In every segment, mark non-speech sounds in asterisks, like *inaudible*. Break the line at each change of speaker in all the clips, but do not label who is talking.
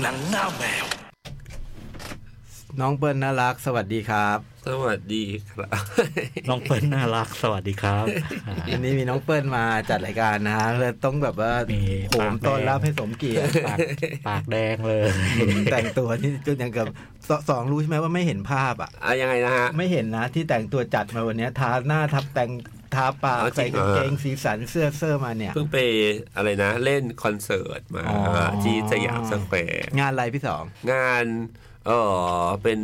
หนังหน้าแมว
น้องเปิ้ลน่ารัก สวัสดีครับ
สวัสดีครับ *laughs*
น้องเปิ้ลน่ารักสวัสดีครับอ่า
วันนี้มีน้องเปิ้ลมาจัดรายการนะเลยต้องแบบว่า
มี
โหมต้อนรับให้สมเกียรติ
ปากปากแดงเลย
แต่งตัวนี่จนอย่างกับสสองรู้ใช่ไหมว่าไม่เห็นภาพอ่ะ
อะยังไงนะฮะ
ไม่เห็นนะที่แต่งตัวจัดมาวันเนี้ยทาหน้าทับแต่งทาปาก
เอาจริ
ใส่
งเหร
กา
อ
งเกงสีสันเสื้อเสื้อมาเนี่ย
เพิ่งไปอะไรนะ เล่นคอนเสิร์ตมา
อ๋อ
ที่สยามสแควร์
งานอะไรพี่สอง
งานเออเป็น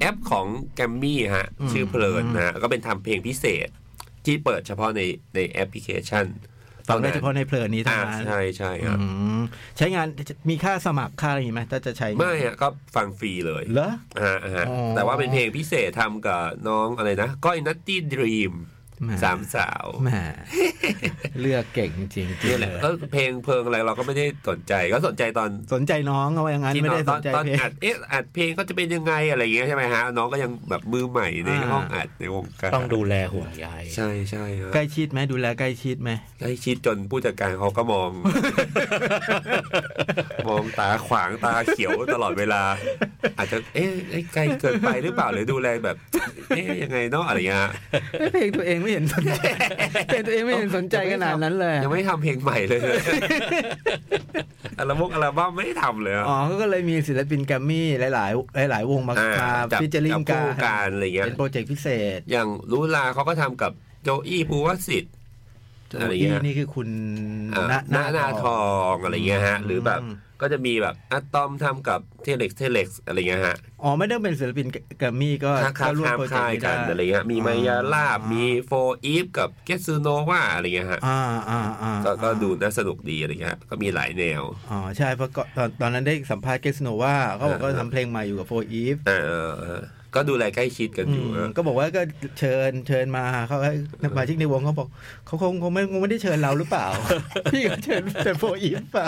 แอปของแกมมี่ฮะ
อืม
ชื่อเพลินนะฮะก็เป็นทำเพลงพิเศษ ที่เปิดเฉพาะในในแอปพลิเคชัน
ฟังได้เฉพาะในเพลินนี้เท่า
อ่า
นั้น
ใช่ใช่
อื
ครับ
มใช้งานมีค่าสมัครค่าอะไรไหมถ้าจะใช้งาน
ไม่ฮะก็ฟังฟรีเลย
เหรอ
ฮะฮะ
อ๋อ
แต่ว่าเป็นเพลงพิเศษทำกับน้องอะไรนะก้อยนัตตี้ดรีม
แห
สามสาว
แหมเลือกเก่งจริงๆ
นี่แหละก็เพลงเพลิงอะไรเราก็ไม่ได้สนใจก็สนใจตอน
สนใจน้องเอาไว้อย่างนั้น
ที่
ไม่
น้อง
ได้
ต
ส
อน
นใจ
ตอน
เพลง
อัดเอ๊ะอัดเพลงก็จะเป็นยังไงอะไรอย่างเงี้ยใช่ไหมฮะน้องก็ยังแบบมือใหม่ใน
อ่า
ห้องอัดในวงการ
ต้องดูแลห่วงใย
ใช่ใช่ฮะ
ใกล้ชิดไหมดูแลใกล้ชิดไหม
ใกล้ชิดจนผู้จัดการเขาก็มอง
*laughs*
มองตาขวางตาเขียวตลอดเวลา อาจจะเอ๊ะเอ๊ะไกลเกินไปหรือเปล่าหรือดูแลแบบ เอ๊ะยังไงเนาะอะไรเงี้ยฮะ
เอ้ยเพลงตัวเองไม่เห็นสนใจเพลงตัวเองไม่เห็นสนใจขนาดนั้นเลย
ยังไม่ทำเพลงใหม่
*laughs*
เลยเลยอัลบั้มอัลบั้มไม่ได้ทำเลยอะ
อ๋อเขาก็เลยมีศิลปินแกรมมี่หลาย ๆ หลาย ๆ วงมา
อ่าจับ
ฟิชเจอริ
จั
ง
บ
กั
คู่กัน นอะไรเงี้ย
เป็นโปรเจกต์พิเศษ
อย่างลุลาเขาก็ทำกับโจอี้ภูวสิทธิ์อะไร
นี่
เงี้ย
นี่คือคุณ
อ่าหน้าหน้าทองอะไรเงี้ยฮะ หรือแบบก็จะมีแบบอะตอมทำกับเทเล็กเทเล็กอะไรเงี้ยฮะ
อ๋อไม่ได้เป็นศิลปินแกรมมี่ก็
ค้า
ก็
ค้า
ร่วม
ค้าม
โปรเจก
ค่าย
ต์นี้
กั
ได้
นอะไรเงี้ยมีมายาลาบ
อ่า
มี
มี
โฟอีฟกับเกซูโนวาอะไรเงี้ยฮะ
อ่าอ่าอ่า
ก็ก็ดูน่าสนุกดีอะไรเงี้ยก็มีหลายแนว
อ๋อใช่เพราะก่อนตอนตอนนั้นได้สัมภาษณ์เกสโนว่าเขาบอกว่าทำเพลงใหม่อยู่กับโฟอีฟ
เออก็ดูแลใกล้ชิดกันอยู่
อืม
ฮะ
ก็บอกว่าก็เชิญเชิญมาเขาให้สมาชิกในวงเขาบอกเขาคงคงไม่คงไม่ได้เชิญเราหรือเป *laughs* ล่า พี่ก็เชิญแต่โฟอีฟป่ะ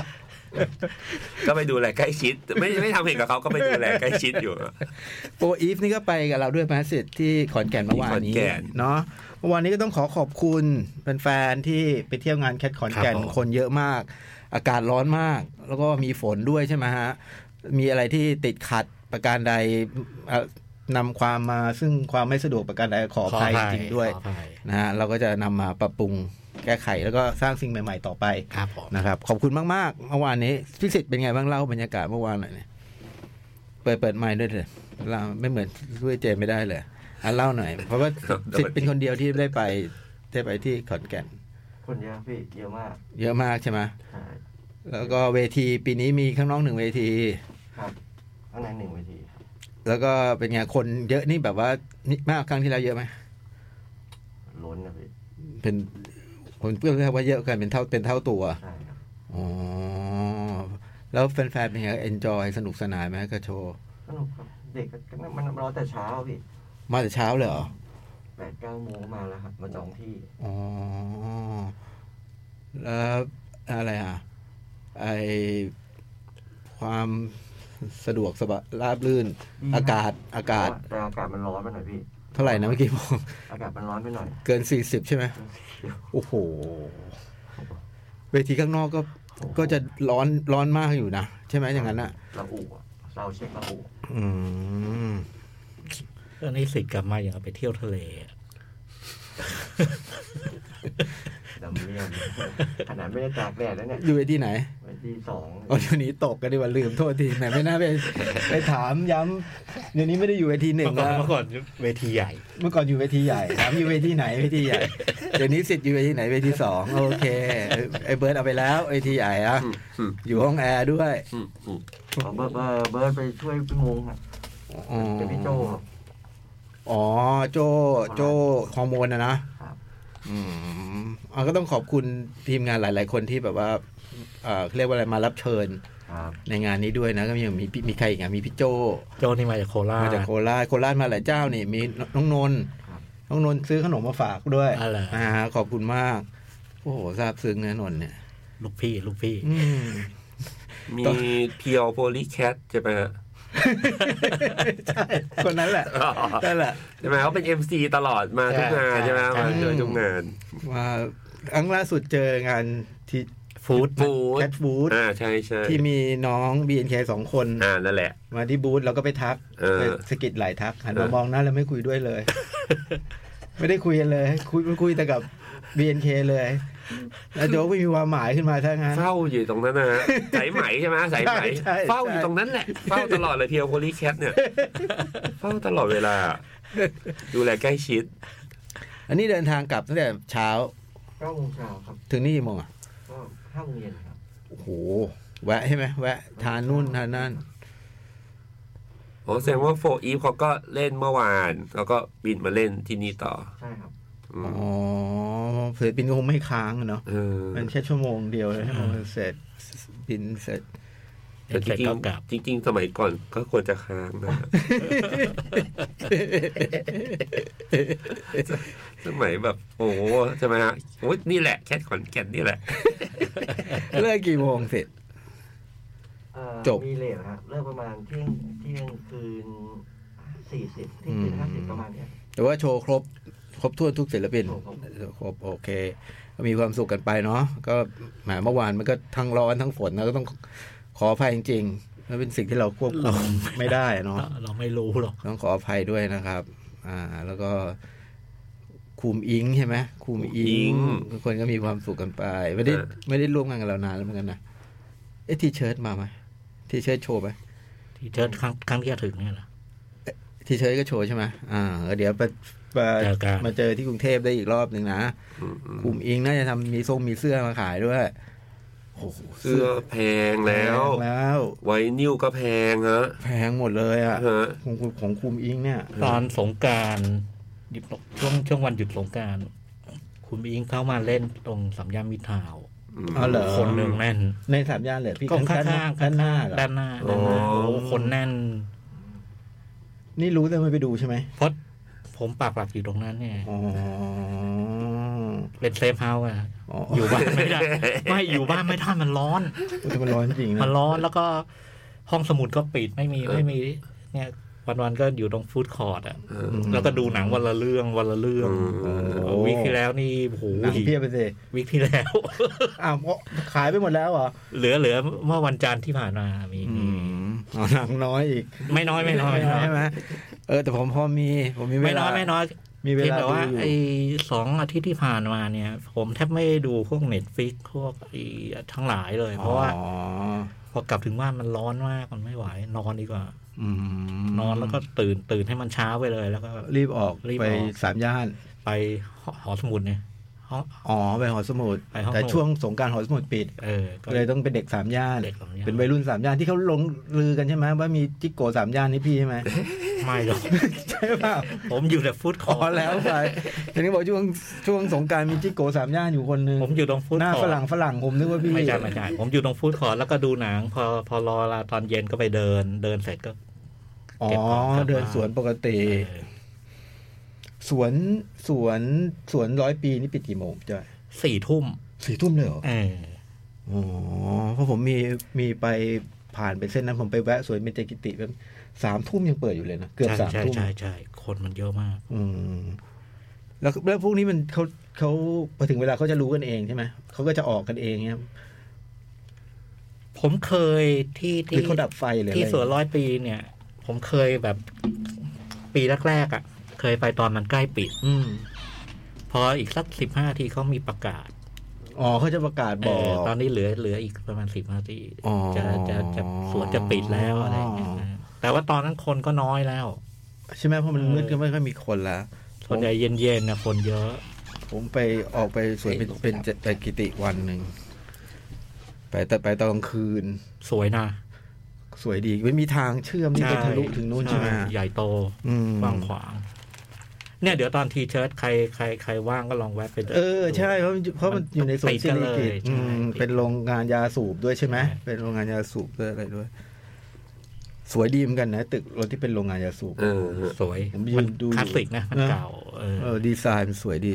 ก็ไปดูแลใกล้ชิด ไม่ไม่ทำเพลงกับเขาก็ไปดูแลใกล้ชิดอยู่
*laughs* โฟอีฟนี่ก็ไปกับเราด้วยมาสิทธิ์ที่ขอนแก่นเมื่อวานนี้
ที่ขอนแก่น
เนาะเมื่อวานนี้ก็ต้องขอขอบคุณแฟนๆที่ไปเที่ยวงานแคทขอนแก่น
ครับผม
คนเยอะมาก อากาศร้อนมาก แล้วก็มีฝนด้วยใช่ไหมฮะมีอะไรที่ติดขัดประการใดเอ่อนำความมาซึ่งความไม่สะดวกประการใดขออภัยจริงๆด้วย
ขออภัย
นะฮะเราก็จะนำมาปรับปรุงแก้ไขแล้วก็สร้างสิ่งใหม่ ๆ ต่อไป
ครับผม
นะครับ ขอบคุณมากๆเมื่อวานนี้พิสิทธิ์เป็นไงบ้างเล่าบรรยากาศเมื่อวานหน่อยเนี่ยเปิดเปิดไมค์ด้วยเถอะเล่าไม่เหมือนด้วยเจไม่ได้เลยอ่ะเล่าหน่อย เพราะว่าสิทธิ์เป็นคนเดียวที่ได้ไปได้ไปที่ขอนแก่น
คนเยอะพี่เยอะมาก
เยอะมากใช่ไหม
ใช่
แล้วก็เวทีปีนี้มีข้างนอกหนึ่งเวที
ครับข้างในหนึ่งเวทีครับ
แล้วก็เป็นไงคนเยอะนี่แบบว่านี่มากกว่าครั้งที่แล้วเยอะไหม
ล้นนะพี่
เป็นผมเพื่อนเรียกว่าเยอะกันเป็นเท่าเป็นเท่าตัว
ใช่ครับ
อ๋อ แล้วแฟนๆเป็นไงเอนจอยสนุกสนานไหมกับโชว์
สนุกครับเด็กก็มันมันรอแต่เช้าพี่
มาแต่เช้าเลยเหรอ
แปดเก้าโมงมาแล้วครับมาจองที่
อ๋อ แล้วอะไรอ่ะ ไอความสะดวกสบายราบรื่น อากาศอากาศ
แต่อากาศมันร้อนไปหน่อยพี่
เท่าไหร่นะเมื่อกี้ *laughs* บอก
อากาศมันร้อนไปหน่อย
เกินสี่สิบใช่ไหมโอ้โห เวทีข้างนอกก็ก็จะร้อนร้อนมากอยู่นะ ใช่ไหมอย่างนั้นอ่ะ
เราอู่อะเราเช็คเราอู่
อืม
เรื่องนี้สิทธิ์กลับมาอย่างกับไปเที่ยวทะเลอะ
ดำเลี่ยนขนาดไม่ได้ตากแดดแล้วเนี่ย
อยู่เวทีไหน
เวทีสอง
โอ้เดี๋ยวนี้ตกกันดีกว่าลืมโทษที *laughs* แหมไม่น่าไปไปถามย้ำเดี๋ยวนี้ไม่ได้อยู่เวทีหนึ่ง
เมื่อก่อน
แล้ว
เมื่อก่อนเวทีใหญ่
เมื่อก่อนอยู่เวทีใหญ่ถามอยู่เวทีไหนเวทีใหญ่เดี๋ยวนี้สิทธิ์อยู่เวทีไหนเวทีสองโอเคไอ้เบิร์ดเอาไปแล้วเวทีใหญ่อะ
อืม
อยู่ห้องแอร์ด้วย
อืมอืม
ขอเบิร์ดเบิร์ดเบิร์ดไปช่วยพี่มงครับ
อ๋อ
เป็นพี่โจครับ
อ๋อโจโจฮอร์โมนนะนะครับอืมอ่ะก็ต้องขอบคุณทีมงานหลาย ๆ คนที่แบบว่าเอ่อเขาเรียกว่าอะไรมารับเชิญ
ครับ
ในงานนี้ด้วยนะก็ยังมีพี่มีใครอีกอ่ะมีพี่โจ
โจนี่มาจากโคราช
มาจากโคราชโคราชมาหลายเจ้านี่มีน้องนนท์น้องนนท์ซื้อขนมมาฝากด้วย
อะไร
อ่าขอบคุณมาก โอ้โหซาบซึ้งนะนนท์เนี่ย
ลูกพี่ลูกพี่
อืม
มี
ต่อ
เพียวโพลีแคทใช่ไหมฮะ
ใช่คนนั้นแหละนั่นแหละ
ใช่ไหมเขาเป็น MC ตลอดมาทุกงาน
ใช่
ใช่ไหม
ใช่
มาเจอ
ใช่
ทุกงาน
มาครั้งล่าสุดเจองานที่
โฟ ฟู้ด
Food
แคทฟู้ด
อ่าใช่ใช่
ที่มีน้อง BNK สองคน
อ่านั่นแหละ
มาที่บูธเราก็ไปทัก
เออ
ไปสะกิดไหลทักหัน
เอ
มา
อ
มองหน้าแล้วไม่คุยด้วยเลย *laughs* ไม่ได้คุยกันเลย คุยคุยแต่กับ BNK เลยแล้วโจ๊กไม่มีความหมายขึ้นมาถ้างั้น
เฝ้าอยู่ตรงนั้นนะฮะสายไหมใช่ไหมสายไหม
ใช่ใช่
เฝ้าอยู่ตรงนั้นแหละเฝ้าตลอดเลยเทียวโพลีแคทเนี่ยเฝ้าตลอดเวลา ดูแลใกล้ชิด
อันนี้เดินทางกลับตั้งแต่เช้า
เก้าโมงเช้าครับ
ถึงนี่กี่โมงอ่ะ
ก็ห้าโมงเย็นครับ
โอ้โหแวะใช่ไหมแวะ ทานนู่นทานนั่น
โอ้แสดงว่าโฟอีฟเขาก็เล่นเมื่อวานแล้วก็บินมาเล่นที่นี่ต่อ
ใช่ครับ
อืม
อ๋อเสร็จบินก็คงไม่ค้างอะเนาะ
เออ
มันแค่ชั่วโมงเดียวเลยชั่วโมงเสร็จบินเสร็จ *laughs*
แต่จ
เสร็จ
ริง
ก็กลับ
ๆจริง ๆ สมัยก่อนก็ควรจะค้าง
*laughs*
นะสมัยแบบ โอ้โหใช่ไหมฮะโอ้ยนี่แหละแคทขอนแก่นนี่แหละ
เลิกกี่โมงเสร็จ
เอ่อ
จบ
มีเลทฮะเริ่มประมาณเที่ยงเที่ยงคืนสี่สิบเที่ยงคืน
อืม
ห้าสิบประมาณเนี้ย
แต่ว่าโชว์ครบ ครบทั่วทุกศิลปิน
ครบครับ
ครบโอเคก็มีความสุขกันไปเนาะก็แหมเมื่อวานมันก็ทั้งร้อนทั้งฝนนะก็ต้องขออภัยจริงๆมันเป็นสิ่งที่เราควบคุมไม่ได้เนาะ
เราเราไม่รู้หรอก
ต้องขออภัยด้วยนะครับ อ่า แล้วก็คุมอิงใช่ไหมคุมอิง
คุมอิง
ทุกคนก็มีความสุขกันไป ไม่ได้
เออ
ไม่ได้ร่วมงานกันเรานานแล้วเหมือนกันนะเอ๊ะทีเชิร์ตมาไหมทีเชิร์ตโชว์ไหม
ที่เจอครั้งครั้งที่จะถึงเนี่ยนะ
ทีเชิร์ตก็โชว์ใช่ไหมอ่าเดี๋ยวไปไป
เจอกัน
มาเจอที่กรุงเทพได้อีกรอบหนึ่งนะ
อืมอืม
กลุ่มอิงน่าจะทำมีทรงมีเสื้อมาขายด้วยโอ้โห
เสื้อแพง
แพง
แล้ว
แล้ว
ไวนิ้วก็แพงฮะ
แพงหมดเลยอ่ะ
ฮะ
ของคุณของคุมอิงเนี่ย
ตอนสงกรารหยุดช่วงช่วงวันหยุดสงกราร คุณอิงเข้ามาเล่นตรงสามย่านมิตรทาวน์
อ๋อเหรอ
คนเนืองแน่น
ในสามย่านเลยพี่
ก็ข้าง
ด้นหน้ด้า
ข้าง
นหน้าเหรอ
ด้านหน้าด้านหน้า
อ๋อ
โอ้คนแน่น
นี่รู้แต่ไม่ไปดูใช่ไหม
เพราะผมปากหลักอยู่ตรงนั้นเนี่ย
อ๋อ
เป็นเซฟเฮาส์อะ
อ๋อ
อยู่บ้านไม่ได้ ไม่อยู่บ้านไม่ได้มันร้อน
แต่มันร้อนจริงนะ
มันร้อนแล้วก็ห้องสมุดก็ปิดไม่มี
เออ
ไม่มี เนี่ยวันวันๆก็อยู่ตรงฟู้ดคอร์ดอ่ะ
เออ
แล้วก็ดูหนังวันละเรื่องวันละเรื่อง
เออ
เออวิกที่แล้วนี่โอ้โห
หนังเพียบไปสิ
วิกที่แล้ว *laughs*
อ้าวเพราะขายไปหมดแล้วเหรอ
เหลือเหลือเมื่อวันจันทร์ที่ผ่านมามี
อื
มี
มอ๋อหนังน้อยอีก
ไม่น้อยไม่น้อยไม่น้อย
ใช่ไหมเออแต่ผมพอมี ผมมีเว
ไม่น้
ลา
อยไม่น้อย
มีเว
เพียง
ลา
แต่ว่า
ดูอยู่
ไอ้สองอาทิตย์ที่ผ่านมาเนี่ย ผมแทบไม่ได้ดูพวกเน็ตฟิกพวกไอ้ทั้งหลายเลย เพราะว่า
อ๋อ
พอกลับถึงบ้านมันร้อนมากมันไม่ไหว นอนดีกว่า
อืม
นอนแล้วก็ตื่นตื่นให้มันเช้าไปเลยแล้วก็
รีบออก
รีบออก
ไปสามย่าน
ไปหอหอสมุดเนี่ยห้อง
อ๋อ ไปหอสมุด
ไปห้อง
แต่
สมุด
ช่วงสงกรารหอสมุดปิด
เออก็
เลยต้องเป็นเด็กสามย่าน
เด็กแบบนี้
เป็นวัยรุ่นสามย่านที่เขาลงลือกันใช่ไหมว่ามีจิกโกสามย่านนี่พี่
*laughs*
ใช่ไหม
ไม่หร
*laughs*
อก
ใช่เปล่า
ผมอยู่แต่ฟู้ดค
อ๋
อ
อ
ร์ท
แล้วไปเห็นเขาบอกช่วงช่วงสงกรารมีจิกโกสามย่านอยู่คนหนึง
ผมอยู่ตรงฟู้ด
หน้า
คอ
ฝ
ร์ท
รั่งฝรั่งผมนึกว่าพี่
ไม่ใช่ไม่ใช่ผมอยู่ตรงฟู้ดคอร์ทแล้วก็ดูหนัง พอพอรอเวลาตอนเย็นก็ไปเดิน เดินเสร็จก็
อ๋อ
เก็บของกลับมา
เดินสวนปกติ
เออ
สวนสวนสวนร้อยปีนี่ปิดกี่โมงจ้ะ
สี่ทุ่ม
สี่ทุ่มเลยเหรอ
เออ
อ๋อเพราะผมมีมีไปผ่านไปเส้นนั้นผมไปแวะสวนเบญจกิติแบบสามทุ่มยังเปิดอยู่เลยนะเกือบ
ใช่
สาม
ใช่
ทุ่ม
ใช่ใช่คนมันเยอะมาก
อืมแล้วแล้วพวกนี้มันเขาเขาพอถึงเวลาเขาจะรู้กันเองใช่ไหมเขาก็จะออกกันเองเนี่ย
ผมเคยที่
หรื
ที่
อเขาดับไฟหรืออะไร
ที่สวนร้อยปีเนี่ย ผมเคยแบบปีแรกๆอ่ะ เคยไปตอนมันใกล้ปิด
อืม
พออีกสักสิบห้าทีเขามีประกาศ
อ๋อเขาจะประกาศ
เอบ
อ
อก ตอนนี้เหลือเหลืออีกประมาณสิบห้าที
อ๋อ
จะจะจะสวนจะปิดแล้วอะไรอย่างเงี้ยนะแต่ว่าตอนนั้นคนก็น้อยแล้ว
ใช่ไหมเพราะมันมืดก็ไม่ค่อยมีคนละผ
ส่ว
ม
นใหญ่เย็นๆนะคนเยอะ
ผมไปออกไปสวนเป็นเป็นจกิติวันหนึ่งไปแต่ไปตอนกลางคืน
สวยนะ
สวยดีมันมีทางเชื่อมที่ไปทะลุถึงนู้นใช่ไหม
ใญ่โต
อืม
กว้างขวาง เนี่ยเดี๋ยวตอนทีเชิร์ตใครใครใครว่างก็ลองแวะไปดิน
เออใช่เพราะเพราะมันอยู่ในสวน
ติด
เศร
กั
ษ
น
ฐ
เล
กิ
ย
จ
ใช่
อืม
ติด
เป็นโรงงานยาสูบด้วยใช่ไหม
ใช่
เป็นโรงงานยาสูบด้วยอะไรด้วย สวยดีเหมือนกันนะตึกรถที่เป็นโรงงานยาสูบ
เออฮะ
สวย
ผมยืน
มัน
ดูอยู่
คลาสสิกนะ มัน
นะ
เก่า เออ
เออดีไซน์มันสวยดี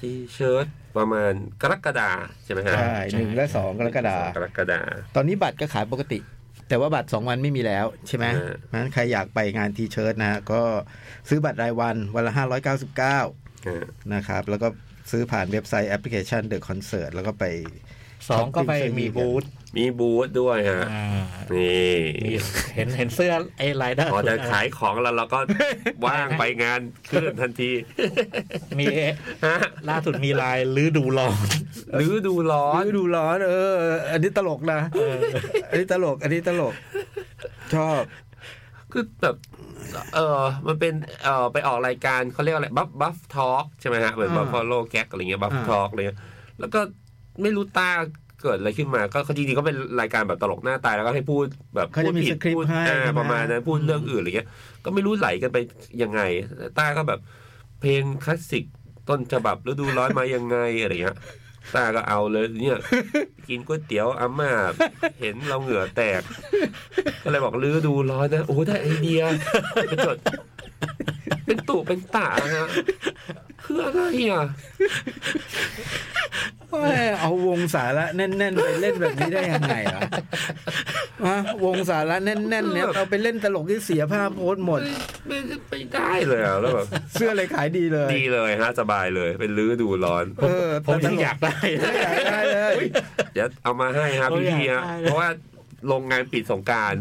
ที่เชิ้ตประมาณกรกฎาใช่ไหมฮะ
ใช่หนึ่งและสองกรกฎาคม
กรกฎา
ตอนนี้บัตรก็ขายปกติ แต่ว่าบัตรสองวันไม่มีแล้วใช่ไหม
ใช่
นั้นใครอยากไปงานทีเชิร์ตนะฮะก็ซื้อบัตรรายวันวันละห้าร้อยเก้าสิบเก้า
ฮะ
นะครับแล้วก็ซื้อผ่านเว็บไซต์แอปพลิเคชัน The Concert แล้วก็ไป
สองก็ไป
ของ Prince
มี
Emmy
บูธ
มีบูธด้วยฮะ
อ่า
นี่
มีเห็นเห็นเสื้อไอ้ลายด้าน
พอจะ
สุดะ
ขายของแล้วเราก็ว่างไปงานเคลื่อนทันที
มีเอ๊ะ
ฮะ
ล่าสุดมีลายฤดูร้อน
หรือดูร้อน
ฤดูร้อนเออ อันนี้ตลกนะอันนี้ตลก อันนี้ตลก ชอบ
คือแบบเออมันเป็นเออไปออกรายการเขาเรียกอะไรบัฟบัฟทอล์กใช่ไหมฮะเหมือนบัฟฟาโลแก๊กอะไรเงี้ยบัฟทอล์กอะไรเงี้ยแล้วก็ไม่รู้ตาเกิดอะไรขึ้นมา ก็เขาจริงๆก็เป็นรายการแบบตลกหน้าตายแล้วก็ให้พูดแบบ
เขา
พู
จะ
ด
มี
ผิ
ส
ด
คริป
พูด
ต์ให้
อ่า
ใช่ไห
ประมาณนั้นพูดเรื่องอื่นอะไรเงี้ย ก็ไม่รู้ไหลกันไปยังไงตาก็แบบ เพลงคลาสสิกต้นฉบับฤดูร้อนมายังไงอะไรเงี้ยตาก็เอาเลยเนี่ย กินก๋วยเตี๋ยวอาม่าเห็นเราเหงื่อแตก ก็เลยบอกลือดูร้อนนะ โอ้ได้ไอเดียไปจด เป็นตุเป็นตาฮะคืออะไรอ่ะ
เอ้ยเอาวงสาระแน่น ๆ ไปเล่นแบบนี้ได้ยังไงล่ะฮะวงสาระแน่น ๆ เนี่ยเราไปเล่นตลกที่เสียภาพโพสต์หมด
ไม่ไม่ได้เลยอ่ะแล้วแบบ
เสื้อเลยขายดีเลย
ดีเลยฮะสบายเลย เป็นลือดูร้อน
เออ
*laughs* ผม
ต
ยัง
ล
อยากได้
ไม่อยากได้เลย
เดี๋ยวเอามาให้ฮะพี่พี่ฮะ
โอ้ยอยากได้เลย
เพราะว่าโรงงานปิดสงกราร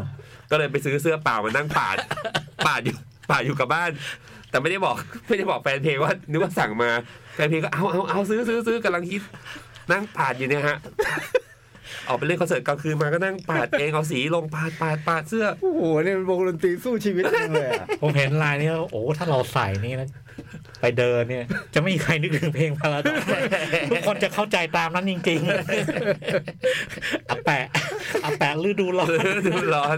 ก็เลยไปซื้อเสื้อเปล่ามานั่งปาด *laughs* ปาดอยู่ปาดอยู่กับบ้าน แต่ไม่ได้บอกไม่ได้บอกแฟนเพลงว่านึกว่าสั่งมาแฟนเพลงก็เอาเอาเอาซื้อซื้อซื้อกำลังคิดนั่งปาดอยู่เนี่ยฮะ ออกไปเล่นคอนเสิร์ตกลางคืนมาก็นั่งปาด *laughs* เองเอาสีลงปาดปาดปาดเสื้อ *laughs*
โอ้โหเนี่ยมันวงดนตรีสู้ชีวิตจริงเลยอะ
*laughs* ผมเห็นลายนี้แล้วโอ้ถ้าเราใส่นี่นะไปเดินเนี่ย จะไม่มีใครนึกถึงเพลงพาราดอก *laughs* ทุกคนจะเข้าใจตามนั้นจริงๆอา *laughs* แปะอาแปะฤดูร้อน
ดูร้อน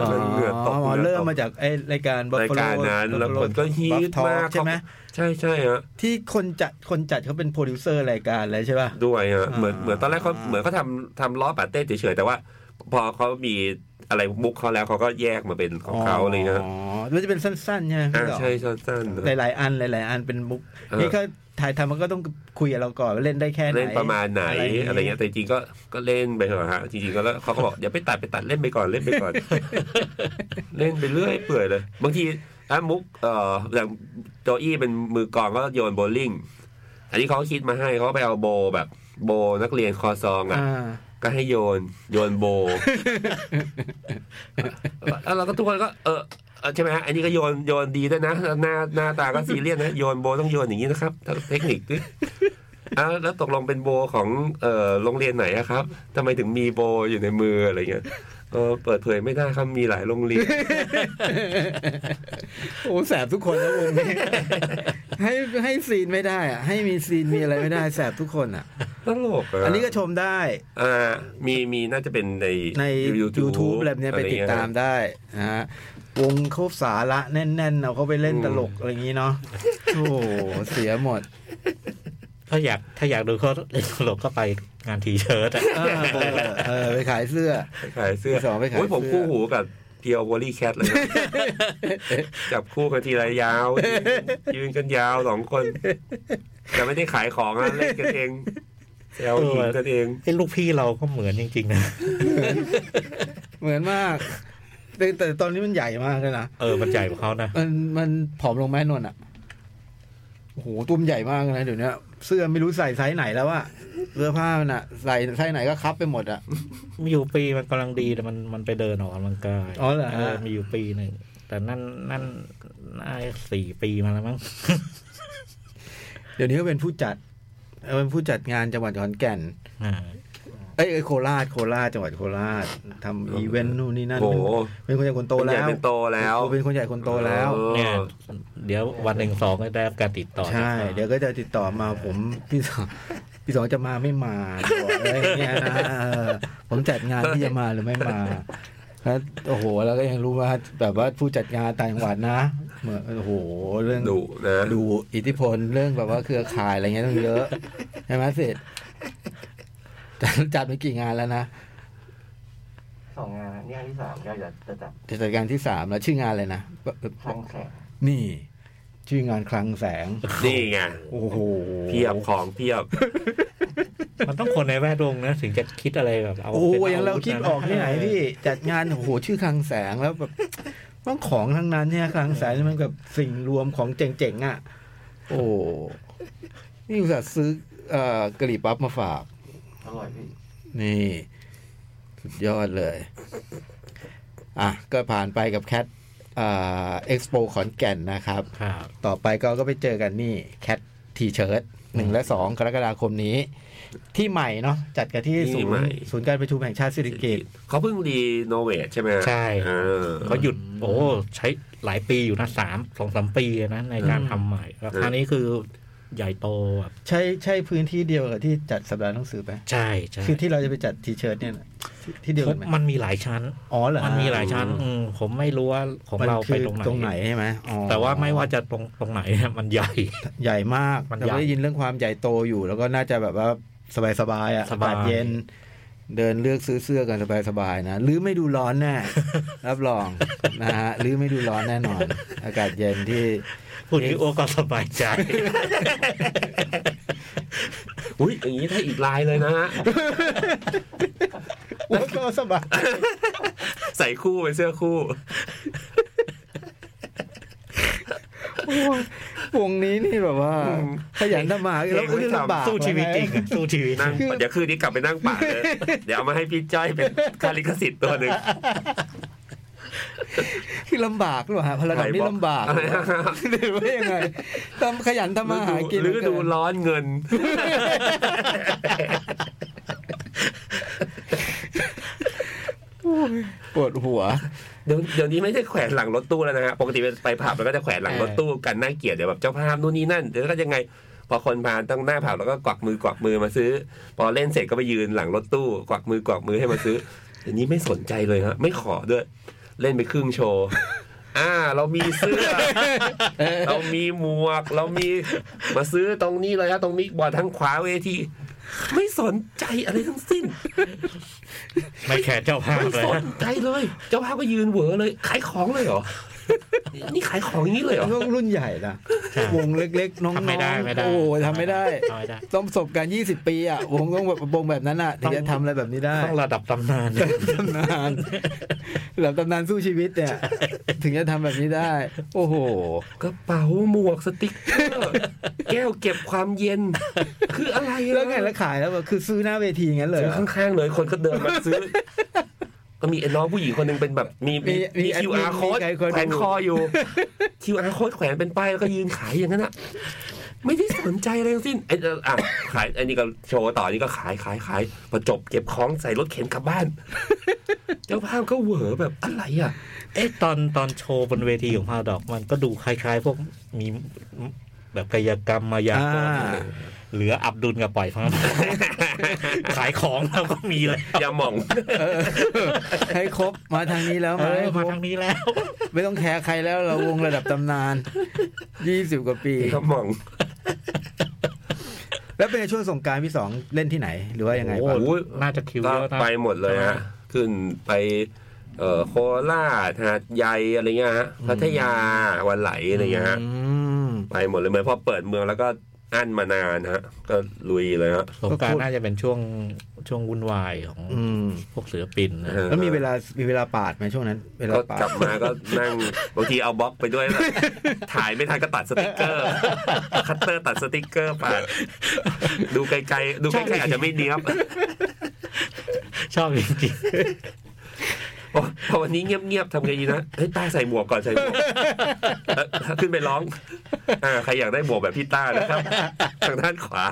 อ๋อ
เหงื่อตก
เริ่มมาจากไอ้รายการ
ราย
Buffalo
การนั้น แล้วคนก็ฮีต
Buff Talk
มาก
ใช่ไหม
ใช่ใช่ฮะ
ที่คนจัดคนจัดเขาเป็นโปรดิวเซอร์รายการเลยใช่ป่ะ
ด้วยฮะ
อ่า
เหมือนเหมือนตอนแรกเขา
อ่า
เหมือนเขาทำทำล้อปาเต้เฉยๆแต่ว่า พอเขามีอะไรมุกเขาแล้วเขาก็แยกมาเป็นของเขาอะไรเลยฮะ
อ๋อมันจะเป็นสั้นๆใช่ไหม
อ่า
พี่ดอก
ใช่สั้นๆนะ
หลายๆอันหลายๆ อันเป็นมุก
เออ
นี่เขาถ่ายทำมันก็ต้องคุยกับเราก่อนว่าเล่นได้แค่ไหน
เล่นประมาณไหนอะไร
ย่า
เงี้ยแต่จริงๆก็ก็เล่นไปเถอะฮะจริงๆก็แล้วเขาก็บอกอย่าไปตัดไปตัดเล่นไปก่อนเล่นไปก่
*laughs*
อน เล่นไปเรื่อยเปื่อยเลย บางทีอ่ะมุกเอ่ออย่างโจอี้เป็นมือกลองก็โยนโบว์ลิ่ง อันนี้เขาคิดมาให้เขาไปเอาโบว์แบบโบว์นักเรียนคอซองอ่ะ
อ่า
ก็ให้โยนโยนโบ แล้วเราก็ทุกคนก็เออเออใช่ไหมฮะอันนี้ก็โยนโยนดีด้วยนะแล้วหน้าหน้าตาก็ซีเรียสนะโยนโบต้องโยนอย่างนี้นะครับถ้าเทคนิคด้วยอ่ะแล้วตกลงเป็นโบของเอ่อโรงเรียนไหนอะครับทำไมถึงมีโบอยู่ในมืออะไรเงี้ยเออเปิดเผยไม่ได้ครับมีหลายโรงเรียน
โอ้แสบทุกคนนะวงนี้ *laughs* ให้ให้ซีนไม่ได้อะให้มีซีนมีอะไรไม่ได้แสบทุกคนอ่ะ
ตลกะ
อันนี้ก็ชมได้
อ่ามีมีน่าจะเป็นใน
ใน
YouTube
YouTube อะไรแบบเนี้ยไปติดตามได้นะฮะวงเขาสาระแน่นๆเอาเขาไปเล่นตลกอะไรอย่างนี้เนาะโอ้โหเสียหมด
ถ้าอยากถ้าอยากดูเขาเล่นตลกก็ไปงานทีเชิร์ตอะ *laughs*
เออเออไปขายเสื้อ
ขายเสื้อ
พี่สองไปขาย
โอ้ยผม
เสื้อ
คู่หูกับเพียววอลี่แคทเลย
*laughs*
นะ จับคู่กันทีไรยาว ยืนกันยาวสองคน แต่ไม่ได้ขายของอะเล่นกันเองแซวหญิงกันเอง
ไอ้ลูกพี่เราก็เหมือนจริงๆนะ
เหมือนมาก แต่แต่ตอนนี้มันใหญ่มากเลยนะ
เออมันใหญ่กว่าเขานะ
มันมันผอมลงไหมนนท์อ่ะโอ้โหตัวมันใหญ่มากเลยนะเดี๋ยวนี้เสื้อไม่รู้ใส่ไซส์ไหนแล้วอะเสื้อผ้ามันอะใส่ไซส์ไหนก็คับไปหมดอะ
มีอยู่ปีมันกำลังดีแต่มันมันไปเดินออกกำลังกาย
อ๋อเหรอฮะ
มีอยู่ปีหนึ่ง แต่นั่นนั่นน่าจะสี่ปีมาแล้วมั้ง
เดี๋ยวนี้ก็เป็นผู้จัดเออเป็นผู้จัดงานจังหวัดขอนแก่น
อ่า
เอ้ยเอ้ยโคราชโคราชจังหวัดโคราชทำอีเวนต์นู่นนี่นั่น
โอ้โห
เป็นคนใหญ่คนโต
เป็นใหญ่
แล้ว
เป็นโตแล้ว
เป็นคนใหญ่คนโตแล้ว
เออ
เนี่ยเดี๋ยววันหนึ่งสองก็ได้รับการติดต่อ
ใช่ เดี๋ยวก็จะติดต่อมาผมพี่สองพี่สองจะมาไม่มาบอกอะไรอย่างเงี้ยนะเออผม *laughs* จัดงานที่จะมาหรือไม่มาแล้วโอ้โห แล้วก็ยังรู้ว่าแบบว่าผู้จัดงานต่างจังหวัดนะเหมือนโอ้โหเรื่อง
ดุนะ
ดูอิทธิพลเรื่องแบบว่าเครือข่ายอะไรเงี้ยต้องเยอะ ใช่ไหมเสร็จจัดจัดไปกี่งานแล้วนะ
สองงานเนี่ยที่สามก็จะจะจับ
จัดการที่สามแล้วชื่องานอะไรนะบบบ
คลังแสง
นี่ ชื่องานคลังแสง
นี่ไง
โอ้โห
เพียบของเพียบ
มันต้องคนในแวดวงนะ ถึงจะคิดอะไรแบบเอา
โอ้โห
ป็น
อย่างเราคิดออกที่ไหนพี่จัดงานโอ้โหชื่อคลังแสงแล้วแบบต้องของทั้งนั้นเนี่ยคลังแสงนี่มันแบบสิ่งรวมของเจ๋งๆอ่ะ โอ้ นี่อุตส่าห์ซื้อเอ่อกะหรี่ปั๊บมาฝาก
อร่อยพี่
นี่ สุดยอดเลย อ่ะ ก็ผ่านไปกับแคทเอ็กซ์โปขอนแก่นนะครับ
ครับ
ต่อไปก็ก็ไปเจอกันนี่แคททีเชิร์ตหนึ่งและสองกรกฎาคมนี้ ที่ใหม่เนาะจัดกันที่
ที่
ศูน
ใหม่
ย์ศูนย์การประชุมแห่งชาติสิริกิต
เขาเพิ่งรีโนเวทใช่ไหมฮะ
ใช่
เออ
เขาหยุดโอ้ใช้หลายปีอยู่นะสามสองสามปีนะในการทำใหม่แล้ว
เออ
ครั้งนี้คือใหญ่โตแบบ
ใช่ใช่พื้นที่เดียวกับที่จัดสัปดาห์หนังสือไป
ใช่ใช่
คือที่เราจะไปจัดทีเชิร์ตเนี่ยนะที่ที่เดียวกันไหม
มันมีหลายชั้น
อ๋อเหรอ
มันมีหลายชั้น
อืม
อืมผมไม่รู้ว่าของ
มัน
เรา
คื
ไป
อ
ตรงไหน
ตรงไหนใช่ไหมอ๋อ
แต่ว่าไม่ว่าจะต *laughs* รงตรงไหนเนี่ยมันใหญ่
ใหญ่มาก
มัน
แต่
ใหญ่
ก็ได้ยินเรื่องความใหญ่โตอยู่ แล้วก็น่าจะแบบว่าสบายๆอ่ะ
ส
อา
บา
กา
ย
ศเย็น เดินเลือกซื้อเสื้อกันสบายๆนะหรือไม่ดูร้อน
*laughs*
แน่ รับรองนะฮะหรือไม่ดูร้อนแน่นอน อากาศเย็น
*laughs*
ที่
พูดนี้โอ้ก็สบาย
*laughs*
ใจ
อุ้ยอย่างนี้ถ้าอีกลายเลยนะฮะ
แล้วก็สบาย *laughs*
ใส่คู่เป็นเสื้อคู่
วงนี้นี่แบบว่าขยันทำมาหากินแล้วก็
เพลงไม่ทำ
ลำบาก
สู้ชีวิตจริงอะสู้ชีวิต
นั่งเดี๋ยวคืนนี้กลับไปนั่งป่าดเลย เดี๋ยวเอามาให้พี่จ้อยเป็นคาลิขสิทธิ์ตัวหนึ่ง
คือลำบากหรือเปล่าฮะพลังนี่ลำบาก
อะไรนะ
หรือว่ายังไงทำขยันทำมาหากิน
หรือดูร้อนเงิน
ปวดหัว
เดี๋ยวเดี๋ยวนี้ไม่ใช่แขวนหลังรถตู้แล้วนะฮะปกติไปผับแล้วก็จะแขวนหลังรถตู้กันน่าเกลียดเดี๋ยวแบบเจ้าภาพนู่นนี่นั่นเดี๋ยวก็ยังไง พอคนพานต้องหน้าผับแล้วก็กวักมือกวักมือมาซื้อ พอเล่นเสร็จก็ไปยืนหลังรถตู้กวักมือกวักมือให้มาซื้อเดี๋ยวนี้ไม่สนใจเลยฮะไม่ขอด้วย เล่นไปครึ่งโชว์อ่า เรามีเสื้อ เรามีหมวก เรามีมาซื้อตรงนี้เลยฮะตรงมิกบอร์ดทั้งขวาเวทีไม่สนใจอะไรทั้งสิ้น
ไม่แคร์เจ้าภาพ
ไม่
เลย
ส
*laughs*
นใจเลย เจ้าภาพก็ยืนเหวอเลย ขายของเลยเหรอ นี่ขายของอย่างนี้เลยเหรอ
ต้องรุ่นใหญ่นะวงเล็กๆ น้อง
ทำไม่ได้ไม่
ๆ
ได้
โอ้ยทำไม่ได้
ทำไม่ได้
ต้องประสบการณ์20 ปีอ่ะ วงต้องแบบวงแบบนั้นอ่ะ ถึงจะทำอะไรแบบนี้ได้
ต้องระดับตำน *laughs* านเนี่ย
ตำนานเหล่าตำนานสู้ชีวิต *laughs* เนี่ย ถึงจะทำแบบนี้ได้ โอ้โห
กระเป๋าหมวกสติ๊กเกอร์แก้วเก็บความเย็น คืออะไรอะ
แล้วไงแล้วขายแล้วแบบคือซื้อหน้าเวทีงั้นเลย
ซื้อ
เหรอ
ข้างๆเลย คนก็เดินมาซื้อ ก็มีไอ้น้องผู้หญิงคนหนึ่งเป็นแบบ มีมีมี
มีแอ
QR
ดมินมี
code
ใครค
แข
อยดู
วนคออยู่ QR code แขวนเป็นป้ายแล้วก็ยืนขายอย่างนั้นอ่ะ ไม่ได้สนใจอะไรทั้งสิ้นไอ้เอ่ออ่ะขายอันนี้ก็โชว์ต่ออันนี้ก็ขายขายขายพอจบเก็บของใส่รถเข็นกลับบ้าน เจ้าภาพก็เหวอแบบอะไรอ่ะ
เอ๊ะตอนตอนโชว์บนเวทีของพาราดอกมันก็ดูคล้ายๆ พวกมีแบบกายกรรมมายา
อ่า
กลเหลืออับดุลกับปล่อยฟัง *laughs* ขายของเราก็มีเลย
อย่าหม่อง
*laughs* ให้ครบมาทางนี้แล้ว
เอ
มา
อ
ให้คร
มา
บ
ทางนี้แล้ว
ไม่ต้องแคร์ใครแล้วเราวงระดับตำนาน 20 กว่าปี
อย่าหม่อง
แล้วเป็นในช่วงสงกรารพี่สองเล่นที่ไหน หรือว่ายังไงบ้าง
โอ้ย
น่าจะคิว
ก็
เยอะนะ
ไปหมดเลยฮะ ขึ้นไป เอ่อโคราชหาดใหญ่อะไรเงี้ยฮะ พัทยาวันไหลอะไรเงี้ยฮะ
อืม
ไปหมดเลยเหมือนพอเปิดเมืองแล้วก็อั้นมานานฮะ ก็ลุยเลยฮะ
สงกราร
ก็พูด
น่าจะเป็นช่วงช่วงวุ่นวายของ
อืม
พวกศิลปินนะ
เออ
แล้วมีเวลา มีเวลาปาดไหมช่วงนั้น เวลา
ก็
ปาด
กลับมาก็นั่ง บางทีเอาบล็อกไปด้วยนะถ่ายไม่ทันก็ตัดสติกเกอร์ คัตเตอร์ตัดสติกเกอร์ปาดดูไกลๆ ดูไกลๆอาจจะไม่เนี้ยบ
ชอบจริง
โอ้พอวันนี้เงียบๆทำไงดีนะ เฮ้ยต้าใส่หมวกก่อนใส่หมวกเอ่อขึ้นไปร้องอ่าใครอยากได้หมวกแบบพี่ต้านะครับ ทางด้านขวา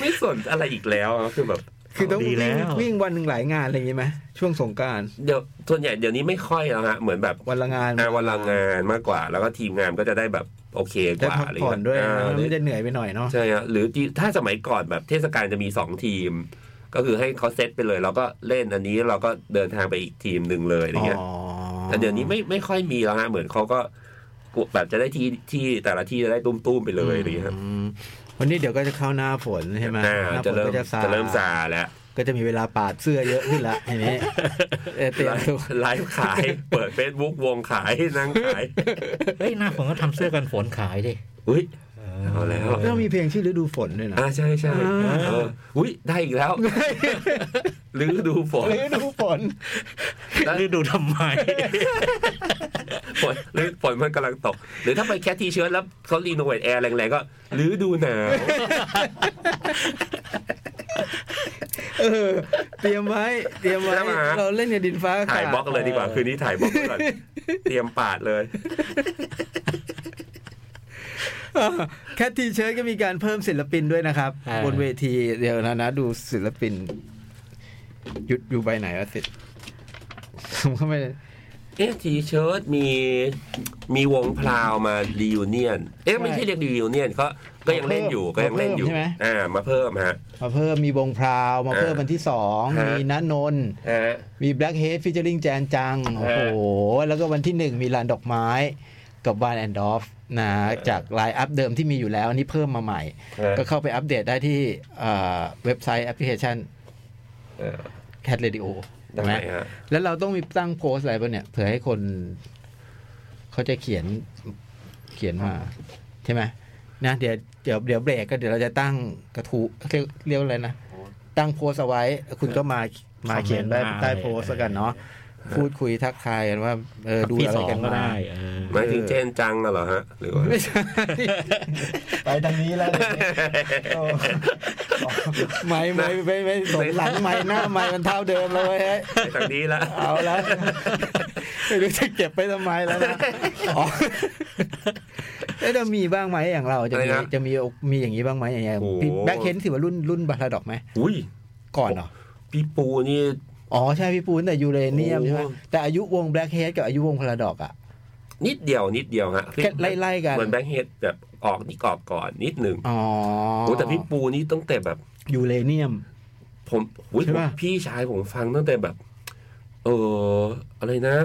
ไม่สนอะไรอีกแล้วอะคือแบบ
คือต้องวิ่งวิ่งวันหนึ่งหลายงานอะไรอย่างงี้ไหมช่วงสงกราร
เดี๋ยวส่วนใหญ่เดี๋ยวนี้ไม่ค่อยแล้วฮะเหมือนแบบ
วันละงาน
งานวันละงานมากกว่า แล้วก็ทีมงานก็จะได้แบบโอเคก
ได้
ว่า
พัก
อะไร
ผ่อ
เงี้
นด้วย
อ่า
นะ
หรือ
ไม่ได้เหนื่อยไปหน่อยเนาะ
ใช่ฮะหรือที่ถ้าสมัยก่อนแบบเทศกาลจะมีสองทีม ก็คือให้เขาเซตไปเลย เราก็เล่นอันนี้เราก็เดินทางไปอีกทีมหนึ่งเลยอะไรเงี้ย
อ๋อ
แต่เดี๋ยวนี้ไม่ไม่ค่อยมีแล้วฮะเหมือนเขาก็กลัวแบบจะได้ที่ที่แต่ละที่จะได้ตุ้มๆไปเลยอะไรเงี้ยครับ
อืมวันนี้เดี๋ยวก็จะเข้าหน้าฝนใช่ไหม
อ่า
หน้าฝ
จะ
น
เริ่ม
ก็จะซา
จะเริ่มซาแล้ว
ก็จะมีเวลาปาดเสื้อเยอะขึ้นละที
*laughs*
นี้เออเตรียมตัว
ไลฟ์ขาย เปิดเฟซบุ๊กวงขายนั่ง
*laughs*
ขาย
ๆ เฮ้ยหน้าผมก็ทำเสื้อกันฝนขายดิ
อุ้ย เอาแล้ว
แล้วมีเพลงชื่อฤดูฝนด้วยนะ
อ่าใช่ใช่ *laughs* เอออุ้ยได้อีกแล้ว หรือดูฝน
ฤดูฝน
แล้ว
ฤดูทำไม
ฝนหรือฝนมันกำลังตก หรือถ้าไปแคททีเชิร์ตแล้วเขารีโนเวทแอร์แรงๆก็ฤดูหน *laughs* าว
เออ เตรียมไว้ เตรียมไว้ เราเล่นกับดินฟ้า
ถ่าก
อาาย ศ
บล็อกเลยดีกว่า คืนนี้ถ่ายบล็อกก่อนเตรียมปาดเลย
เออ *laughs* แคททีเชิร์ตก็มีการเพิ่มศิลปินด้วยนะครับ
อ่า
บนเวทีเดี๋ยวนะนะดูศิลปินหยุดอยู่ใบไหนวะสิ *laughs* ผมเข้าไป
เอ๊ะทีเชิร์ตมีมีวงพราวมารีวิเนียน เอ๊ะไม่ใช่เรียกรีวิเนียนก็ก็ยังเล่นอยู่ก็ยังเล่นอยู่อ่ามาเพิ่มฮะ
มาเพิ่มมีวงพราว มาเพิ่มวันที่สอง
ฮะ
มีณนนท์
ฮะ
มีแบล็กเฮดฟิชเจอริงแจนจัง โอ้โห แล้วก็วันที่หนึ่งมีลานดอกไม้กับวานแอนด์ดอฟนะจากไลน์อัพเดิมที่มีอยู่แล้วอันนี้เพิ่มมาใหม่
ฮะ
ก็เข้าไปอัปเดตได้ที่เอ่อเว็บไซต์แอปพลิเคชัน
เออ
แค t เ a ด i โอ
ได้
ใช่ไหม
ฮะ
แล้วเราต้องมีตั้งโพสต์อะไรป่ะเนี่ย เผื่อให้คน เขาจะเขียนเขียนมา ใช่ไหมนะเดี๋ยวเดี๋ยวเดี๋ยวเบรกก็เดี๋ยวเราจะตั้งกระทู้เรียกเรียกว่าอะไรนะ ตั้งโพสต์เอาไว้ คุณก็มามาเขียนได้
คอมเมนต์มา
ใต้โพสต์แล้วกันเนาะพูดคุยทักทายกันว่าเออดู
พี่
อะไร
สอง
กัน
ก็
มา
ได้เออ
หมายถึงเจนจังน่ะเหรอฮะ หรือว่า
ไม่ใช่
ไปทางนี้แล้ว
*laughs*
เดี๋ยวนี้โอ้
ไม่ไม่ไม่ไม่สนหลังไม่หน้าไม่มันเท่าเดิมแล้วเว้ยเฮ้ย
ไปทางนี้ละ *laughs*
เอาละไม่รู้จะเก็บไปทำไมแล้ว
*laughs*
นะอ๋อเอ๊ะจะมีบ้างไหมอย่างเราจะมีจะมีมีอย่างนี้บ้างไหมอย่างเงี้ยพี่แบ็คเฮนถือว่ารุ่นรุ่นบาราดอกไหม
อุ้ย
ก่อนเหรอ
พี่ปูนี่
อ๋อใช่พี่ปูนแต่ยูเรเนียมใช่ไหม
โอ้
แต่อายุวงแบล็กเฮดกับอายุวงพาราดอกอะ
นิดเดียวนิดเดียวฮะ
แค่ไล่ๆกัน
เหมือนแบงค์เฮดแบบออกนี่กรอบก่อนนิดหนึ่ง
อ๋อ
โอ้แต่พี่ปูนี่ตั้งแต่แบบ
ยูเรเนียม
ผมอุ้ย
ใช่ปะ
พี่ชายผมฟังตั้งแต่แบบ เอออะไรนะ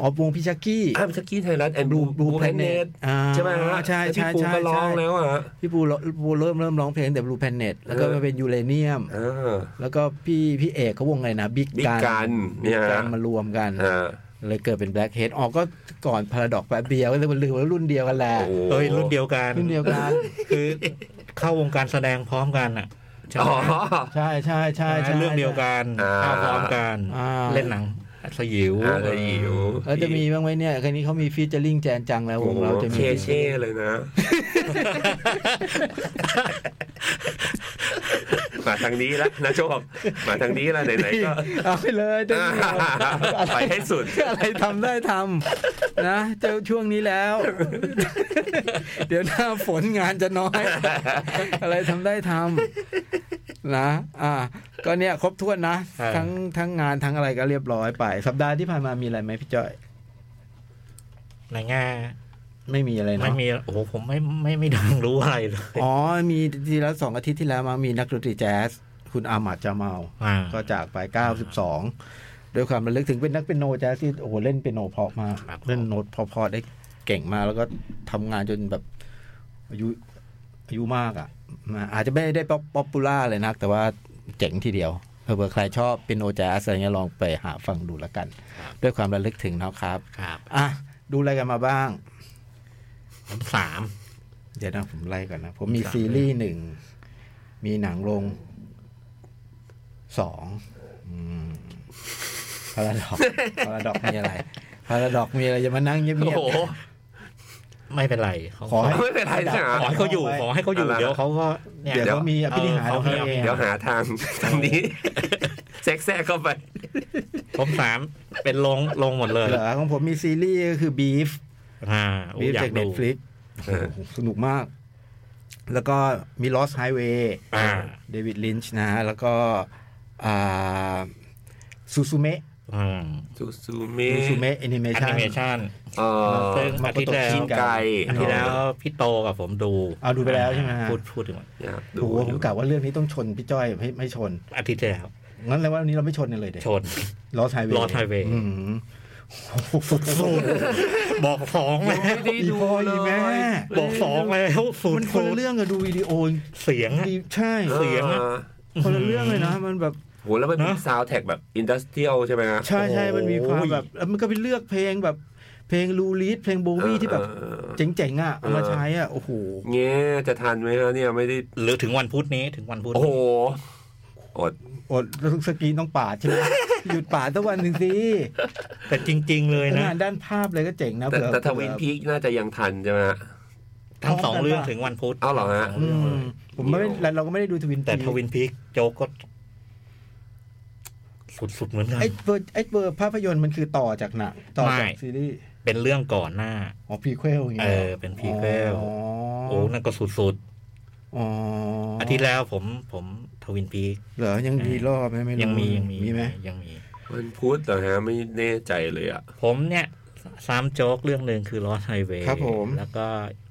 อ๋อวงพิชักกี้
อ้ามชักกี้ไทยรัฐแอนด์บู
บลู
บู
แพ
แพ
น
นเน
เน็ต
ต
อ่า
ใช่ไหมฮะ
ใช่
แล้ว
ใช่
พี่ปู
ใช่
ก็ร้อง
ใช่
แล้วอ่ะ
พี่ปูร้องปูเริ่มเริ่มร้องเพลงแต่บลูแพนเน็ตแล้วก็
เออ
มาเป็นยูเรเนียม
อ่า
แล้วก็พี่พี่เอกเขาวงอะไรนะบิ๊ก
บิ๊ก
กัน
กันเนี่ยฮะ
มารวมกัน
อ่า
เลยเกิดเป็นแบล็กเฮดออกก็ก่อนพาราดอกแป๊บเดียวก็เลยมันลืมว่ารุ่นเดียวกันแหละ
โอ้
เอ้ยรุ่นเดียวกัน
รุ่นเดียวกัน
คือเข้าวงการแสดงพร้อมกันอ่ะใช่ไห
อ๋
ม
อ
ใช่ใช่ใช่ใช่
เรื่องเดียวกัน
อ่า
เข้าพร้อมกัน
อ่า
เล่นหนังสยิว
อ่าเลยหิว
แล้วจะมีบ้างไหมเนี่ยครั้นี้เขามีฟีเจอริงแจนจังแล้ววงเราจะมี
เช่เช่เลยนะ มาทางนี้แล้วนะโชคมาทางนี้แล้วไหนๆก็
เอาไปเลยเต็มที่เอา
ไปให้สุด
*laughs* อะไรทำได้ทำนะเจ้าช่วงนี้แล้ว *laughs* เดี๋ยวหน้าฝนงานจะน้อย *laughs* อะไรทำได้ทำนะ อ่า ก็เนี่ยครบถ้วนนะ
อ่า
ทั้งทั้งงานทั้งอะไรก็เรียบร้อยไป สัปดาห์ที่ผ่านมามีอะไรไหมพี่จ้อย
ในแง่
ไม่มีอะไร
ไม่
เนาะ
มีโอ้โหผมไม่ไม่ไม่ดังรู้อะไรเลย
อ๋อมีทีละสองอาทิตย์ที่แล้วมั้งมีนักดนตรีแจ๊สคุณอาหมัดจาเมา
อ่า
ก็จากไป 92 ด้วยความระลึกถึงเป็นนักเปียโนแจ๊สที่โอ้โหเล่นเปียโนเพราะมาก
ครับ
เล่นโน้ตเพราะๆได้เก่งมากแล้วก็ทำงานจนแบบอายุอายุมากอ่ะนะอาจจะไม่ได้ป๊อปป๊อปปูล่าเลยนัก แต่ว่าเจ๋งทีเดียวเผื่อใครชอบเปียโนแจ๊สอะไรเงี้ยลองไปหาฟังดูละกัน ด้วยความระลึกถึงนะครับ
ครับ
อ่ะ ดูอะไรกันมาบ้าง
ผมสาม
เดี๋ยวนะผมไล่ก่อนนะ ผมมีซีรีส์หนึ่ง มีหนังลงสองอืมพาราดอกพาราดอกมีอะไรพาราดอกมีอะไรอย่ามานั่งเงียบ
โอ้โห
ไม่เป็นไรเขา
ๆขอให้
ไม่เป็นไรใช่ไหม
ขอให้เขาอยู่ขอให้เขาอยู่
อะไรนะ
เดี๋ยวเขาก็เนี่ย
เดี๋ยวเขามีอภินิหาร
เออ
ของเขาเอง
เดี๋ยวหาทางทางนี้แทรกแทรกเข้าไป
ผมสามเป็นลงลงหมดเลย
เหรอของผมมีซีรีส์ก็คือ Beef
อ่าอู้
Beef
อยา
จาก ก
ดู
เน็ตฟลิก
เออ
สนุกมาก แล้วก็มี Lost Highway
อ่า
เดวิดลินช์นะ แล้วก็ซูซูเมะ
อืม
ซูซูเม
ซูซู
ะ
เมะแอนิเม
แอ
ชั
นิเมชั่น
เออ
ซึ่งอาทิตย์แล้ว
ชินไก่
อันที่แล้วพี่โตกับผมดู
เอาดูไปแล้วใช่ไหมฮะ
พูดพูดถึงว่า
อยากดู
โอ้โหผมกะว่าเรื่องนี้ต้องชนพี่จ้อยไม่ไม่ชน
อาทิตย์ที่แล้ว
งั้นแล้วว่าวันนี้เราไม่ชนกันเลยเด็ *laughs*
ชน
ลอสไฮเวย์
Lost Highway
สุดสุด
บอกสองเลย
ไม่ได้ดู
อีพ่อ
เล
อีแม่
ย
บอกสองเลยสู
ๆ
ต
มัน
ร
คนละเรื่องกับดูวิดีโอ
เสียงอะ
ดีใช่
เสียงอะ
คนละเรื่องเลยนะ มันแบบ
โหแล้วมันเป็น
นะ
ซาวด์แท็กแบบอินดัสเทรียลใช่ไหมฮะ
ใช่ใช่มันมีความแบบแล้วมันก็ไปเลือกเพลงแบบ เพลงลูลีดเพลงโบวี่ที่แบบ
เออ
เจ๋งๆอ่ะเอามาใช้อ่ะ โอ้โห
เงี้ยจะทันไหมฮะเนี่ยไม่ได้
หรือถึงวันพุธนี้ถึงวันพุธ
โอ้โหอด
อดแล้วทุกสกรีนต้องปาดใช่ไหม หยุดป่าสักวันหนึ่งสิ
แต่จริง ๆ เลยนะ
งานด้านภาพเลยก็เจ๋งนะ
แต่
เผื่อ
แต่ทวินพีคน่าจะยังทันใช่ไหมฮะ
ทั้งสองเรื่องถึงวันพุธ
เอาเหรอฮะ
สง
อื
รื่องเล
ม
ย
ผมไม่ได้เราก็ไม่ได้ดูทวิน
แต่
พีค
ทวินพีกโจ๊กก็ สุด ๆ เหมือนกัน
ไอ้เวอร์ไอ้เวอร์ภาพยนตร์มันคือต่อจากหนังต่อจาก
ไม่
ซีรีส์
เป็นเรื่องก่อนหน้า
อ๋อพีเควลอย่าง
เอ
เงี้ย
อ เป็นพีเวล
อ๋อ
โอ้นั่นก็สุด
อ๋ออ
ๆอาทิตย์แล้วผมผมทวินพีก
เหรอยังมีรอบไหมไม่รู้
ยังมียังมี
มีไหม
ยังมี
มันพูดเหรอฮะไม่แน่ใจเลยอ่ะ
ผมเนี่ยซ้ำโจ๊กเรื่องหนึ่งคือ Lost Highway
ครับผม
แล้วก็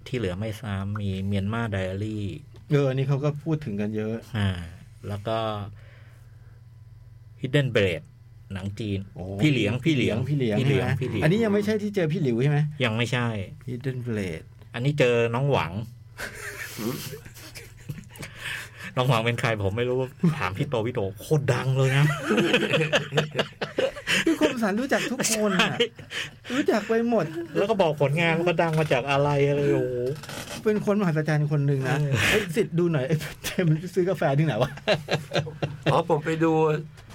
ที่เหลือไม่ซ้ำมีเมียนมาไดอารี่
เอออันนี้เขาก็พูดถึงกันเยอะ
อ่า แล้วก็ Hidden b r a d หนังจีน
โอ้
พี่เหลียง พี่เหลียง
พี่เหลียง
พี่เหลียง
ใช่ไม
พี่เหลียง
อันนี้ยังไม่ใช่ที่เจอพี่หลิวใช่ไหม
ยังไม่ใช่
พี่เดนเบลด
อันนี้เจอน้องหวัง น้องหวังเป็นใครผมไม่รู้ ถามพี่โตพี่โตโคตรดังเลยนะ
พี่คมสันรู้จักทุกคนอ่ะรู้จักไปหมด
แล้วก็บอกผลงานว่าก็ดังมาจากอะไรอะไรโอ้โห
เป็นคนมหัศจรรย์คนหนึ่งนะ
เออ
ไอ้สิทธิ์ดูหน่อยไอ้เจมมันไปซื้อกาแฟที่ไหนวะ
อ๋อผมไปดู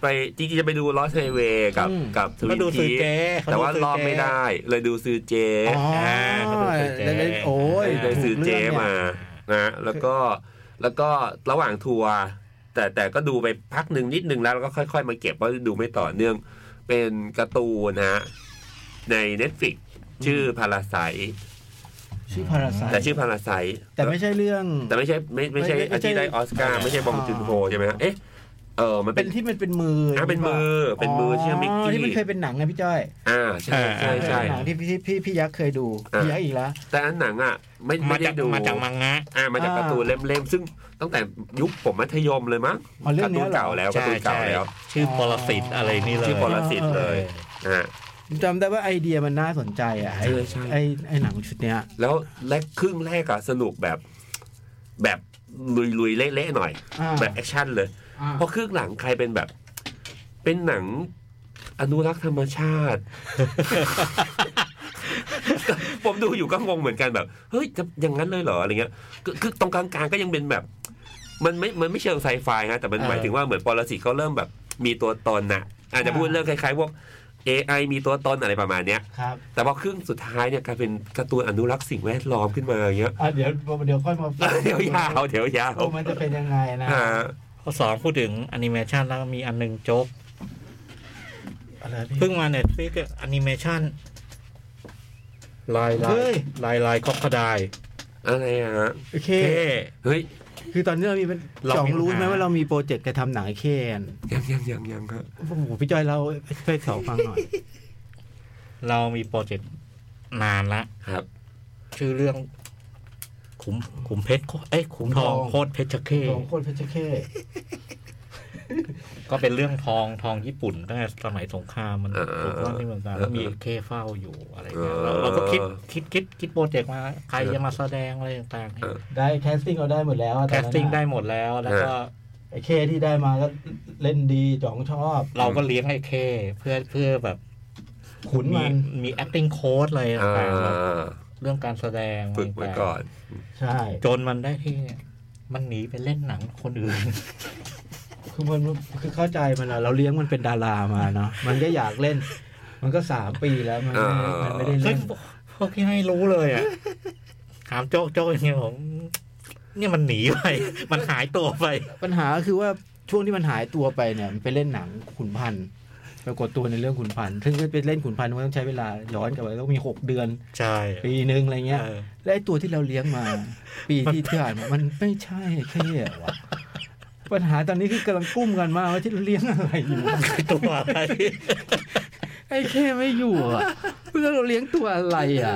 ไปจริงๆจะไปดูลอสไฮเวย์กับ
อืม
กับท
ก็
วิน
ดูซื้
พี
อ
ค
เจเขา
แต่ว่า
ซื้
รอบ
เจ
ไม่ได้ เลยดูซื้อเจ
อ๋อ
ได้ได้
โอ้ย
ได้ได้ซื้อเจ
ถูกรื่องนี่ย
มานะแล้วก็แล้วก็ระหว่างทัวร์แต่แต่ก็ดูไปพักหนึ่งนิดนึงแล้วแล้วก็ค่อย ๆ มาเก็บเพราะดูไม่ต่อเนื่องเป็นการ์ตูนนะฮะใน Netflix ชื่อพาราไซ
ชื่อพาราไซ
แต่ชื่อพาราไซ
แต่ไม่ใช่เรื่อง
แต่ไม่ใช่ไม่ไม่ใช่
ไม่ไม่
อาชีพได้ออสการ์
ไม่
ไม่
ใช่
ใช่บองจุนโฮใช่ไหมฮะเอ๊ะเออมัน
เป็
เป็น น
ที่มันเป็นมือ
อ่ะเป็นมือเป็นมือชื่อมิกกี้
ที่มันเคยเป็นหนังไงพี่จ้อย
อ่าใช่ใช่ใช่
เป็นหนังที่พี่พี่พี่ยักษ์เคยดู
อ่า
พี่ยักษ์อีกแล้ว
แต่อันหนังอ่ะไม่
มา
ไม่ได้
จาก
ดู
มาจากมังงะ
อ่ามาจาก
อ่า
การ์ตูนเล่มๆซึ่งตั้งแต่ยุคผมมัธยมเลยมั้ง
อ๋อเรื่อก
าง ร์
เนี้
ตูน
ย
เก่า
เหรอ
แล้วการ์
ใช่
ตูนเก่า
ใช่
แล้ว
ชื่อปรสิตอะไรนี่เลย
ชื่อปรสิตเลยอ่า
จำได้ว่าไอเดียมันน่าสนใจอ่ะไอ
ใช่ใช่
ไอไอหนังชุดเนี้ย
แล้วแรกครึ่งแรกอะสนุกแบบ แบบลุยๆเละๆหน่อย
อ่า
แบบแอคชั่นเลย
อ่า
เพราะครึ่งหลังใครเป็นแบบ เป็นหนังอนุรักษ์ธรรมชาติ *laughs* ผมดูอยู่ก็งงเหมือนกันแบบ เฮ้ยจะอย่างนั้นเลยเหรออะไรเงี้ยคือคือตรงกลางๆก็ยังเป็นแบบ มันไม่มันไม่เชิงไซไฟฮะแต่มันหมายถึงว่าเหมือนปรสิตเขาเริ่มแบบ มีตัวตนนะอาจจะพูดเรื่องคล้ายๆพวก AI มีตัวตนอะไรประมาณเนี้ย
ครับ
แต่พอครึ่งสุดท้ายเนี่ยกลายเป็นการ์ตูนอนุรักษ์สิ่งแวดล้อมขึ้นมาอย่างเงี้ย *laughs*
อ่ะเดี๋ยวเดี๋ยวค่อยมาฟัง
เดี๋ยวยาวเดี๋ยวยาว
ว่ามันจะเป็นยังไงนะ
ฮะ
ข้อสองพูดถึงแอนิเมชันแล้วมีอันหนึงโจ๊ก
อะไรพี่
เพิ่งมาเน็ตฟิกแอนิเมชันลาย
เฮ้
ลาย ยลายลายก็กระได
อะไรอะฮะ
โอเค
เท่
เฮ้ย
คือตอนนี้เรามีเป็น
เรา
สอง
มีปัญหา
รู้ไหมว่าเรามีโปรเจกต์จะทำหนังไอ้เคน
ยังยังยังยังครับ
โอ้โหพี่จ้อยเราไปสองฟังหน่อย
เรามีโปรเจกต์นานละ
ครับ
ชื่อเรื่อง ขุมขุมเพชรโคเอ้ยขุมทองโคตรเพชรเค้
สองคนเพชรเค้
ก็เป็นเรื่องทองทองญี่ปุ่นตั้งแต่สมัยสงครามมัน
เออ
ถูกล่าที่เมืองการ
เออ
แล้วมีเค้เฝ้าอยู่อะไรเงี้ย
เออ
เราเราก็คิดคิดคิดคิดโปรเจกต์มาใครจะมาแสดงอะไรต่าง
เออ
ๆ
ได้แคสติ้งเราได้หมดแล้วอะ
แค
อน
ส
นั้นอะ
ติ้งได้หมดแล้วแล้วก็
ไอ้เคที่ได้มาก็เล่นดีจ๋องชอบ
เราก็เลี้ยงไอ้เคเพื่อเพื่อแบบ
ขุน
มี
มัน
มี acting coach อะไร
อ่
ต่างๆแบบ
า
เรื่องการแสดง
ฝึกไว้ก่อน
ใช่
จนมันได้ที่เนี่ยมันหนีไปเล่นหนังคนอื่
*laughs*
น
คือมันคือเข้าใจมันอะเราเลี้ยงมันเป็นดารามาเนาะมันก็อยากเล่น มันก็สามปีแล้วมันไม่ได้มันไม่ได้
ซึ่
เล่
ง
น
พวกพี่ไม่รู้เลยอ่ะ ถามโจ๊กโจ๊กอย่างเงี้ยผมเนี่ยมันหนีไป *laughs* มันหายตัวไป
ปัญหาคือว่าช่วงที่มันหายตัวไปเนี่ยมันไปเล่นหนังขุนพันธ์ปรากฏตัวในเรื่องขุนพันธ์ซึ่งไปเล่นขุนพันธ์มันต้องใช้เวลาย้อนกลับไปต้องมีหกเดือน
ใช่
ปีหนึ่งอะไรเงี้ย
เออ
และไอ้ตัวที่เราเลี้ยง *laughs* มา ปีที่ผ่านมามันไม่ใช่แค่เนี่ยวะปัญหาตอนนี้คือกำลังกุ้มกันมากว่าที่เราเลี้ยงอะไรอยู่
หายตัวไป
ไอ้แค่ไม่อยู่อ่ะแล้วเราเลี้ยงตัวอะไรอ่ะ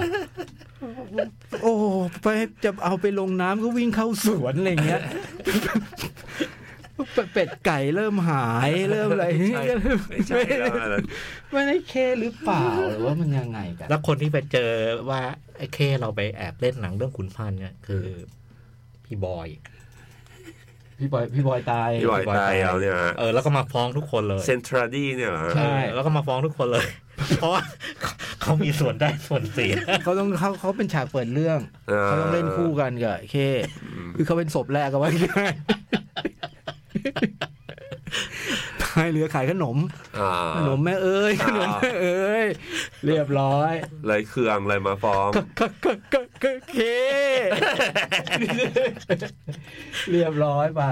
โอ้ไปจะเอาไปลงน้ำก็วิ่งเข้าสวนอะไรเงี้ย เป็ดไก่เริ่มหายเริ่มอะไร
ไม่ใช่ไม่ใช่แล้วอันนั้น
ไม่ได้แค่หรือเปล่าหรือว่ามันยังไงกัน
แล้วคนที่ไปเจอว่าไอ้เคเราไปแอบเล่นหนังเรื่องขุนพันธ์เนี่ยคือ พี่บอย
พี่บอยพี่บอยตาย
พี่บอยตายเอาเนี่ยฮะ
เออแล้วก็มาฟ้องทุกคนเลย
เซนทราดีเนี่ยเหรอฮะ
ใช่
เออแล้วก็มาฟ้องทุกคนเลย *laughs* เพราะว่าเขามีส่วนได้ส่วนเสีย
เขาต้องเขาเขาเป็นฉากเปิดเรื่อง เขาต้องเล่นคู่กันกับไอ้เค
อืม
*laughs*
คือเขาเป็นศพแรกก็ว่าง่าย พายเรือขายขนม
อ่า
ขนมแม่เอ้ยข
อ่า
นมแม่เอ้ยเรียบร้อย
เลยเครื่องเลยมาฟ้อง
ก็ก็ก็ก็ก็เค เรียบร้อยไป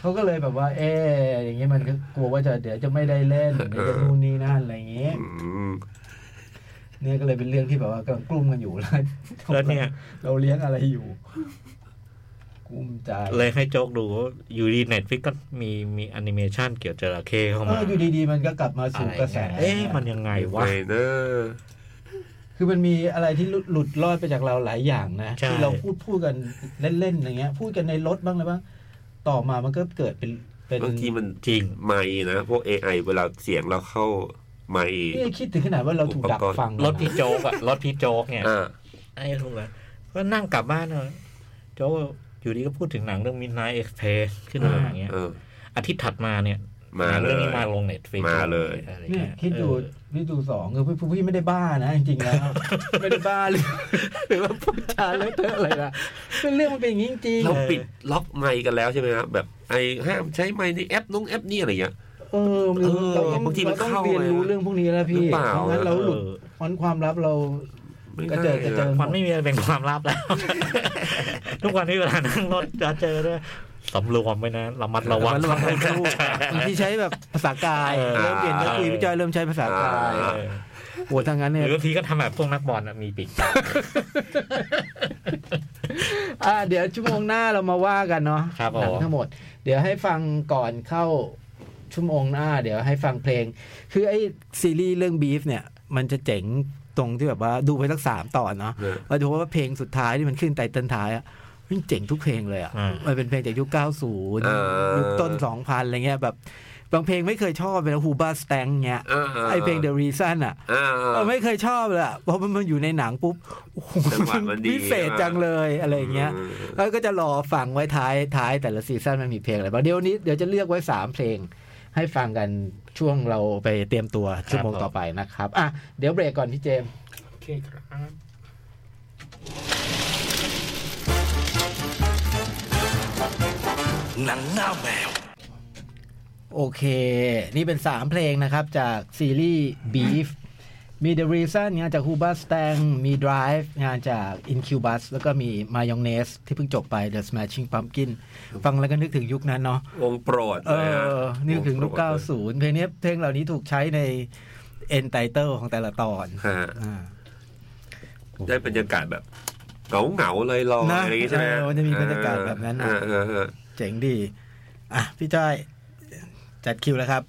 เขาก็เลยแบบว่า เอ๊ะอย่างงี้มันก็กลัวว่าจะเดี๋ยวจะไม่ได้เล่นเดี๋ยวจะนู่นนี่นั่นอะไรอย่างงี้
อืม
เนี่ยก็เลยเป็นเรื่องที่แบบว่ากำลังกลุ้มกันอยู่แล้ว
แล้วเนี่ย
เราเลี้ยงอะไรอยู่กลุ้มใจ
เลยให้โจ๊กดูว่าอยู่ดีเน็ตฟิกก็มีมีแอนิเมชันเกี่ยวจระเข้เข้า
เอ
มา
ออยู่ดีๆ มันก็กลับมาสู่กระแส
เอ๊ะมันยังไงวะ
ไงเนอะ
คือมันมีอะไรที่หลุดหลุดรอดไปจากเราหลายอย่างนะ
ใช่
ที่เราพูดพูดกันเล่นๆอย่างเงี้ย พูดกันในรถบ้างอะไรบ้างต่อมามันก็เกิดเป็นเป็น
บางทีมัน
จริง
ไม่นะ พวก AI เวลาเสียงเราเข้าไม่
นี่คิดถึงขนาดว่าเราถูกดัก
อุปกรณ์
ฟัง
รถพี่โจ๊กอะรถพี่โจ๊กเนี่ย
อ่า
ไอ้ลุงอะก็นั่งกลับบ้านเลยโจ๊กอยู่ดีก็พูดถึงหนังเรื่อง Midnight Express ขึ้นมาอย่างเงี้ย
เออ
อาทิตย์ถัดมาเนี่ย
มา
หนัง
เล
เรื่อง
ย
นี้มาลงเน็ตฟิก
มาเลย
เนี่ยคิดดูพี่ดูสองคือพี่พี่ไม่ได้บ้านะจริงๆแล้ว *laughs* ไม่ได้บ้าหรือหรือว่าพูดจาเลอะเทอะอะไรนะเรื่องมันเป็นอย่างนี้จริงๆ
เราปิดล็อกไม่กันแล้วใช่ไหมครับแบบไอ้ห้ามใช้ไม่ในแอปนุ้งแอปนี่อะไรอย่างเงี้ย
เออมัน
เออ
เราต้อง
บางทีมัน
เราต้อง
เข้า
เรียนรู้
ไง
เรื่องพวกนี้แล้วพี่
หรือเปล่า
งั้นเราหลุดพ้นความลับเรา
ไม่
กระ
ได้
เจิดกระเจิง
มันไม่มีอะไรเป็นความลับแล้ว ทุกวันนี้เวลานั่งรถจะเจอด้วยสำรวมไว้นะระมัดระวัง
ระวังทั้งคู่บางทีใช้แบบภาษากาย
เออ
เริ่มเปลี่ยนนักคุยพี่จอยเริ่มใช้ภาษากาย
เออ
โอ้ทั้างนั้น
ห
เนี่ย
รือบางทีก็ทำแบบพวกนักบอลอะมีปีก
อ่ะเดี๋ยวชั่วโมงหน้าเรามาว่ากันเนาะ
ครับผม
หนัทั้งหมด เดี๋ยวให้ฟังก่อนเข้าชั่วโมงหน้า เดี๋ยวให้ฟังเพลง คือไอ้ซีรีส์เรื่องบีฟเนี่ย มันจะเจ๋งตรงที่แบบว่าดูไปสักสามตอนเนาะ
เออ
เราจะพบว่าเพลงสุดท้ายที่มันขึ้นไตเติ้ลท้ายอ่ะมันเจ๋งทุกเพลงเลยอ่ะ
อ่ามั
มันเป็นเพลงจากยุค 90 ยุคต้น 2000 อะไรเงี้ยแบบ บางเพลงไม่เคยชอบเป็นฮูบาสแตงเงี้ย
อ่าา
ไอเพลง The Reason อ่ะ
อ่าอ่า
เราไม่เคยชอบเลยอะเพราะมันมันอยู่ในหนังปุ๊บโอ้โห
จังหวะมันดี
พิเศษจังเลยอะไรเงี้ย แล้วก็จะรอฟังไว้ท้ายท้ายแต่ละซีซั่นมันมีเพลงอะไรบ้างเดี๋ยวนี้เดี๋ยวจะเลือกไว้ 3 เพลง ให้ฟังกันช่วงเราไปเตรียมตัวชั่วโมงต่อไปนะครับอ่ะเดี๋ยวเบรกก่อนพี่เจมส์
โอเคครับ
โอเค นี่เป็น 3 เพลงนะครับ จากซีรีส์ Beef มี The Reason งานจาก Huba Stang มี Drive งานจาก Incubus แล้วก็มี Mayonnaise ที่เพิ่งจบไป The Smashing Pumpkin ฟังแล้วก็นึกถึงยุคนั้นเนาะ
วงโปรด
เอ
เลยฮะ
อ นึกถึงลูก
วโปรดเลย
90 เพลงนี้เพลงเหล่านี้ถูกใช้ใน End Title ของแต่ละตอน
ฮะ
อ่า
ได้บรรยากาศแบบเหงาเหงาๆเลยลอย
นะ
อะไรอย่างงี้ใช่ไหม
เออมันจะมีบรรยากาศแบบนั้นนะ
อ่าอ่าอ่า
เจ๋งดี อ่ะ พี่จ้อย จัดคิวแล้วครับ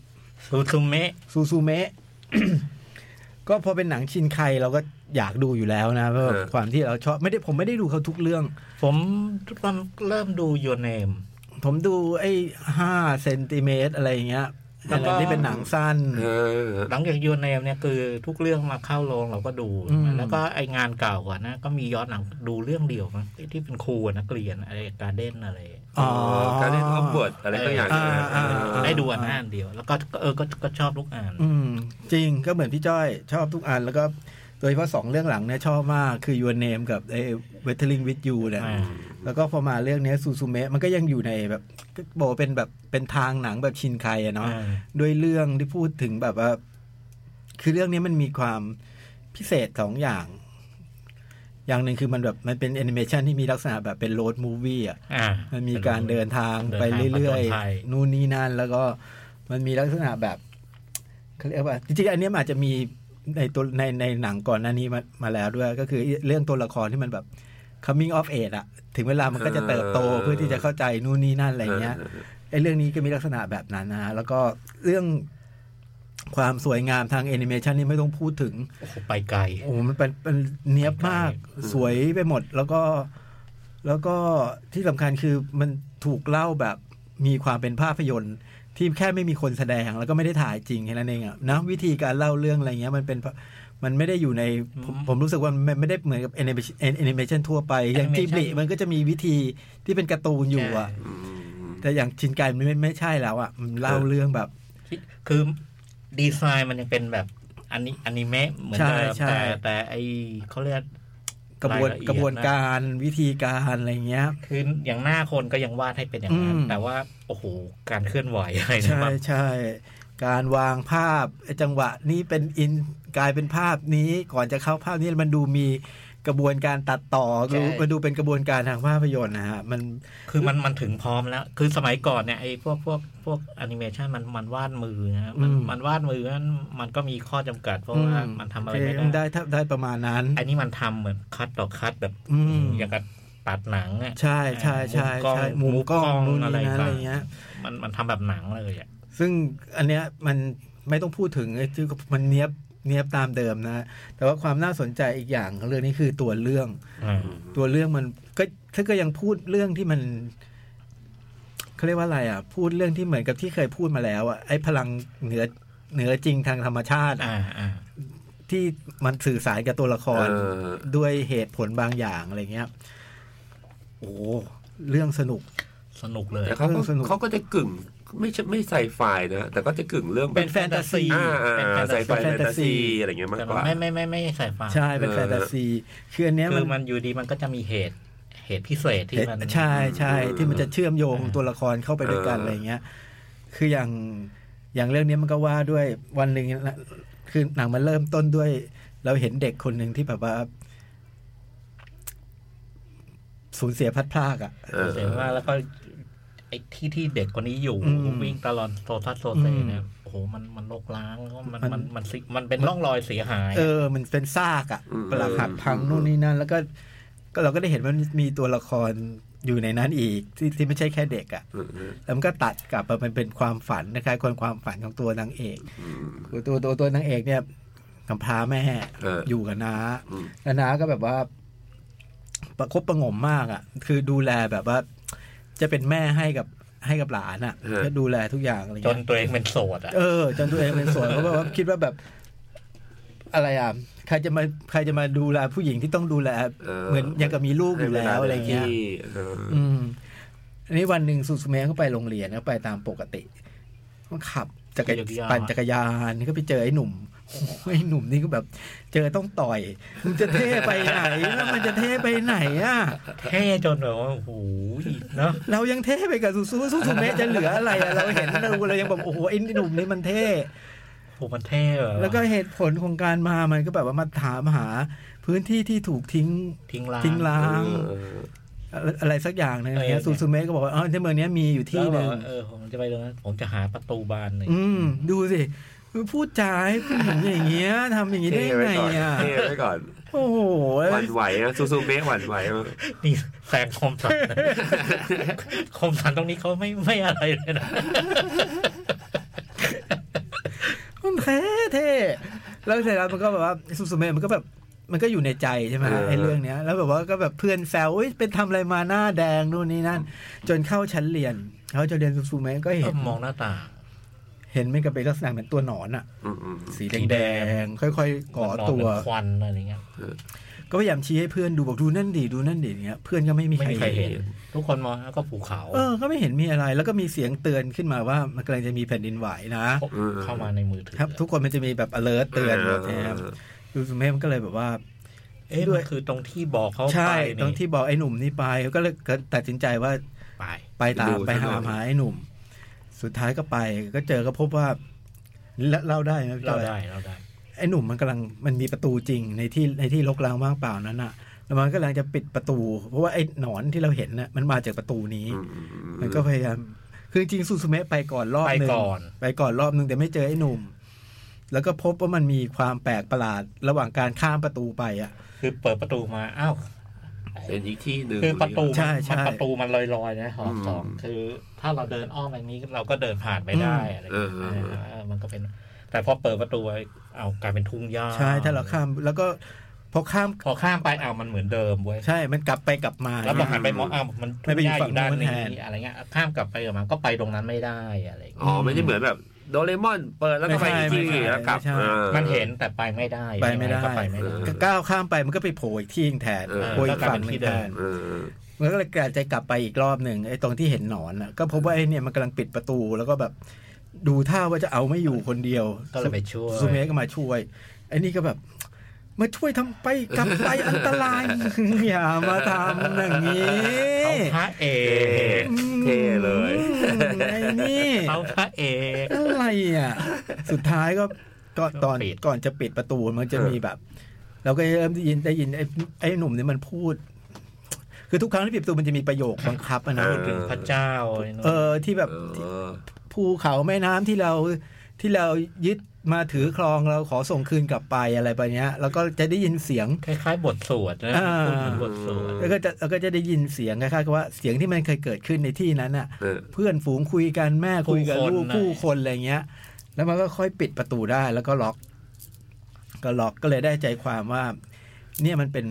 ซูซูเมะ
ซูซูเมะ *coughs* ก็พอเป็นหนังชินไคเราก็อยากดูอยู่แล้วนะเพราะความที่เราชอบไม่ได้ผมไม่ได้ดูเขาทุกเรื่อง
ผมเริ่มดู Your Name
ผมดูไอ้ห้าเซนติเมตรอะไรอย่างเงี้ย
แล้วก็
อะไรที่เป็นหนังสั้น
เออ
หลังจาก Your Name เนี่ยคือทุกเรื่องมาเข้าโรงเราก็ดู
อืม
แล้วก็ไองานเก่าก่อนนะ ก็มีย้อนหลังดูเรื่องเดียวมั้งที่เป็นครูอะนักเรียนอะไรการเด้นอะไร
อ๋อ
การเล่นออฟเวิร์ดอะไรก็อย่างนะ
อ่าอ่าอ่า
ได้ดูอันอ่านเดียว แล้วก็เออก็ก็ชอบลูกอ่าน
อืม จริงก็เหมือนพี่จ้อย ชอบทุกอันแล้วก็โดยเฉพาะสองเรื่องหลังเนี่ยชอบมาก คือ Your Name กับไอ้ Weathering with You เนี่ย
อ่า
แล้วก็พอมาเรื่องเนี้ยซูซูเมะมันก็ยังอยู่ในแบบก็บอกว่าเป็นแบบเป็นทางหนังแบบชินไคอะเนาะ
อ่า
ด้วยเรื่องที่พูดถึงแบบว่า คือเรื่องนี้มันมีความพิเศษสองอย่าง อย่างหนึ่งคือมันแบบมันเป็นแอนิเมชันที่มีลักษณะแบบเป็นโรดมูวี่อ่ะ
อ่า
มันมีการเดินทางไป
เดิ
เรื่
น
อย
ทางผจญภัย
ๆ นู่นนี่นั่น แล้วก็มันมีลักษณะแบบเขาเรียกว่าจริงๆ อันเนี้ยมันอาจจะมีในตัวในในหนังก่อนหน้านี้มามาแล้วด้วย ก็คือเรื่องตัวละครที่มันแบบ coming of age อะถึงเวลามันก็จะเติบโตเพื่อที่จะเข้าใจนู่นนี่นั่นอะไรอย่างเงี้ย ไอ้เรื่องนี้ก็มีลักษณะแบบนั้นนะฮะแล้วก็เรื่องความสวยงามทางแอนิเมชันนี่ไม่ต้องพูดถึง
โอ้โหไปไกล
โอ้โหมันเป็นมันเนี้ยบมาก สวยไปหมด แล้วก็แล้วก็ที่สำคัญคือมันถูกเล่าแบบมีความเป็นภาพยนตร์ ที่แค่ไม่มีคนแสดง แล้วก็ไม่ได้ถ่ายจริงแค่นั้นเองอะนะวิธีการเล่าเรื่องอะไรเงี้ยมันเป็นมันไม่ได้อยู่ในผม
อืม
ผมรู้สึกว่ามันไม่ได้เหมือนกับแอนิเมชันทั่วไป อย่าง
Animation
จิบลิมันก็จะมีวิธีที่เป็นการ์ตูนอยู่อะ
ใช่
อืม
แต่อย่างชินไกมันไม่ไม่ใช่แล้วอ่ะ มันเล่า
เออ
เรื่องแบบ
คือดีไซน์มันยังเป็นแบบอันนี้อนิเมะเหมือนเดิม
ใช่ใช่
แต่แต่ไอเขาเรียก
กระบวน
รายละเอียด
กระบวนการวิธีการอะไรเงี้ย
คืออย่างหน้าคนก็ยังวาดให้เป็นอย่างนั้น
อืม
แต่ว่า โอ้โห การเคลื่อนไหวอะไรเนะ
ใช่
มัน
ใช่ การวางภาพไอ้จังหวะนี้เป็นอินกลายเป็นภาพนี้ก่อนจะเข้าภาพนี้มันดูมีกระบวนการตัดต่อ
ใช่
มันดูเป็นกระบวนการทางภาพยนตร์นะฮะมัน
คือมันมันถึงพร้อมแล้ว คือสมัยก่อนเนี่ยไอ้พวกพวกพวกแอนิเมชันมันมันวาดมือนะฮะมัน
อืม
มันวาดมือนั้นมันก็มีข้อจำกัดเพราะว่ามันทำอะไรไม่
โเค
ได้
ถ้าได้ประมาณนั้น
อันนี้มันทำเหมือนคัดต่อคัดแบบ
อืม
อย่างกับตัดหนังอ่ะ
ใช่ใช่ใช่ใช่
มุ
มุม
ม
ก
กล้
ล้อ
อง
งนู่น
อะไร
นี่นั่น
ต่าง
อะไรเงี้ย
มันมันทำแบบหนังเลยอ่ะ
ซึ่งอันเนี้ยมันไม่ต้องพูดถึงไอ้ที่มันเนี้ยบเนี้ยบตามเดิมนะ แต่ว่าความน่าสนใจอีกอย่างของเรื่องนี้คือตัวเรื่อง
อืม
ตัวเรื่องมันก็ถ้าก็ยังพูดเรื่องที่มันเขาเรียกว่าอะไรอ่ะ พูดเรื่องที่เหมือนกับที่เคยพูดมาแล้วอ่ะไอ้พลังเหนือเหนือจริงทางธรรมชาติอะ
อ่าอ่า
ที่มันสื่อสารกับตัวละคร
เออ
ด้วยเหตุผลบางอย่างอะไรเงี้ยโอ้โหเรื่องสนุก
สนุกเลย
แต่เขาก็
เรื่องสนุก
เขาก็จะกึ่งไม่ใช่ไม่ใส่ไฟล์นะ แต่ก็จะกึ่งเรื่องแบ
เป็
บ
นแฟนตาซี
อ่าอ่า
เป็นแฟน
ใส่
ตา
ไฟล์
ซี
แฟนตาซีอะไรเงี้ยมาก
แต่
ก
มัน
ว่า
ไม่ไม่ไม่ไม่ใส่ฟัง
ใช่เป็น
เออ
แฟนตาซีคืออันเนี้ย
คื
มัน
อมันอยู่ดีมันก็จะมีเหตุเหตุพิเศษที่มัน
ใช่ใช่
อืม
ที่มันจะเชื่อมโยงตัวละครเข้าไปด้วยกัน
เอออ
อะไรเงี้ย คืออย่างอย่างเรื่องนี้มันก็ว่าด้วยวันหนึ่งนะคือหนังมันเริ่มต้นด้วย เราเห็นเด็กคนหนึ่งที่แบบว่าสูญเสียพลัดพรากอ่ะ
เออ
เสียงว่าแล้วก็ไอ้ที่ที่เด็กคนนี้อยู่
อืม
วิ่งตลอดโซซัสโซเซเนี่ยโอ้โหมันมันโลกล้างแล้วก็มัน
มั
มัน นมันสิมันเป็นร่องรอยเสียหาย
เออ มันเป็นซากอ่ะ
อืม
ปลักหักพังนู่นนี่นั่น แล้วก็ก็เราก็ได้เห็นว่ามีตัวละครอยู่ในนั้นอีก ที่ที่ไม่ใช่แค่เด็กอ่ะ
อืมอืม
แล้วมันก็ตัดกลับมาเป็นเป็นความฝันนะครับคนความฝันของตัวนางเอก
อืม
คือตัวตัวตัวนางเอกเนี่ยกำพร้าแม่
เออ
อยู่กับน้า
อืม
แล้วน้าก็แบบว่า ประคบประหงมมากอะ่ะ คือดูแลแบบว่า จะเป็นแม่ให้กับให้กับหลานอะ่ะจะดูแลทุกอย่างอะไร
จน
เงี้ย
ตัวเองเป็นโสดอ่ะ
เออ จนตัวเองเป็นส่วนเขาแบบว่าคิดว่าแบบ อะไรอ่ะใครจะมาใครจะมาดูแลผู้หญิงที่ต้องดูแล
เออ
เหมือนยังกับมีลูกอยู่แล้วอะไรเงี้ย
ให้เวลาหน้าที่เออ
อืมอันนี้วันหนึ่งสุสุเมะก็ไปโรงเรียนก็ไปตามปกติมันขับจักรปั่นจักรยานก็ไปเจอไอ้หนุ่มโอ้โหไอ้หนุ่มนี่ก็แบบ เจอต้องต่อยมึงจะเท่ไปไหนแล้วมันจะเท่ไปไหนอ่ะ
เท่จนแบบว่าโอ้โหเนาะ
เรายังเท่ไปกับสุสุสุสุเมะจะเหลืออะไรอะเราเห็นเราเรายังแบบโอ้โหไอ้หนุ่มนี่มันเท่
โอ้โหมันเท่เหรอ
แล้วก็เหตุผลของการมามันก็แบบว่ามาถามหา พื้นที่ที่ถูกทิ้ง
ทิ้งร้าง
ทิ้งร้า
เอง อ
อะไรอะไรสักอย่างหนึงอะไรเงี้ย
เออ
สุสุเมะก็บอกว่าอ๋อในเมืองเนี้ยมีอยู่ที่
แล้
หนึ่
วบอ
ง
กว่าเออผมจะไปตรงนั้นผมจะหาประตูบานหนึ่ง
อืม ดูสิพูดจาให้ผู้หญิงอย่างเงี้ยทำอย่างงี้ได้
เท่ว้
ไง
ก่อน
อ่ะ
เท่ไว้ก่อน
โอ้โห
หวั่นไหวนะซูซูเมะหวั่นไหวมาก
นี่แซงคมสัน *laughs* คมสันตรงนี้เขาไม่ไม่อะไรเลยนะ
มันเท่เท่แล้วเสร็จแล้วมันก็แบบว่าสุสุเมะมันก็แบบ มันก็อยู่ในใจใช่ไหมไอ้เรื่องเนี้ย แล้วแบบว่าก็แบบเพื่อนแซวเอ้ยเป็นทำอะไรมาหน้าแดงนู่นนี่นั่น จนเข้าชั้นเรียนเขาจะเรียนสุสุเมะก็เห็น
มองหน้าต่าง
เห็นมันก็เป็นลักษณะเหมือนตัวหนอนอ่ะ
อืมอืม
สี
สีแด
แดงๆค่อย ๆ ก่อ
มันนน
ตัว
เป็นควันอะไรอย่างเงี้ย
ก็พยายามชี้ให้เพื่อนดูบอกดูนั่นดิดูนั่นดิอย่างเงี้ยเพื่อนก็ไม่มี
ไม่
ใคร
มีใคร
เห็น
เห็น ทุกคนมองแล้วก็ภูเขา
เออ ก็ไม่เห็นมีอะไร แล้วก็มีเสียงเตือนขึ้นมาว่า มันกำลังจะมีแผ่นดินไหวนะ
เข้าเข้ามาในมือถือ
ครับ ทุกคนมันจะมีแบบ alert เตือนนะครับยูสุเมะมันก็เลยแบบว่า
เอ๊ะมันคือตรงที่บอกเขา
ใช่
ไปนี่
ตรงที่บอกไอ้หนุ่มนี่ไป ก็เลยตัดสินใจว่า
ไป
ไปตาม
ดู
ไปหา
ซะหน่อย
หาไอ้หนุ่ม สุดท้ายก็ไป ก็เจอก็พบว่าเลเล่าได้นะพี่
เรา
จ้อย
ได้เราได้
ไอ้หนุ่มมันกำลัง มันมีประตูจริงในที่ในที่รกร้างว่างเปล่านั้นน่ะ แล้วมันก็กำลังจะปิดประตู เพราะว่าไอ้หนอนที่เราเห็นน่ะ มันมาจากประตูนี้
อืมอืมอืม
มันก็พยายาม คือจริงๆซูซูเมะไปก่อนรอบหนึ่ง
ไปก่อน
ไปก่อนรอบหนึ่งแต่ไม่เจอไอ้หนุ่ม แล้วก็พบว่ามันมีความแปลกประหลาด ระหว่างการข้ามประตูไปอ่ะ
คือเปิดประตูมาอ้าว
เป็นอีกที่หนึ่ง
คือประตู
ใช่
มัน
ใช่
มันประตูมันลอยๆนะหอ
อืม
สองคือ ถ้าเราเดินอ้อมไปนี้เราก็เดินผ่านไม่ได้อะไรอย่างเงี้ย
เออเออเออ
เออมันก็เป็น แต่พอเปิดประตูไว้เอากลายเป็นทุ่งหญ้า
ใช่ ถ้าเราข้าม แล้วก็พอข้าม
พอข้ามไปเอามันเหมือนเดิมเว้ย
ใช่ มันกลับไปกลับมา
แล้วพอหันไปมองอ้าวมัน
ไม่ไป
ทุ่ง
อยู่
หญ้า
ฝั่
องยู่ด้าน
นู้น
นี้
แทน
อะไรเงี้ยข้ามกลับไปกลับมาก็ไปตรงนั้นไม่ได้อะไรอย่างเงี้ย
อ๋อไม่ได้เหมือนแบบ โดเรมอนเปิดแล้วก็ไปอีกที่
ไม่ใช่
แล้วกลับ
ไม่ใช่
อ่า
มันเห็นแต่ไปไม่ได้
ไปไม่ได้
ก็ไปไม่ได้
เออ
ก็ก้าวข้ามไปมันก็ไปโผล่อีกที่หนึ่งแทน
เออ
โผล่อีกฝั่งหนึ่งแทน
เออ
มันก็เลยกระจายกลับไปอีกรอบหนึ่งไอ้ตรงที่เห็นหนอนอ่ะ ก็พบว่าไอ้เนี่ยมันกำลังปิดประตู แล้วก็แบบ ดูท่าว่าจะเอาไม่อยู่คนเดียว
ก็เลยไปช่วย
ซูเมะก็มาช่วยไอ้นี่ก็แบบ มาช่วยทำไปกลับไปอันตราย *laughs* อย่ามาทำอย่างนี้
เขาพระเอ
เท่
ก
เท่เลย
อืม ไงนี่
เขาพระเอก
อะไรอ่ะ สุดท้ายก็ก็ตอน
ก็ปิด
ก่อนจะปิดประตูมันจะมีแบบ เราก็เริ่มได้ยินได้ยินไอ้ไอ้หนุ่มเนี่ยมันพูด คือทุกครั้งที่ปิดประตูมันจะมีประโยคบังคับอะนะ
อ่า
พูดถึง
พระเจ้า
เออที่แบบ
เออ
ภูเขาแม่น้ำที่เราที่เรายึดมาถือครองเราขอส่งคืนกลับไปอะไรไปเนี้ย แล้วก็จะได้ยินเสียง
คล้ายๆ บทสวดนะ
อ่า
พูดถึงบทสวด
แล้วก็จะแล้วก็จะได้ยินเสียงคล้ายๆกับว่าเสียงที่มันเคยเกิดขึ้นในที่นั้นอ่ะ
เออ
เพื่อนฝูงคุยกันแม่คุยกับลูกผู้คนอะไรเงี้ย แล้วมันก็ค่อยปิดประตูได้แล้วก็ล็อก ก็ล็อกก็เลยได้ใจความว่า เนี่ยมันเป็น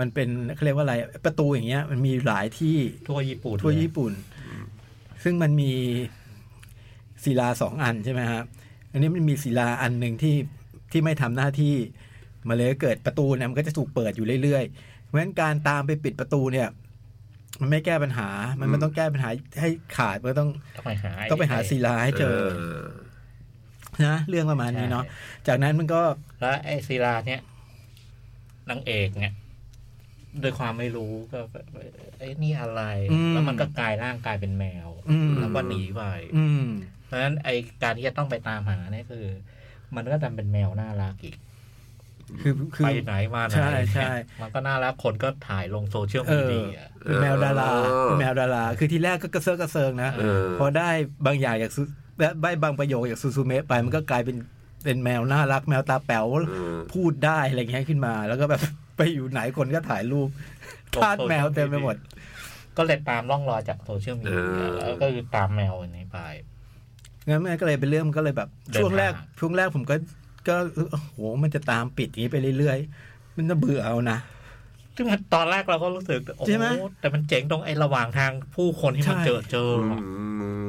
มันเป็นเขาเรียกว่าอะไร ประตูอย่างเงี้ย มันมีหลายที่
ทั่วญี่ปุ่น
ทั่วญี่ปุ่น ซึ่งมันมีศิลาสองอันใช่ไหมครับอันนี้มันมีศิลาอันหนึ่งที่ที่ไม่ทำหน้าที่มาเลยเกิดประตูเนี่ยมันก็จะถูกเปิดอยู่เรื่อยๆ เพราะฉะนั้นการตามไปปิดประตูเนี่ย มันไม่แก้ปัญหา มัน
อืม
มันต้องแก้ปัญหาให้ขาดมันต้อง
ต้องไปหา
ต้องไปหาศิลาให้เจอ
เออ
นะเรื่องประมาณนี้เนาะ
ใช่
จากนั้นมันก็
แล้วไอ้ศิลาเนี่ยนางเอกเนี่ยด้วยความไม่รู้ก็แบบไอ้นี่อะไร แล้วมันก็กลายร่างกลายเป็นแมว
อืม
แล้วก็หนีไป
อืม
เพราะฉะนั้นไอการที่จะต้องไปตามหาเนี่ยคือ มันก็ดันเป็นแมวน่ารักอีก
คือคือ
ไปไหนมาไหน
ใช่ใช่
มันก็น่ารักคนก็ถ่ายลงโซเชียลมีเดีย
เป็นแมวดาราเป็นแมวดารา คือที่แรกก็กระเซาะกระเซิงนะ
เออ
พอได้บางอย่างจากซูและได้บางประโยคจากซูซูเมะไปมันก็กลายเป็นเป็นแมวน่ารักแมวตาแป๋ว
เออ
พูดได้อะไรเงี้ยขึ้นมา แล้วก็แบบ *laughs* ไปอยู่ไหนคนก็ถ่ายรูป
ตก
ทาดแมวเต็มไปหมด
ก็เลยตามร่องรอยจากโซเชียลมีเดีย
เออ
แล้วก็คือตามแมวอันนี้ไป
งั้นมันก็เลยเป็นเรื่องมันก็เลยแบบ
เดินทาง
ช่วงแรกช่วงแรกผมก็ก็โอ้โหมันจะตามปิดอย่างนี้ไปเรื่อยๆ มันจะเบื่อเอานะ
ซึ่งตอนแรกเราก็รู้สึกโอ้
ใช่
โห
ไหม
แต่มันเจ๋งตรงไอ้ระหว่างทางผู้คนที่มัน
ใช่
เจอเจอ
อื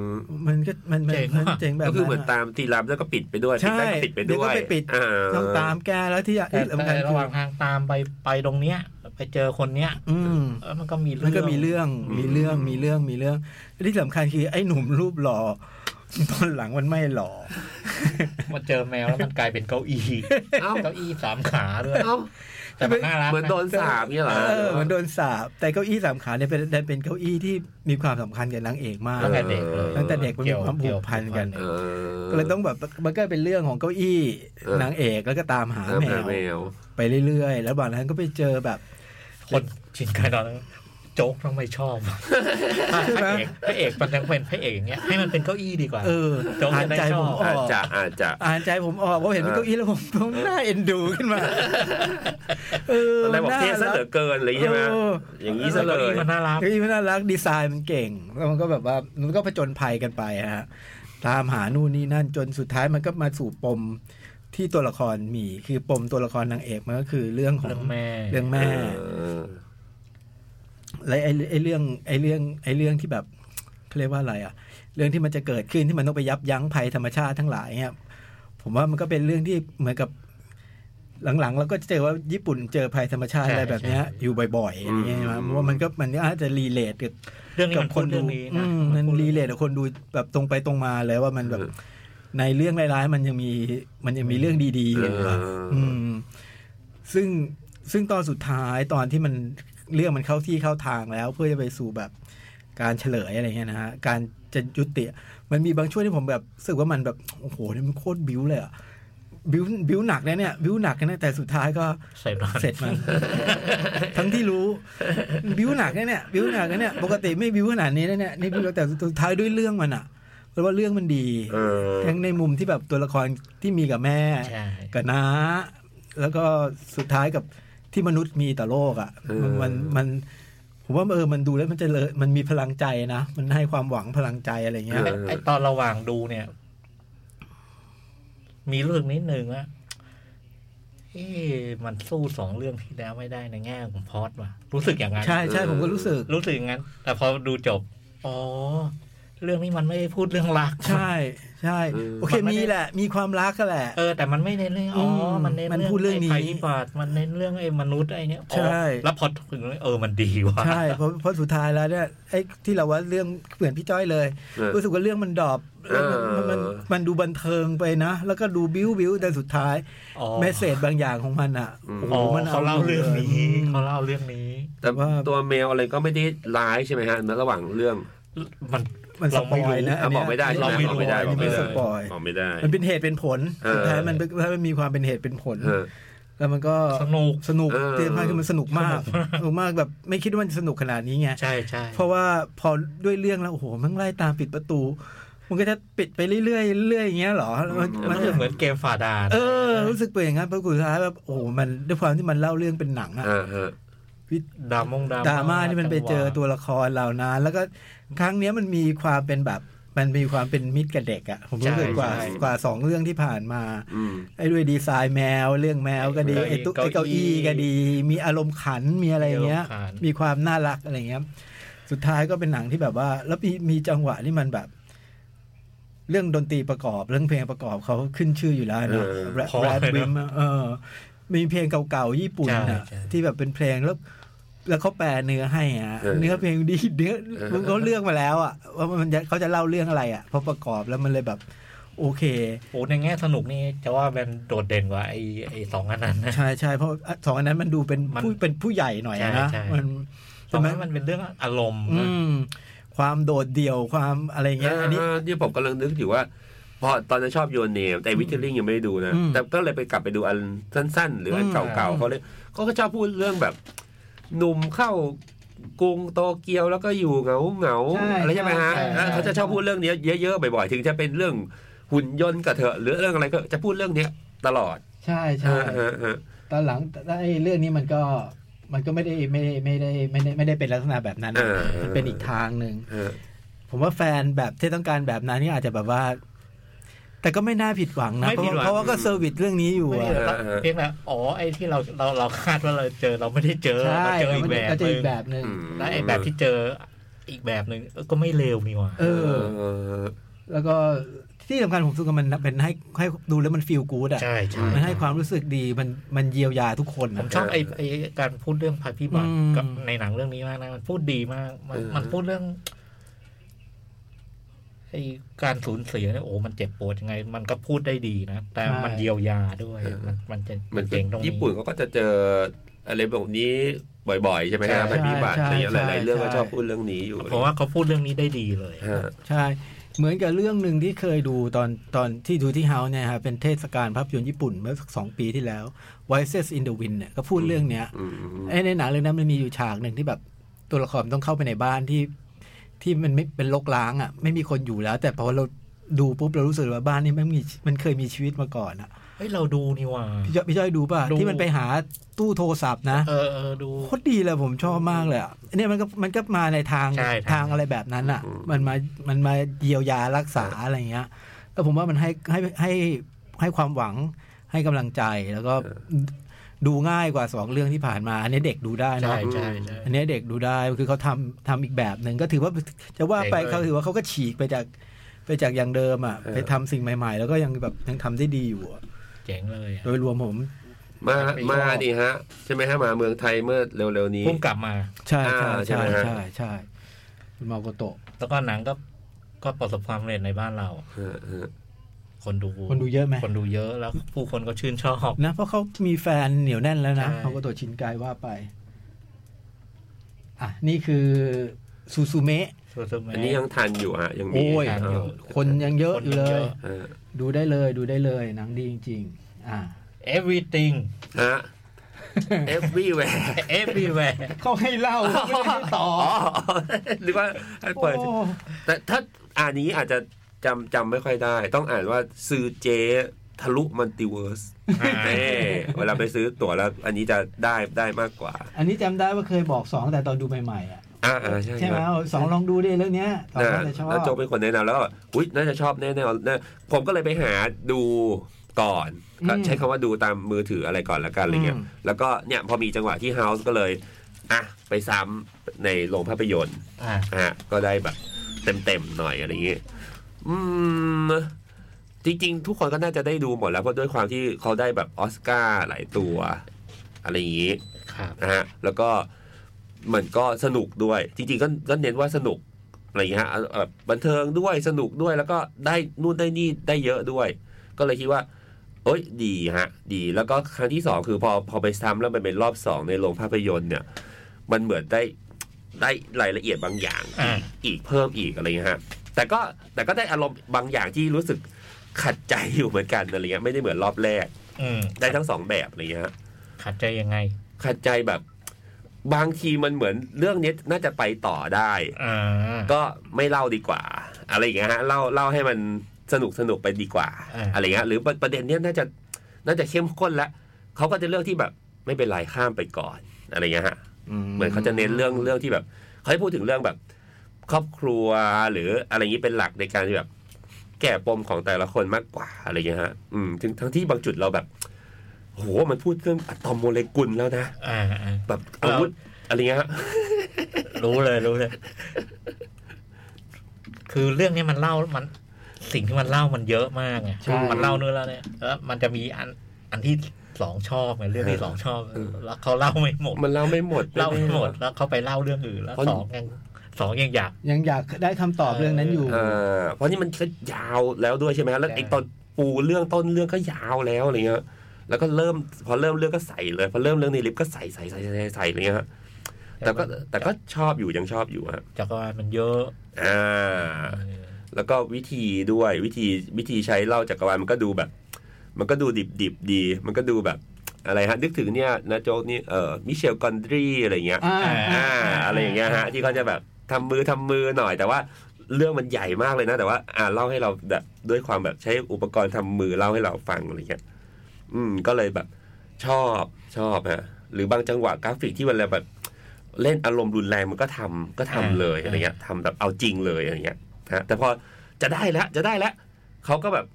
ม
มันก็มันมัน
เจ๋ง
มัน
ว่ะ
เจ๋งแบบ
ก็คือเหมื
นั้
อนน
อะ
ตามทีรับแล้วก็ปิดไปด้วย
ใช่
ปิดได้ก็ปิดไป
เดี๋ยว
ด้
ก็
วย
ไปปิด
า
ต้องตามแกแล้วที่
แต่
เอ้ยสำคัญ
แต่
คื
ระ
อ
หว่างทางตามไปไปตรงเนี้ย ไปเจอคนเนี้ย
อืม
เอ้ยมันก็มีเรื่
มั
อน ง
ก็มีเรื่องมีเรื่อง มีเรื่อง มีเรื่อง ที่สำคัญคือไอ้หนุ่มรูปหล่อ *laughs* ตอนหลังมันไม่หล่อ
มันเจอแมวแล้วมันกลายเป็นเก้า
*laughs*
อี้
เอ้า
เก้าอี้สามขาด้วย
เอ้า
แต่มันน่ารัก
เหมือน
นะ
โดนสาบเนี่ยเหรอ
เออเหมือนโดนสาบ แต่เก้าอี้สามขาเนี่ยเป็นดันเป็นเก้าอี้ที่มีความสำคัญกับนางเอกมาก
ตั้งแต่เด็กเลย
ตั้งแต่เด็กมันมีความผูกพันกัน
เออ
ก็เลยต้องแบบมันก็เป็นเรื่องของเก้าอี้
เออ
นางเอกแล้วก็ตามหา
เออ
แม
แมว
ว
แมว
ไปเรื่อยๆ แล้วบางนั้นก็ไปเจอแบบ
คนชินกายดอนนั้นโจ๊กต้องไม่ชอบ
*laughs* ใช่
พ
ไหม
ระเอกพระเอกมันยังเป็นพระเอกอย่างเงี้ยให้มันเป็นเก้าอี้ดีกว่า
เออ
โจ๊ก
อ่า
จะ
น
ได้
ใจ
ช
ผ
อบ
มอ
อาจ
อก
จะอาจจะ
อ่านใจผมออกว่าเห็นเป็นเก้าอี้แล้วผมผมหน้าเอ็นดูขึ้นมาเออ
อะไรบอกเท่ซะเหลือเกินอะไรอย่างงี้ใช่ไหม
เออ
อย่างนี้ซะเลย
ก้าอี้มันน่ารัก
เฮ้ยมันน่ารักดีไซน์มันเก่งแล้วมันก็แบบว่ามันก็ผจญภัยกันไปฮะตามหานู่นนี่นั่นจนสุดท้ายมันก็มาสู่ปมที่ตัวละครมีคือปมตัวละครนางเอกมันก็คือเรื่องของ
เรื่องแม่
เรื่องแม่ และไอ้ไอ้เรื่องไอ้เรื่องไอ้เรื่องที่แบบเขาเรียกว่าอะไรอ่ะ เรื่องที่มันจะเกิดขึ้นที่มันต้องไปยับยั้งภัยธรรมชาติทั้งหลายเนี่ยผมว่ามันก็เป็นเรื่องที่เหมือนกับหลังๆเราก็จะเจอว่าญี่ปุ่นเจอภัยธรรมชาติอะไรแบบเนี้ย อยู่บ่อยๆอย่างเงี้ยนะเพราะว่ามันก็มันก็อาจจะรีเลทกับ
เรื่องนี้
กับ
มัน
ค
คน น
ดู
เรื่องนี้
อื
นะ
มมันรีเลทกับคนดูแบบตรงไปตรงมาเลยว่ามันแบบ
เออ
ในเรื่องร้ายๆมันยังมีมันยังมีเรื่องดีๆอยู่
เออ
อืม ซึ่งซึ่งตอนสุดท้ายตอนที่มันเรื่องมันเข้าที่เข้าทางแล้ว เพื่อจะไปสู่แบบการเฉลยอะไรเงี้ยนะฮะการจะยุติ มันมีบางช่วงที่ผมแบบรู้สึกว่ามันแบบโอ้โหนี่มันโคตรบิ้วเลยอะบิ้วบิ้วหนักนะเนี่ยบิ้วหนักนะแต่สุดท้ายก็
เสร็จแล้ว
เสร็จ
*laughs*
มัน ทั้งที่รู้ บิวหนักนะเนี่ยบิวหนักนะเนี่ยปกติไม่บิวขนาดนี้นะเนี่ยนี่บิวแต่สุดท้ายด้วยเรื่องมันอ่ะเพราะว่าเรื่องมันดี
เออ
ทั้งในมุมที่แบบตัวละครที่มีกับแม่
ใช่
กับน้าแล้วก็สุดท้ายกับที่มนุษย์มีต่อโลกอ่ะมันมันมันผมว่าเออมันดูแล้วมันเจะเลยมันมีพลังใจนะมันให้ความหวังพลังใจอะไรเงี้ย
เอ
ไอตอนระหว่างดูเนี่ย มีเรื่องนิดนึงว่าเอ๊ะมันสู้สองเรื่องที่แล้วไม่ได้ในแง่ของพล็อดว่ะรู้สึกอย่างนั้น
ใช่ใช่ผมก็รู้สึก
รู้สึกอย่างนั้น แต่พอดูจบ อ๋อ เรื่องนี้มันไม่ได้พูดเรื่องรัก
ใช่ใช่
เออ
โอเค
มัน
มี
ไม่ได้
แหละ มีความรักก็แหละ
เออ แต่มันไม่เน้นเรื่องอ๋ออ
ม
มันเน้น
มันพูดเรื่องนี้
ไภัยพิบัติมันเน้นเรื่องไอ้มนุษย์ไอ้เนี้ยอ๋อ
ใช่
แล้วพอถึงเรื่องเออมันดีว่ะ
*laughs* ใช่เพราะเพราะสุดท้ายแล้วเนี่ยไอ้ที่เราว่าเรื่องเหมือนพี่จ้อยเลย
เออ
รู้สึกว่าเรื่องมันดรอป
เออ
มันมันมันดูบันเทิงไปนะ แล้วก็ดูบิ้วบิ้วแต่สุดท้าย
อ๋อ
เมสเซจบางอย่างของมันอ่ะโอ้โห
อ๋อ
มัน
เขาเล่าเรื่องนี้
อืม
เขาเล่าเรื่องนี้
แต่
ว่า
ตัวแมวอะไรก็ไม่ได้ร้ายใช่ไหมฮะในระหว่างเรื่อง
มัน
มันส
เรา
ป
ไม่
อย
รู้
ล์นะ
นะ
อันนี้
บอกไม่ได้
เราไม่
บ
รู้
อกไม่ได้
อัน
บอก
นี้มั
ไม่
น
ได้
สปอยล์
บอกไม่ได้
มันเป็นเหตุเป็นผล
เออ
สุดท้ายมันเป็นถ้ามันมีความเป็นเหตุเป็นผล
เออ
แล้วมันก็
สนุก
สนุก
เออ
เตรียมมาคือมันสนุกมากสนุกมากแบบไม่คิดว่ามันจะสนุกขนาดนี้ไง
ใช่ใช่
เพราะว่าพอด้วยเรื่องแล้วโอ้โหมันไล่ตามปิดประตู มันก็จะปิดไปเรื่อยๆเรื่อยๆอย่างเงี้ยเหรอมัน
มั
มัน
รู้สึกเหมือนเกมฝ่าด่าน
เออ รู้สึกเป็นอย่างนั้นเพราะสุดท้ายแบบโอ้โหมันด้วยความที่มันเล่าเรื่องเป็นหนังอะ
เออเออ
ดามงดรา
ดราม่าที่มันไปเจอตัวละครเหล่านั้น แล้วก็ครั้งเนี้ยมันมีความเป็นแบบ มันมีความเป็นมิตรกับเด็กอะผมรู้สึกกว่า
ใช่
กว่าสองเรื่องที่ผ่านมา
อืม
ไอ้ด้วยดีไซน์แมว เรื่องแมวก็ดีไอ้ตุ๊กไอ้เก้าอี้ก็ดี มีอารมณ์ขันมีอะไรอย่างเงี้ย
ขัน
มีความน่ารักอะไรเงี้ย สุดท้ายก็เป็นหนังที่แบบว่า แล้วมีมีจังหวะที่มันแบบ เรื่องดนตรีประกอบ เรื่องเพลงประกอบเขาขึ้นชื่ออยู่แล้วนะ
เออ
แรป
พอ
แรป
เลยเน
วิ
อะ
มเออ มีเพลงเก่าๆญี่ปุ่นนะ
ใช่ใช่
ที่แบบเป็นเพลงแล้ว แล้วเขาแปลเนื้อให้อ่ะเนื้อเพลงดีเนื้อมันเขาเลือกมาแล้วอ่ะว่ามันจะเขาจะเล่าเรื่องอะไรอ่ะพอประกอบแล้วมันเลยแบบ โอเค
โอ้ในแง่สนุกนี่จะว่าเป็นโดดเด่นกว่าไอ้ไอ้สองอันนั้นนะ
*laughs* ใช่ใช่เพราะสองอันนั้นมันดูเป็นผู้เป็นผู้ใหญ่หน่อยอะนะ
ใช่ใช่
มัน
ตอนนั้นมันเป็นเรื่องอารมณ์
อื
นะ
ม ความโดดเดี่ยวความอะไรเงี้ย อันนี้
เเนี่ยผมกำลังนึกอยู่ว่า พอตอนนั้นชอบโยนเนม แต่วิทเทอริงยังไม่ได้ดูนะ
อืม
แต่ก็เลยไปกลับไปดูอันสั้น ๆ หรืออัน
อืม
เก่าๆเขาเลยเขาก็ชอบพูดเรื่องแบบหนุ่มเข้ากรุงโตเกียวแล้วก็อยู่เหงาเหงาๆ
ใช่
อะไรใช่ไหมฮะ
ใช่
เออเขาจะชอบพูดเรื่องเนี้ยเยอะๆบ่อยๆ ถึงจะเป็นเรื่องหุ่นยนต์กระเถอะหรือเรื่องอะไรก็จะพูดเรื่องเนี้ยตลอด
ใช่
เอ
ใช่
อเออเออ
ตอนหลังไอ้เรื่องนี้มันก็ มันก็ไม่ได้ไม่ได้ไม่ได้ไม่ได้ไม่ได้เป็นลักษณะแบบนั้นนะ
เออ
มันเป็นอีกทางหนึ่ง
เออ
ผมว่าแฟนแบบที่ต้องการแบบนั้นนี่อาจจะแบบว่า แต่ก็ไม่น่าผิดหวังนะ
ไม่
เพ
ผิด
ราะ
หวัง
เพราะว่าก็เซอร์วิสเรื่องนี้อยู่
ไม่
อะ
ได้แบบเพียงแต่อ๋อไอ้ที่เราเราเราคาดว่าเราเจอเราไม่ได้เจอ
ใช่
เราเจออีกแบบ
เราเจออีกแบบหนึ่ง
อืม
และไอ้แบบที่เจออีกแบบหนึ่งเออก็ไม่เลวนี่หว่า
เอ
เอ
อ
อเออ
แล้วก็ที่สำคัญผมรู้สึกว่ามันเป็นให้ให้ดูแล้วมันฟีลกู๊ดอ่ะ
ใช่ใช่
มันให้ความรู้สึกดีมันมันเยียวยาทุกคน
ผ
นะ
มชอบไอ้ไอ้การพูดเรื่องภัยพิบัติ
อืม
กับในหนังเรื่องนี้มากนะมันพูดดีมาก มัน
เออ
มันพูดเรื่องไอ้การสูญเสียเนี่ยโอ้มันเจ็บปวดยังไง มันก็พูดได้ดีนะแต่มันเยียวยาด้วย มันมันจะ
เหมือน
เจ๋งตรงนี้
ญี่ปุ่นเขาก็จะเจออะไรแบบนี้บ่อยๆ ใช่ไหมครับ
ใช่
ภัยพิบัติ
ใช่
อะไรอย่างเงี้ย
ใช่
หลายๆเรื่อง
ใช่
ก็ชอบพูดเรื่องนี้อยู่
เพราะว่าเขาพูดเรื่องนี้ได้ดีเลย
ฮะ
ใช่ เหมือนกับเรื่องหนึ่งที่เคยดูตอนตอนที่ดูที่เฮาส์เนี่ยฮะเป็นเทศกาลภาพยนตร์ญี่ปุ่นเมื่อสักสองปีที่แล้ว Voices in the Wind เนี่ยก็พูดเรื่องเนี้ย
อืม
ไอ้ในหนังเรื่องนั้นมันมีอยู่ฉากหนึ่งที่แบบตัวละครต้องเข้าไปในบ้านที่ ที่มันไม่เป็นรกร้างอ่ะ ไม่มีคนอยู่แล้ว แต่พอเราดูปุ๊บเรารู้สึกว่าบ้านนี้มันมีมันเคยมีชีวิตมาก่อนอ่ะ
เฮ้ยเราดูนี่หว่า
พี่จ้อยพี่จ้อยดูป่ะ
ดู
ที่มันไปหาตู้โทรศัพท์นะ
เออเออดู
โคตรดีเลยผมชอบมากเลยอะอันเนี่ยมันก็มันก็มาในทาง
ใช่ทาง
ทางอะไรแบบนั้นอ่ะ มันมามันมาเยียวยารักษาอะไรเงี้ยแล้วผมว่ามันให้ให้ให้ให้ความหวังให้กำลังใจแล้วก็ดูง่ายกว่าสองเรื่องที่ผ่านมา อันนี้เด็กดูได้นะ
ใช่ใช่ใช่
อันนี้เด็กดูได้คือเขาทำทำอีกแบบหนึ่งก็ถือว่าจะว่าไป
เด็กเลย
เขาถือว่าเขาก็ฉีกไปจากไปจากอย่างเดิมอ่ะไปทำสิ่งใหม่ ๆ แล้วก็ยังแบบยังทำได้ดีอยู่อะ
เจ๋งเลยอะ
โดยรวมผม
มา มาดิฮะ ใช่ไหมฮะมาเมืองไทยเมื่อเร็วๆนี้
พุ่มกลับมา
ใช่ใช่
อ่าใช่
ใช่
ไหมฮะ
ใช่ใช่คุณมาโกโตะ
แล้วก็หนังก็ก็ประสบความสำเร็จในบ้านเรา
เออเออ
คนดู
คนดูเยอะไหม
คนดูเยอะแล้วผู้คนก็ชื่นชอบ
นะเพราะเขามีแฟนเหนียวแน่นแล้วนะ
ใช่
มาโกโตะชินกายว่าไป อ่ะ นี่คือซูซูเมะ
ส่วนตัวแม่
อันนี้ยังทันอยู่ฮะ ยังมี
โอ้ย
เออ
คนยังเยอะอยู่เล
คนยังเย
ย
อะ
เออ
ดูได้เลยดูได้เลยหนังดีจริง ๆ อ่ะ
everything
ฮะ everywhere
everywhere *laughs*
เขาให้
*laughs*
เล่าเขาไม่ให้ต่อ
อ๋อหรือว่าให้เปิด
โอ้
แต่ถ้าอ่านนี้อาจจะจำจำไม่ค่อยได้ ต้องอ่านว่าซื้อเจทะลุมัลติเวิร์สเน่เวลาไปซื้อตั๋วแล้ว อันนี้จะได้ได้มากกว่า
อันนี้จำได้ว่าเคยบอกสองแต่ตอนดูใหม่ๆอ่ะ
อ่าอ่าใช่
ใช่ไห
ค
ม
รับ
เอาสองลองดูดิเรื่องเนี้ยสอง
นะ
น่าจะชอบ
แล้วโจเป็นคนแนะนำแล้วก็อุ้ยน่าจะชอบแน่ๆนะผมก็เลยไปหาดูก่อนก็ใช้คำว่าดูตามมือถืออะไรก่อนละกันอะไรเงี้ยแล้วก็เนี่ยพอมีจังหวะที่เฮาส์ก็เลยอ่ะไปซ้ำในโรงภาพยนตร์
อ่ะ
ฮะก็ได้แบบเต็มๆหน่อยอะไรอย่างเงี้ยอืม จริงๆ ทุกคนก็น่าจะได้ดูหมดแล้วเพราะด้วยความที่เขาได้แบบออสการ์หลายตัว อะไรอย่างงี้
ครับ
นะฮะ แล้วก็มันก็สนุกด้วย จริงๆ ก็ก็เน้นว่าสนุกอะไรอย่างเงี้ยฮะแบบบันเทิงด้วยสนุกด้วยแล้วก็ได้นู่นได้นี่ได้เยอะด้วย ก็เลยคิดว่า เอ้ยดีฮะ ดีแล้วก็ครั้งที่สองคือพอพอไปซ้ำแล้วมันเป็นรอบสองในโรงภาพยนตร์เนี่ย มันเหมือนได้ ได้รายละเอียดบางอย่าง
อ่า
อีกเพิ่มอีกอะไรเงี้ยฮะแต่ก็แต่ก็ได้อารมณ์บางอย่างที่รู้สึกขัดใจอยู่เหมือนกันอะไรเงี้ยไม่ได้เหมือนรอบแรก
อืม
ได้ทั้งสองแบบอะไรเงี้ยฮะ
ขัดใจยังไง
ขัดใจแบบบางทีมันเหมือนเรื่องนี้น่าจะไปต่อได้
อ่า
ก็ไม่เล่าดีกว่า อะไรอย่างเงี้ยฮะเล่าเล่าให้มันสนุกสนุกไปดีกว่า อะไรเงี้ยหรือประประเด็นเนี้ยน่าจะน่าจะเข้มข้นแล้วเขาก็จะเลือกที่แบบไม่เป็นไรข้ามไปก่อนอะไรเงี้ยฮะเหมือนเขาจะเน้นเรื่องเรื่องที่แบบเขาให้พูดถึงเรื่องแบบ ครอบครัวหรืออะไรอย่างนี้เป็นหลักในการที่แบบ แก้ปมของแต่ละคนมากกว่าอะไรเงี้ยฮะอืมทั้งทั้งที่บางจุดเราแบบโหมันพูดเรื่องอะตอมโมเลกุลแล้วนะ
อ่าอ่า
แบบอาวุธอะไรเงี้ยฮะ
รู้เลยรู้เลย คือเรื่องนี้มันเล่ามัน สิ่งที่มันเล่ามันเยอะมากไง
ใช่
มันเล่าเนื้อแล้วเนี่ยแล้วมันจะมีอันอันที่สองชอบไงเรื่องที่สองชอบแล้วเขาเล่าไม่หมด
มันเล่าไม่หมด
เล่าไม่หมดแล้วเขาไปเล่าเรื่องอื่นแล้วสองยังสองยังอยาก
ยังอยากได้คำตอบเรื่องนั้นอยู่
เออเพราะนี่มันก็ยาวแล้วด้วยใช่ไหมแล้วไอ้
ใช่
ตอนปูเรื่องต้นเรื่องก็ยาวแล้วอะไรเงี้ยแล้วก็เริ่มพอเริ่มเรื่องก็ใส่เลยพอเริ่มเรื่องในลิฟต์ก็ใส่ใส่ใส่ใส่ใส่ใส่อะไรเงี้ยฮะแต่ก็แต่ก็ชอบอยู่ยังชอบอยู่ฮะ
จักรวาลมันเยอะ
อ่าแล้วก็วิธีด้วยวิธีวิธีใช้เล่าจักรวาลมันก็ดูแบบ มันก็ดูดิบดิบดี มันก็ดูแบบอะไรฮะนึกถึงเนี่ยนะโจ๊กนี่เออมิเชลกอนดรีอะไรเงี้ย
อ่า
อ่าอะไรอย่างเงี้ยฮะที่เขาจะแบบทำมือทำมือหน่อย แต่ว่าเรื่องมันใหญ่มากเลยนะ แต่ว่า อ่าเล่าให้เราแบบด้วยความแบบใช้อุปกรณ์ทำมือเล่าให้เราฟังอะไรเงี้ยอืมก็เลยแบบ ชอบชอบฮะหรือบางจังหวะกราฟิกที่มันแบบ เล่นอารมณ์รุนแรงมันก็ทำก็ทำเลย
อ่า
อะไรเงี้ยทำแบบเอาจริงเลยอะไรเงี้ยฮะแต่พอจะได้แล้วจะได้แล้วเขาก็แบบ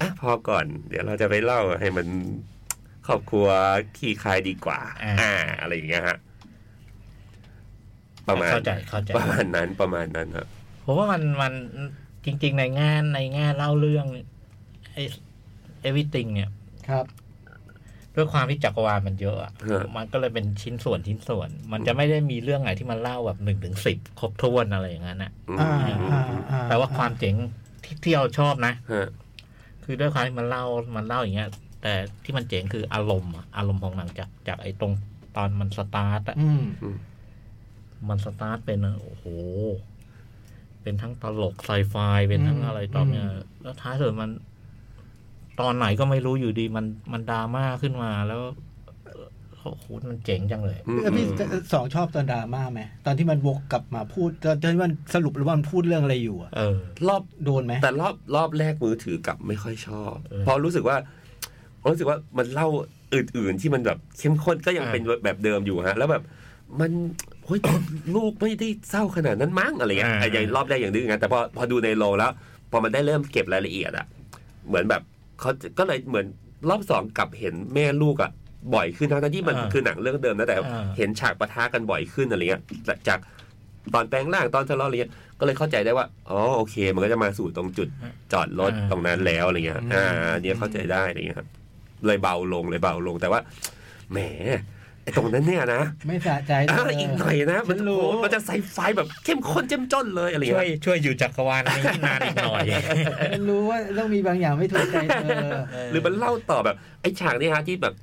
อ่ะพอก่อน เดี๋ยวเราจะไปเล่าให้มันครอบครัวขี้คายดีกว่า อ่า อะไรอย่างเงี้ยฮะประมาณ
เข้าใจเข้าใจ
ประมาณนั้นประมาณนั้นครับ
ผมว่ามันมันจริง ๆ ในงานในงานเล่าเรื่องไอ้ everything เนี่ย
ครับ
ด้วยความที่จักรวาลมันเยอะอะ
เออ
มันก็เลยเป็นชิ้นส่วนชิ้นส่วน มันจะไม่ได้มีเรื่องไหนที่มันเล่าแบบหนึ่งถึงสิบครบถ้วนอะไรอย่างนั้นนะ
อืม
อ่าอ่าอ่
แต่ว่าความเจ๋งที่ที่เราชอบนะ
ฮะ
คือด้วยความที่มันเล่ามันเล่าอย่างเงี้ย แต่ที่มันเจ๋งคืออารมณ์อะอารมณ์ของหนังจากจากไอ้ตรงตอนมันสตาร์ทอะ
อืม
มันสตาร์ทเป็นโอ้โห เป็นทั้งตลกไซไฟเป็นทั้ง
อืม
อะไรตอนเนี้ย
อืม
แล้วท้ายสุดมัน ตอนไหนก็ไม่รู้อยู่ดี มันมันดราม่าขึ้นมาแล้วโอ้โหมันเจ๋งจังเลย
อืม
แล้วพี่สองชอบตอนดราม่าไหมตอนที่มันวกกลับมาพูดตอนที่มันสรุปแล้วว่ามันพูดเรื่องอะไรอยู่อะ
เออ
รอบ
โดนไหม
แต่รอบรอบแรกมือถือกลับไม่ค่อยชอบ
เออ
เพราะรู้สึกว่ารู้สึกว่ามันเล่าอื่น ๆ ที่มันแบบเข้มข้นก็ยัง
อ่า
เป็นแบบเดิมอยู่ฮะ แล้วแบบ มันเฮ้ย *coughs* ลูกไม่ได้เศร้าขนาดนั้นมั้งอะไรเงี้ย
อ่า
อ่ะอย่างรอบแรกอย่างดื้อไงแต่พอพอดูในโรงแล้ว พอมันได้เริ่มเก็บรายละเอียดอะเหมือนแบบเขาก็เลยเหมือนรอบสองกลับเห็นแม่ลูกอะบ่อยขึ้นทั้งๆที่มัน
อ่า
คือหนังเรื่องเดิมนะแต่
อ่า
เห็นฉากปะทะกันบ่อยขึ้นอะไรเงี้ยแต่จากตอนแปลงร่างตอนทะเลาะอะไรเงี้ยก็เลยเข้าใจได้ว่าอ๋อโอเค มันก็จะมาสู่ตรงจุดจอดรถ
อ่า
ตรงนั้นแล้วอะไรเงี้ยอ่าอันเนี่ยเข้าใจได้อะไรเงี้ยครับเลยเบาลงเลยเบาลงแต่ว่าแหมไอ้ตรงนั้นเนี่ยนะ
ไม่สะใจเล
อ่าย อีกหน่อยนะมัน
ฉันรู้
โอ้โหมันจะใส่ไฟแบบเข้มข้นเจ้มจ้นเลยอะไร
ช่วย
เงี้ย
ช่วยอยู่จักรวาลนี้นานอีกหน่อย
มันรู้ว่าต้องมีบางอย่างไม่ถูกใจเธอ
หรือมันเล่าต่อแบบไอ้ฉากเนี่ยฮะที่แบบ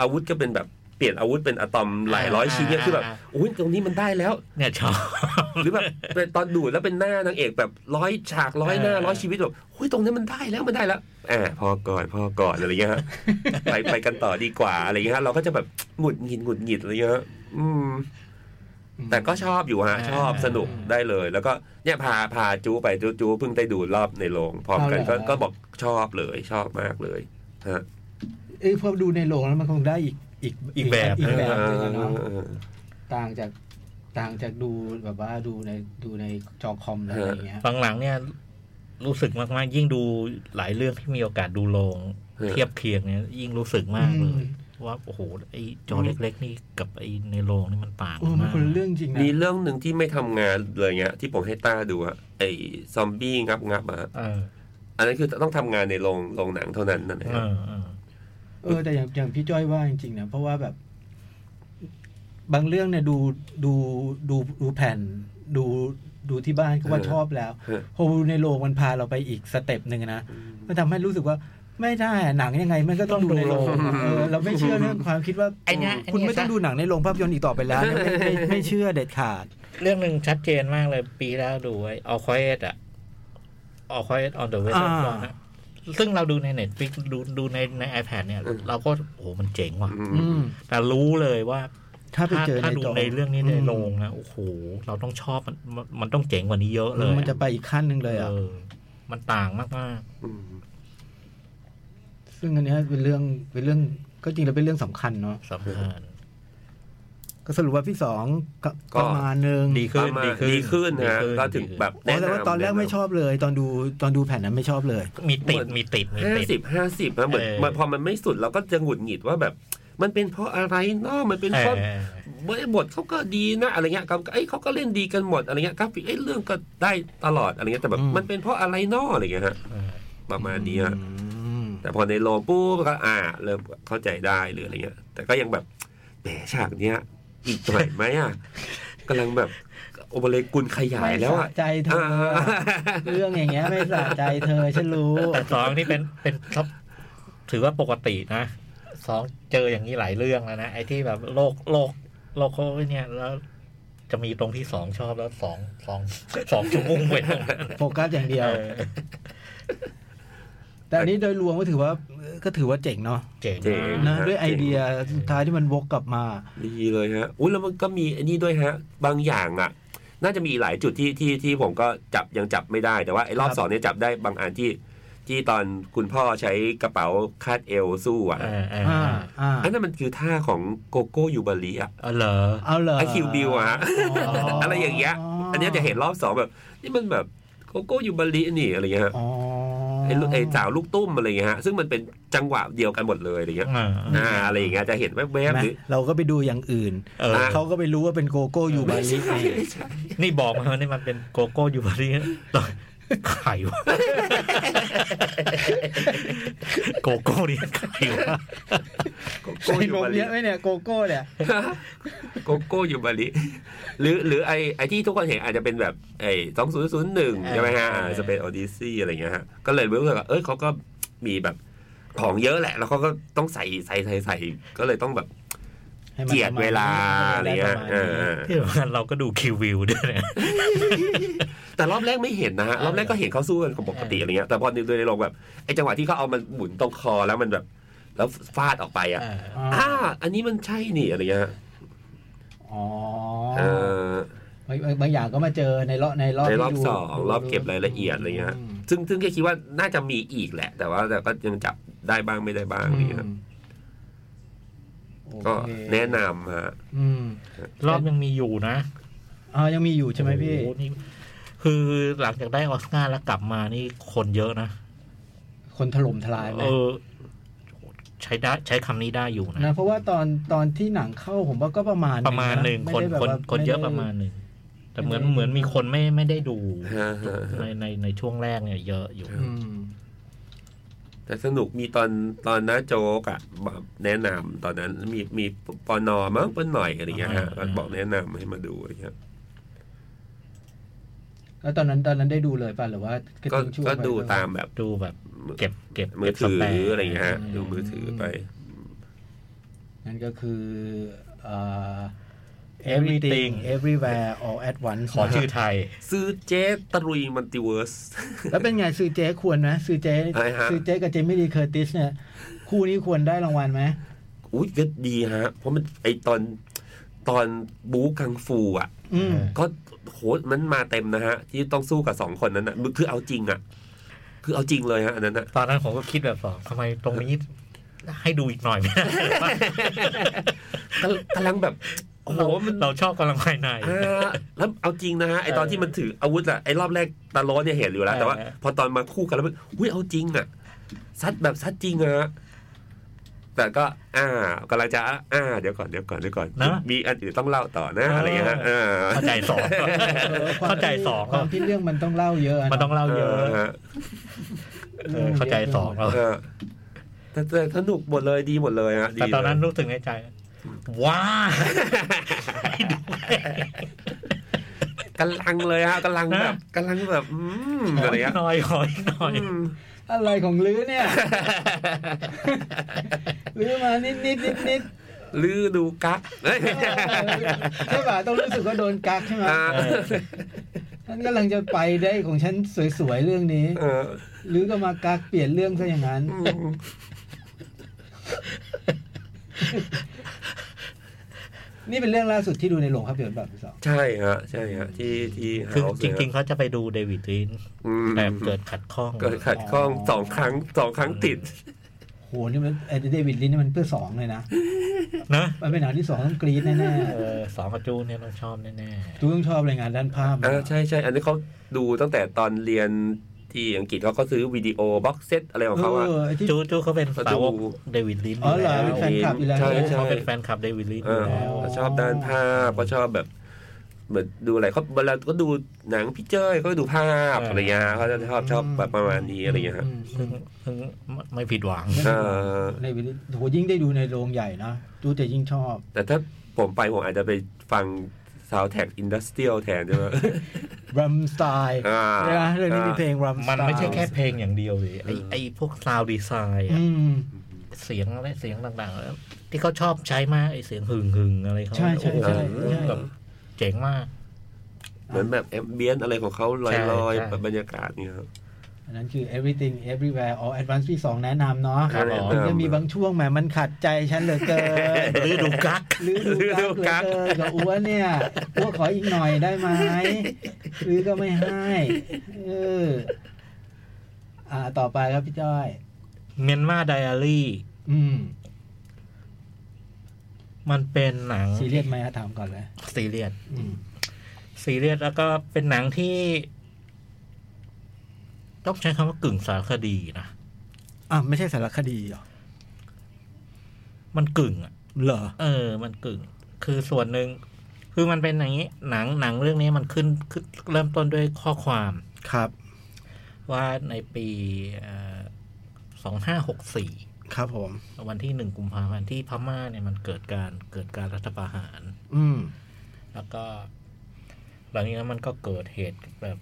อาวุธก็เป็นแบบเปลี่ยนอาวุธเป็นอะตอมหลายร้อยชิ้นเนี่ยคือแบบ
อ่า
อุ้ยตรงนี้มันได้แล้ว
เนี่ยชอบ
*laughs* หรือแบบเป็นตอนดูดแล้วเป็นหน้านางเอกแบบร้อยฉากร้อยหน้า
เออ
ร้อยชีวิตแบบอุ้ยตรงนี้มันได้แล้วมันได้แล้วอ่าพอก่อนพอก่อนอะไรเงี้ย
*laughs*
ฮะ ไปไปกันต่อดีกว่าอะไรเงี้ยฮะเราก็จะแบบหงุดหงิดหงุดหงิดอะไรเงี้ยฮะอืม แต่ก็ชอบอยู่ฮะ ชอบ
อ่า
สนุกได้เลย แล้วก็เนี่ยพาพาจูไปจูจูเพิ่งได้ดูรอบในโรงพร้อมกัน
เอาเหรอ
ก็ก็บอกชอบเลยชอบมากเลยฮะ
เอ้ยพอดูในโรงแล้วมันคงได้อีกอีก
อีกแบบ
อีกแบบ
เอ
หนึงอะ
อ
เนาะ
เออ
ต่างจากต่างจากดูแบบว่าดูในดูในจอคอมอะไรอย่างเงี้ย
หลังๆเนี่ย รู้สึกมากๆ ยิ่งดูหลายเรื่องที่มีโอกาสดูโรงเทียบเคียงเนี่ย ยิ่งรู้สึกมากเลย ว่าโอ้โหไอ้จอเล็กๆ นี่กับไอ้ในโรงนี่มันต่าง
โอ้มัน
มาก
คนละเรื่องจริงนะ
มีเรื่องหนึ่งที่ไม่ทำงานเลยเงี้ยที่ผมให้ต้าดูอะไอ้ซอมบี้งับงับอะฮะ
เออ
อันนั้นคือต้องทำงานในโรงโรงหนังเท่านั้นนั่นแหละ
เออเออ
เออแต่อย่างอย่างพี่จ้อยว่าจริงๆนะเพราะว่าแบบ บางเรื่องเนี่ยดูดูดูดูแผ่น ดูดูที่บ้านก็ว่าชอบแล้ว
ฮะ
พอดูในโรงมันพาเราไปอีกสเต็ปหนึ่งนะมันทำให้รู้สึกว่าไม่ได้อะหนังยังไง มันก็ต้องดูในโรง
*laughs*
อะเออเราไม่เชื่อเรื่องความคิดว่า
ไอ้เนี่ยไอ้เนี่ย
คุณไม่ต้องดูหนังในโรงภาพยนตร์อีกต่อไปแล้วเนี่ยไม่ไม่ไม่เชื่อเด็ดขาด
เรื่องหนึ่งชัดเจนมากเลยปีแล้วดูไอ้ All Quiet อะ All Quiet on the Western
อ่า
Front อะซึ่งเราดูใน Netflix ดูดูในใน iPad เนี่ย
อืม
เราก็โอ้โหมันเจ๋งว่ะ
อืม
อืม
แต่รู้เลยว่า
ถ้าไป
ถ้า
เจอ
ถ้า
ใน
ดู
จอ
ในเรื่องนี้ในโรงนะโอ้โหเราต้องชอบมันมันมันต้องเจ๋งกว่านี้เยอะ
อืม
เลยอ
มันจะไปอีกขั้นหนึ่งเลยอ่ะ
เออมันต่างมาก
อืม
ซึ่งอันเนี้ยเป็นเรื่องเป็นเรื่องก็จริงแล้วเป็นเรื่องสำคัญเนาะ
ๆสำคัญ
ก็สรุปว่าพี่สองก็ประมาณหนึ่ง
ดี ขึ้น
ประมาณ
ดีขึ้น
ดีขึ้น
ดี
นะ
ขึ้น
ก็ถึง
ดีขึ้น
แบบ
อ๋อแต่ว่าตอนแรกไม่ชอบเลย ตอนดูตอนดูแผ่นนั้นไม่ชอบเลย
มีติดมีติดมี
ห้า
ติด
สิบห้าสิบนะเหมือน
เออ
มันพอมันไม่สุดเราก็จะหงุดหงิดว่าแบบ มันเป็นเพราะอะไรเนาะมันเป็นเพราะ
เออ
บริบทเขาก็ดีนะอะไรเงี้ยกับเอ้ยเขาก็เล่นดีกันหมดอะไรเงี้ยกราฟิกเอ้ยเรื่องก็ได้ตลอดอะไรเงี้ยแต่แบบ
อืม
มันเป็นเพราะอะไรนออะไรเงี้ยฮะ
เออ
ประมาณนี้ฮะ
อืม
แต่พอในโรงปุ๊บก็อ่าเริ่มเข้าใจได้หรืออะไรเงี้ย แต่ก็ยังแบบแหมฉากเนี้ย อีกหน่อยไหมอ่ะกำลังแบบโอเบเลกุลขยายแล้วอ่ะ
ไม่สะใจเธออะเรื่องอย่างเงี้ยไม่สะใจเธอฉันรู้
แต่สองนี่เป็นเป็น *laughs* ครับถือว่าปกตินะสองเจออย่างนี้หลายเรื่องแล้วนะไอ้ที่แบบโลกโลกโลกเขาเนี่ยแล้วจะมีตรงที่สองชอบแล้วสองสอง *laughs* สองจุมุ่งไปตรงนั้น
โฟกัสอย่างเดียว
เออ
แต่อันนี้โดยรวมก็ถือว่าก็ถือว่าเจ๋งเนาะ
เจ๋ง
เจ๋ง
มาก
นะด้วยไอเดียสุดท้ายที่มันวกกลับมา
ดีเลยฮะอุ้ยแล้วมันก็มีไอันนี้ด้วยฮะ บางอย่างอ่ะ น่าจะมีอีกหลายจุดที่ที่ที่ผมก็จับยังจับไม่ได้แต่ว่าไอ้รอบ
ครับ
สองเนี่ยจับได้บางอันที่ ที่ตอนคุณพ่อใช้กระเป๋าคาดเอวสู้อ่ะ
เออเออ
อ่าอ่า
อันนั้นมันคือท่าของโกโก้ยูบาลีอ่ะ
เออเหรอ
เอาเลย
ไอ้คิวบิวอะฮะอะไรอย่างเงี้ย อันเนี้ยจะเห็นรอบสองแบบ นี่มันแบบโกโก้ยูบาลีนี่อะไรเงี้ยฮะ
อ๋อ
ไอ้ลูกไอ้สาวลูกตุ้มอะไรเงี้ยฮะซึ่งมันเป็นจังหวะเดียวกันหมดเลยอะไรเงี้ยอ่าอะไรอย่างเงี้ยจะเห็นแวบๆหรือ
เราก็ไปดูอย่างอื่น
เออ
เขาก็ไปรู้ว่าเป็นโกโก้อยู่บา
ไม่
ลี
ใช่ไม่ใช่
นี่บอกมาว่านี่มันเป็นโกโก้อยู่บริ *laughs* ไข่วะ *laughs* โกโก้นี่ไข่วะ
ใช้นมเยอะไหมเนี่ยโกโก้เนี่ย
โกโก้ยูบาลิหรือหรือไอไอที่ทุกคนเห็นอาจจะเป็นแบบไอสองศูนย์ศูนย์หนึ่งใช่ไหมฮะ
เออ
สเปนออดิซี่อะไรเงี้ยฮะ ก็เลยรู้สึกว่าเอ้ยเขาก็มีแบบของเยอะแหละ แล้วเขาก็ต้องใส่ใส่ใส่ใส่ก็เลยต้องแบบเจียดเวลาอะไรเงี้ยเออ
ที่สำคัญเราก็ดูคิววิวด้วยเนี่ย
แต่รอบแรกไม่เห็นนะฮะ รอบแรกก็เห็นเขาสู้กันปกติอะไรเงี้ย แต่พอดูในโรงแบบไอจังหวะที่เขาเอามันหมุนตรงคอแล้วมันแบบ แล้วฟาดออกไปอ่ะอ่าอันนี้มันใช่นี่อะไรเงี้ยฮะ
อ๋อ
เออ
บางบางอย่างก็มาเจอในรอบในรอบ
ในรอบ
ที่ดู
สองรอบเก็บรายละเอียดอะไรเงี้ย
ม
ซึ่งซึ่งก็คิดว่าน่าจะมีอีกแหละ แต่ว่าแต่ก็ยังจับได้บ้างไม่ได้บ้างนี่ครับก็
โอเค
แนะนำฮะ *laughs*
อืม
รอบยังมีอยู่นะ
อ่ายังมีอยู่ใช่ไหมพี่
โอ้โหนี่คือหลังจากได้ออสการ์แล้วกลับมานี่คนเยอะนะ
คนถล่มทลายไหม
เออใช้ได้ใช้คำนี้ได้อยู่นะ
นะ เพราะว่าตอนตอนที่หนังเข้าผมว่าก็ประมาณ
ประมาณหนึ่ง
ะ
คน
ไม่ได้แบบ
คน
ว่า
คนเยอะ
ไได้
ประมาณหนึ่งแต่เหมือน
ไม่ได้
เหมือนมีคนไม่ไม่ได้ดู
ฮะฮะฮะ
ในในในช่วงแรกเนี่ยเยอะอยู่
อืม
แต่สนุกมีตอนตอนน้าโจ๊กอะแบบแนะนำตอนนั้นมีมีปอนอมั้งปนหน่อยอะไรเงี้ยฮะ
อ่า
บอกแนะนำให้มาดูอะไรเงี้ย
แล้วตอนนั้นตอนนั้นได้ดูเลยป่ะหรือว่า
ก็
ทิ้งช่วง
ก็
ไป
ดู
ด้วย
ตามแบบ
ดูแบบ เก็บเก็บ
มือ
เก็บ
ถือ
สแป
อะไรเงี้ยฮะดูมือถือไป
นั่นก็คือเอ่อ
Everything
everywhere all at once
ขอชื่อไทย
ซื้อเจ๊ตรุยมัลติเวิร์ส
แล้วเป็นไงซื้อเจ๊ควรไหมซื้อเจ๊
อะไรฮะ
ซื้อเจ๊กับเจมี่ลีเคอร์ติสเนี่ย คู่นี้ควรได้รางวัลไหม
อุ้ยก็ดีฮะ เพราะมันไอตอนตอนบู๊กังฟูอะ
อืม
ก็โหมันมาเต็มนะฮะ ที่ต้องสู้กับสองคนนั้นนะคือเอาจริงอะคือเอาจริงเลยฮะอันนั้นนะ
ตอนนั้นผมก็คิดแบบสองทำไมตรงนี้ให้ดูอีกหน่อยไม่ได้หรือว่าก
ำกำลังแบบโอ้โห
เรา
มัน
เราชอบกำลังภายใน
อ่าแล้วเอาจริงนะฮะไอตอนที่มันถืออาวุธอะไอรอบแรกตาล้อเนี่ยเห็นอยู่แล้ว แต่ว่า
เออ
พอตอนมาคู่กันแล้วมันอุ้ยเอาจริงอะซัดแบบซัดจริงอะฮะแต่ก็ อ่ากำลังจะอ่าเดี๋ยวก่อนเดี๋ยวก่อนเดี๋ยวก่อน
นะ
มีอันอื่นต้องเล่าต่อนะอะไรอย่างเงี้ยฮะอ่า
เข้าใจสองเข้าใจสอง
ควา
อะ
มที่เรื่องมันต้องเล่าเยอะะ
มันต้องเล่าเยอะ
ฮะ
เออเข้าใจสองเรา
เออแต่แต่สนุกหมดเลยดีหมดเลยฮะดี
แต่ตอนนั้น
เลย
รู้สึกในใจ ว้า
กำลังเลยฮะกำลังแบบ
นะ
กำลังแบบอืม
ขอ
อะไร
อี
เงี้
ก
ย
หน่อยขออีกหน่อย
อืม *laughs*
อะไรของลื้อเนี่ย ลื้อมานิดนิดนิดนิด
ลือดูกักเอ้ย *laughs*
ใช่ป่ะต้องรู้สึกว่าโดนกักใช่ไหม
อ่า
ฉันกำลังจะไปได้ของฉันสวยๆเรื่องนี้
เออ
หรือก็มากักเปลี่ยนเรื่องซะอย่างนั้น
อืม
นี่เป็นเรื่องล่าสุดที่ดูในโรงภาพยนตร์แบบที่สอง
ใช่ฮะใช่ฮะที่ที่
คือ
เฮาส์
จริง ๆเขาจะไปดูเดวิดลินช์
ๆ
แต่เกิดขัดข้อง
เกิดขัดข้องสองครั้งสองครั้งติด
โหนี่มันไอ้เดวิดลินนี่มันเพื่อสองเลยนะ
นะ
มันเป็นหนังที่สองต้องกรี๊ดแน่
เออสองกับจูเนี่ยต้องชอบแน่
ๆตูต้องชอบรายงานด้านภาพ
อ่าใช่ใช่ อันนี้เขาดูตั้งแต่ตอนเรียนที่อังกฤษเขาก็ซื้อวิดีโอบ็อกเซตอะไรของเขาอะ
เออไอ้ที่
ๆจูจูเขาเป็น
เขา
สาวก
ดู
เดวิดลินช์
อ๋อเหรอ
อ
เป็น
ยู่
แฟน
แล้ว
คลับอยู่แล้ว
ใช่ใช่
เขาเป็นแฟนคลับเดวิดลินช์อ
เอยู่ อ
แล้ว
เขาชอบด้านภาพเขาชอบแบบเหมือนดูอะไรเขาเวลาก็ดูหนังพี่เจ้ยก็ดูภาพอะไรเงี้ยเขาจะชอบชอบแบบประมาณนี้อะไรเงี้ยฮะ
ม
ซึ่งซึ่งไม่ผิดหวัง
เออ
ในวิลิโหยิ่งได้ดูในโรงใหญ่นะดูแต่ยิ่งชอบ
แต่ถ้าผมไปผมอาจจะไปฟังซาวแท็กอินดัสเทรียลแทนใช่ไหม *laughs*
รัมสไตล์
อ่า
นะเรื่องนี้มีเพลงรัมสไตล์
มันไม่ใช่แค่เพลงอย่างเดียวเลยไอไอพวกซาวดีไซน์
อืม
เสียงอะไรเสียงต่างๆแล้วที่เขาชอบใช้มากไอเสียงหึ่งหึงๆอะไรเขา
ใช่ใช่ใช่
โอ้โห
ใช่
แบบเจ๋งมาก
เหมือนแบบแอมเบียนอะไรของเขาลอย
ใช่
ๆ
ใช่
แบบบรรยากาศเนี่ยครับ
อันนั้นคือ everything everywhere all advance ปีสองแนะนำเนาะ
ครับผม
มันจะมีบางช่วงแหมมันขัดใจฉันเหลือเกิน
หรือดูกัก
หรือดูกักเหลือเกินกับอ้วนเนี่ยอ้วนขออีกหน่อยได้ไหมหรือก็ไม่ให้เอออ่าต่อไปครับพี่จ้อย
เมียนมาไดอารี่
อืม
มันเป็นหนัง
ซีเรียสไหมอะถามก่อนเลย
ซีเรียส
อืม
ซีเรียสแล้วก็เป็นหนังที่ ต้องใช้คำว่ากึ่งสารคดีนะ
อ่ะไม่ใช่สารคดีเหรอ
มันกึ่งอะ
เหรอ
เออ มันกึ่ง คือส่วนหนึ่ง คือมันเป็นอย่างนี้ หนัง หนังเรื่องนี้มันขึ้นขึ้นเริ่มต้นด้วยข้อความ
ครับ
ว่าในปีสองห้าหกสี่อ
ครับผม
2564 วันที่หนึ่งกุมภาพันธ์ที่พม่าเนี่ยมันเกิดการเกิดการรัฐประหาร
อืม
แล้วก็ หลังจากนั้นมันก็เกิดเหตุแบบ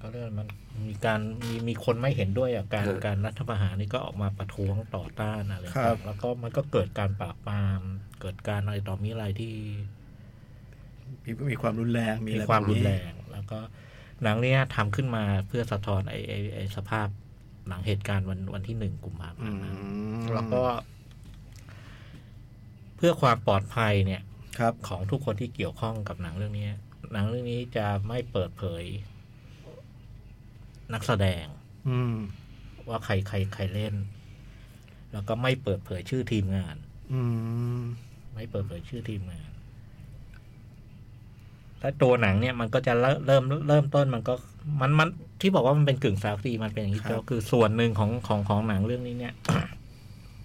ก็เรื่องมันมีการมีมีคนไม่เห็นด้วยกับการ
เออ
การรัฐประหารนี่ก็ออกมาประท้วงต่อต้านอะไร
ครับ
ต่างๆแล้วก็มันก็เกิดการปราบปรามเกิดการอะไรต่อมีอะไรที่
มีมีความรุนแรงมี
มี
อะไร
ความรุนแร
แบบ
ง แล้วก็หนังเนี้ยทำขึ้นมาเพื่อสะท้อนไอ้ไอ้ไอ้สภาพหลังเหตุการณ์วันวันที่หนึ่งกุมภาพั
อื
นธ์นะ
ม
แล้วก็ เพื่อความปลอดภัยเนี่ย
ครับ
ของทุกคนที่เกี่ยวข้องกับหนังเรื่องนี้ หนังเรื่องนี้จะไม่เปิดเผย นักแสดง
อืม
ว่าใครใครใครเล่น แล้วก็ไม่เปิดเผยชื่อทีมงาน
อืม
ไม่เปิดเผยชื่อทีมงานและตัวหนังเนี่ยมันก็จะเริ่มเริ่มเริ่มต้นมันก็มันมันที่บอกว่ามันเป็นกึ่งสารคดีมันเป็นอย่างนี้
ครับ
ก็คือส่วนหนึ่งของของของหนังเรื่องนี้เนี่ย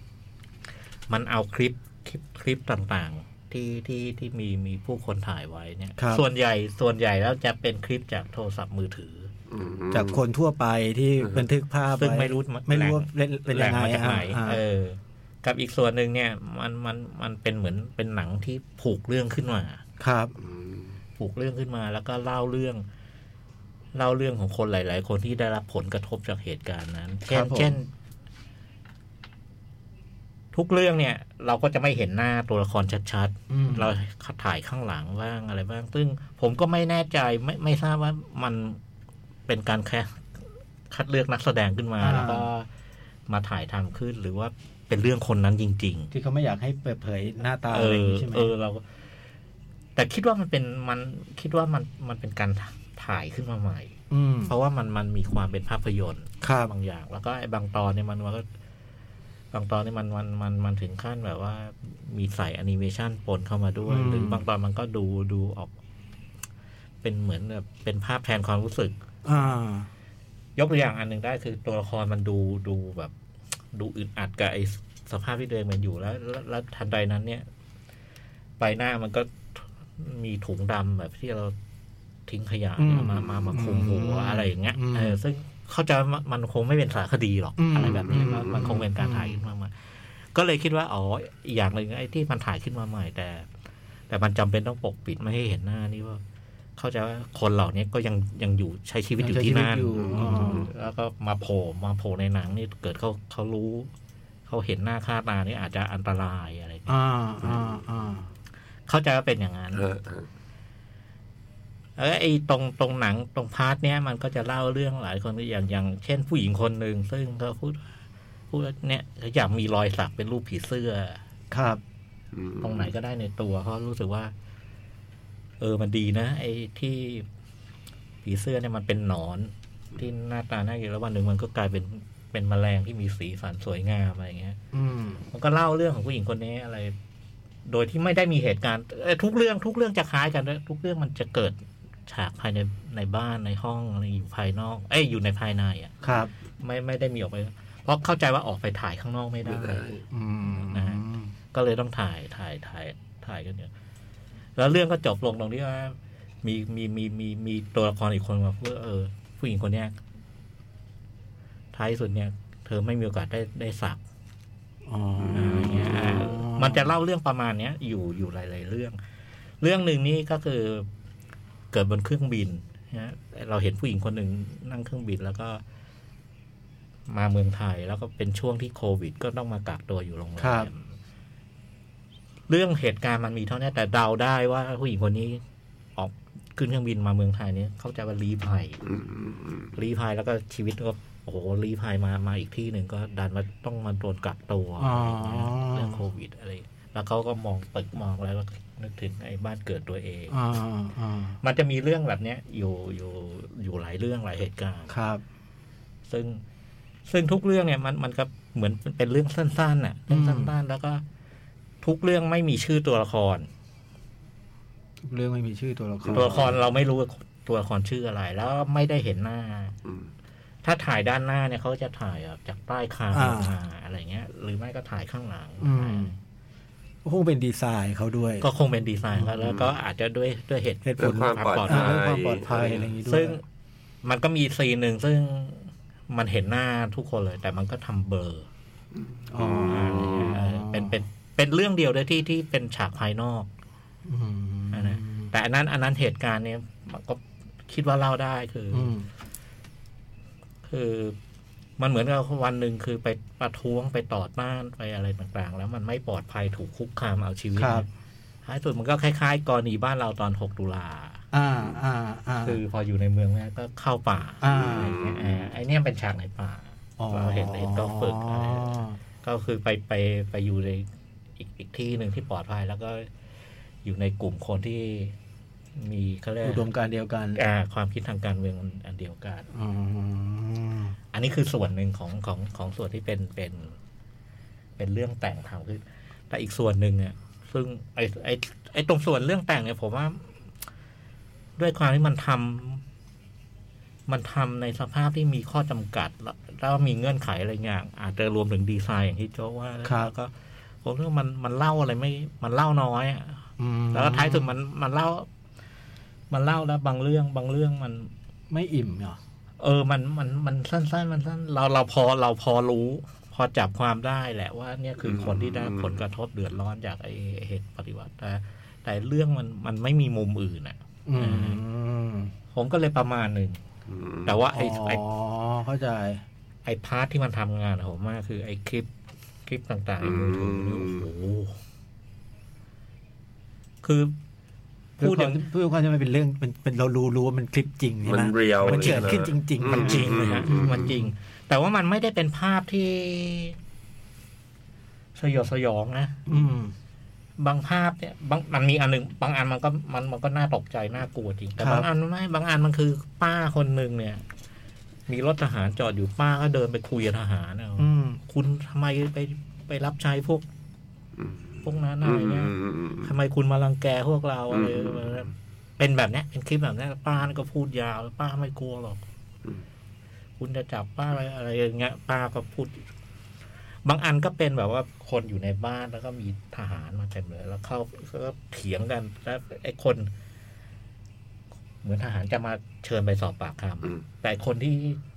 *coughs* มันเอาคลิปคลิปคลิปต่างๆ ที่ที่ที่มีมีผู้คนถ่ายไว้เนี่ย
ครับ
ส่วนใหญ่ส่วนใหญ่แล้วจะเป็นคลิปจากโทรศัพท์มือถือ
อืม
จากคนทั่วไปที่บันทึกภาพ
ซึ่ง
ว้
ไม่รู้มัน
ไม่รู้ว่า
แหล่ง
เล่นเป็นยังไง
แหล่มาจากไหน
อ่า
เออ กับอีกส่วนหนึ่งเนี่ย มันมันมันเป็นเหมือนเป็นหนังที่ผูกเรื่องขึ้นมา
ครับ
ผูกเรื่องขึ้นมาแล้วก็เล่าเรื่อง เล่าเรื่องของคนหลาย ๆ คนที่ได้รับผลกระทบจากเหตุการณ์นั้น เช่น เช่น ทุกเรื่องเนี่ย เราก็จะไม่เห็นหน้าตัวละครชัด
อืม
ๆ เราถ่ายข้างหลังบ้างอะไรบ้าง ซึ่งผมก็ไม่แน่ใจไม่ไม่ทราบว่ามันเป็นการแค่คัดเลือกนักแสดงขึ้นมา แล้วก็มาถ่ายทำขึ้นหรือว่าเป็นเรื่องคนนั้นจริง ๆ
ที่เขาไม่อยากให้เปิดเผยหน้าตา
เอ
อะไรอย่าง
อ
นี้ใช่ไหม
เออเราก็แต่คิดว่ามันเป็นมันคิดว่ามันมันเป็นการถ่ายขึ้นมาใหม่
อืม
เพราะว่ามันมันมีความเป็นภาพยนตร์
ครับ
บางอย่าง แล้วก็ไอ้บางตอนเนี่ยมันมันก็บางตอนเนี่ยมันมันมันมันถึงขั้นแบบว่า มีใส่แอนิเมชันปนเข้ามาด้วย หรือบางตอนมันก็ดูดูออก เป็นเหมือนแบบเป็นภาพแทนความรู้สึก
อ่าย
กตัวอย่างอันหนึ่งได้คือตัวละครมันดูดูแบบ ดูอึดอัดกับไอสภาพที่ตัวเองมันอยู่แล้วแล้วแล้วทันใดนั้นเนี่ยใบหน้ามันก็มีถุงดำแบบที่เราทิ้งขยะเนี่ยมามามาคลุมหัวอะไรอย่างเงี้ยเออซึ่งเขาใจว่ามันคงไม่เป็นสารคดีหรอกอะไรแบบนี้มันมันคงเป็นการถ่ายขึ้นมาใหม่ก็เลยคิดว่าอ๋ออีกอย่างหนึ่งไอ้ที่มันถ่ายขึ้นมาใหม่แต่ แต่มันจำเป็นต้องปกปิดไม่ให้เห็นหน้านี่ว่า เข้าใจว่าคนเหล่านี้ก็ยังยังอยู่ใช้ชีวิตอยู่ที่นั่น
อ๋อ
แล้วก็มาโผล่มาโผล่ในหนังนี่เกิดเขาเขารู้ เขาเห็นหน้าค่าตานี่อาจจะอันตรายอะไรเงี้ย
อ่าอ่าอ่า
เข้าใจว่าเป็นอย่างนั้น
เออเออ
เออไอตรงตรงหนังตรงพาร์ทเนี้ยมันก็จะเล่าเรื่องหลายคนอย่างอย่าง เช่นผู้หญิงคนหนึ่งซึ่งเขาพูดพูดว่าเนี่ยเขาอยากมีรอยสักเป็นรูปผีเสื้อ
ครับ
อืม
ตรงไหนก็ได้ในตัวเขารู้สึกว่า เออมันดีนะไอ้ที่ผีเสื้อเนี่ยมันเป็นหนอน ที่หน้าตาน่าเกลียดแล้ววันหนึ่งมันก็กลายเป็นเป็นแมลงที่มีสีสันสวยงามอะไรอย่างเงี้ย
อืม
มันก็เล่าเรื่องของผู้หญิงคนนี้อะไร โดยที่ไม่ได้มีเหตุการณ์เอ่อทุกเรื่องทุกเรื่องจะคล้ายกันด้วยทุกเรื่องมันจะเกิดฉากภายในในบ้านในห้องอะไรอยู่ภายนอก เอ้ยอยู่ในภายในอ่ะ
ครับ
ไม่ไม่ได้มีออกไป เพราะเข้าใจว่าออกไปถ่ายข้างนอกไม่ได้
อืม
นะฮะ ก็เลยต้องถ่ายถ่ายถ่ายถ่ายกันเนี่ยแล้วเรื่องก็จบลงตรงที่ว่า มีมีมีมีมีตัวละครอีกคนมาพูดว่าเออ ผู้หญิงคนเนี้ยท้ายสุดเนี่ย เธอไม่มีโอกาสได้ได้สัก
อ๋อ
อ่าอย่างเงี้ยอ่ามันจะเล่าเรื่องประมาณเนี้ย อยู่อยู่หลาย ๆ เรื่อง เรื่องหนึ่งนี่ก็คือเกิดบนเครื่องบินนะฮะเราเห็นผู้หญิงคนหนึ่งนั่งเครื่องบินแล้วก็ มาเมืองไทย แล้วก็เป็นช่วงที่โควิด ก็ต้องมากักตัวอยู่โรงแรมเรื่องเหตุการณ์มันมีเท่านี้แต่เดาได้ว่าผู้หญิงคนนี้ออกขึ้นเครื่องบินมาเมืองไทยเนี้ยเข้าใจว่ารีภัย
อืมอืมอืม
รีภัยแล้วก็ชีวิตก็โอ้โหรีภัยมามาอีกที่หนึ่งก็ดันมาต้องมาโดนกักตัวเรื่องโควิดอะไร แล้วเขาก็มองตึกมองอะไรแล้วก็นึกถึงไอ้บ้านเกิดตัวเอง
อ่าอ่า
มันจะมีเรื่องแบบเนี้ยอยู่อยู่อยู่หลายเรื่องหลายเหตุการณ์
ครับ
ซึ่งซึ่งทุกเรื่องเนี่ยมันมันก็เหมือนเป็นเรื่องสั้นๆน่ะเรื่องสั้นๆแล้วก็ทุกเรื่องไม่มีชื่อตัวละคร
เรื่องไม่มีชื่อตัวละคร
ตัวละครเราไม่รู้ว่าตัวละครชื่ออะไร แล้วไม่ได้เห็นหน้า
อืม
ถ้าถ่ายด้านหน้าเนี่ยเขาจะถ่ายแบบจากใต้คางลงมาอะไรเงี้ย หรือไม่ก็ถ่ายข้างหลัง
อืมคงเป็นดีไซน์เขาด้วย
ก็คงเป็นดีไซน์เขาแล้วก็อาจจะด้วยด้วยเหตุ
เหตุผ
เพื่อ
ล
ความปลอด
อ่า
ภัย
เรื่องความปลอดภัยอะไรอย่างงี้ด้วย
ซึ่งมันก็มีซีนหนึ่งซึ่งมันเห็นหน้าทุกคนเลย แต่มันก็ทำเบลอร์
อ๋อ
เป็นเป็นเป็นเรื่องเดียวเลยที่ที่เป็นฉากภายนอก
อืม
นะนะแต่อันนั้นอันนั้นเหตุการณ์เนี่ยมันก็คิดว่าเล่าได้คืออ
อืม
คือมันเหมือนกับวันหนึ่งคือไปประท้วงไปต่อต้านไปอะไรต่างๆ แล้วมันไม่ปลอดภัยถูกคุกคามเอาชีวิต
ครับ
ท้ายสุดมันก็คล้ายๆกรณีบ้านเราตอน 6 ตุลา
อ่าอ่าอ่า
คือพออยู่ในเมืองแม่ก็เข้าป่า
อ่า
อะไรเงี้ยเออไอเนี่ยเป็นฉากในป่า
อ๋อ
เราเห็นเห็นตัวฝึกอะไร ก็คือไปไปไปอยู่ในอีกอีกที่หนึ่งที่ปลอดภัย แล้วก็อยู่ในกลุ่มคนที่มีเขาเรียก
อุดมการณ์เดียวกัน
อ่าความคิดทางการเมืองอันเดียวกัน
อ๋อ
อันนี้คือส่วนหนึ่งของของของส่วนที่เป็นเป็น เป็นเรื่องแต่งทำขึ้นแต่อีกส่วนหนึ่งอ่ะซึ่งไอไอไอตรงส่วนเรื่องแต่งเนี่ยผมว่า ด้วยความที่มันทำมันทำในสภาพที่มีข้อจำกัด แล้วแล้วมีเงื่อนไขอะไรอย่างอาจจะรวมถึงดีไซน์อย่างที่โจ้ว่าแล้วก็ผมว่ามันมันเล่าอะไรไม่ มันเล่าน้อยอะ
อืม
แล้วก็ท้ายสุดมันมันเล่า มันเล่าแล้วบางเรื่องบางเรื่องมัน
ไม่อิ่มเหรอ
เออ มัน มัน มันสั้นๆ มันสั้น เรา เราพอ เราพอรู้ พอจับความได้แหละว่าเนี่ยคือคนที่ได้ผลกระทบเดือดร้อนจากไอ้เหตุปฏิวัติ แต่แต่เรื่องมัน มันไม่มีมุมอื่นอ่ะ
อืม
ผมก็เลยประมาณหนึ่ง
อืม
แต่ว่าไอ้
อ๋อ
ไอ้
เข้าใจ
ไอ้พาร์ทที่มันทำงานของผมมากคือไอ้คลิป คลิปต่างๆในมือถือนี่โอ้โห คือ
พู
พู
ด
ดอย่
อา
ย่าง ง
พูดความที่มันเป็นเรื่องเป็นเป็นเรารู้รู้ว่ามันคลิปจริงใช่
มั
ไหม
นเรียว
มันเกิด
ลยะ
ขึ้นจริง ๆ
มันจริงเลยฮะ
อืม
มันจริง แต่ว่ามันไม่ได้เป็นภาพที่ สยดสยองนะ
อืม
บางภาพเนี่ยบางมันมีอันหนึ่งบางอันมันก็มันมันก็น่าตกใจน่ากลัวจริงแต่
ครับ
บางอันไม่บางอันมันคือป้าคนหนึ่งเนี่ย มีรถทหารจอดอยู่ป้าก็เดินไปคุยกับทหารเอา
อืม
คุณทำไมไปไปรับใช้พวก
อืม
พวกนั้น
อื
อะไร
ม
เงี้ย
อืมอืม
ทำไมคุณมารังแกพวกเราอะไร
อืม
แบบนั้นเป็นแบบเนี้ยเป็นคลิปแบบเนี้ยป้าก็พูดยาวป้าไม่กลัวหรอก
อืม
คุณจะจับป้าอะไรอะไรอย่างเงี้ย ป้าก็พูด บางอันก็เป็นแบบว่าคนอยู่ในบ้านแล้วก็มีทหารมาเต็มเลยแล้วเข้าก็เถียงกันแล้วไอ้คน เหมือนทหารจะมาเชิญไปสอบปากค
อืม
ำแต่คนที่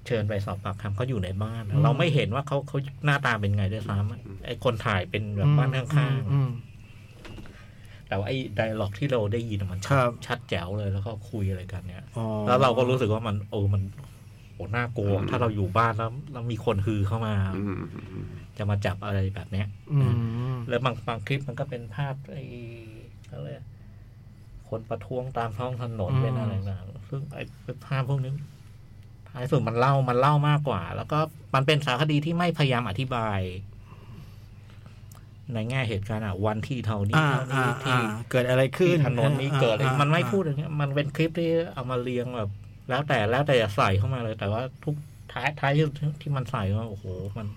เชิญไปสอบปากคำเขาอยู่ในบ้าน
อืม
เราไม่เห็นว่าเขาเขาหน้าตาเป็นไงด้วยซ้ำไอ้คนถ่ายเป็นแบบบ้านข้าง
อืม
ๆแต่ว่าไอ้ไดล็อกที่เราได้ยินอะมัน
ค
ชั
รั
ด
บ
ชัดแจ๋วเลยแล้วก็คุยอะไรกันเนี่ย
อ๋อ
แล้วเราก็รู้สึกว่ามันโอ้มัน โหน่ากลัว ถ้าเราอยู่บ้านแล้วแล้วมีคนฮือเข้ามา
อืม
จะมาจับอะไรแบบเนี้ย
อืม
แล้วบางบางคลิปมันก็เป็นภาพไอ้เขาเรียกคนประท้วงตามท้องถนนเป็นอะไรต่างๆซึ่งไอ้ภาพพวกนี้ท้ายสุดมันเล่ามันเล่ามากกว่า แล้วก็มันเป็นสารคดีที่ไม่พยายามอธิบาย ในแง่เหตุการณ์อ่ะวันที่เท่านี้
อ่า
เท่า
อ่า
นี้
อ่า
ที่
เกิดอะไรขึ้
ที่
น
ถนนนี้เกิดอะไร
อ่า
มันไม่
อ่า
พูดอย่างเงี้ย มันเป็นคลิปที่เอามาเรียงแบบ แล้วแต่แล้วแต่จะใส่เข้ามาเลย แต่ว่าทุกท้ายท้ายที่ที่มันใส่มาโอ้โห มัน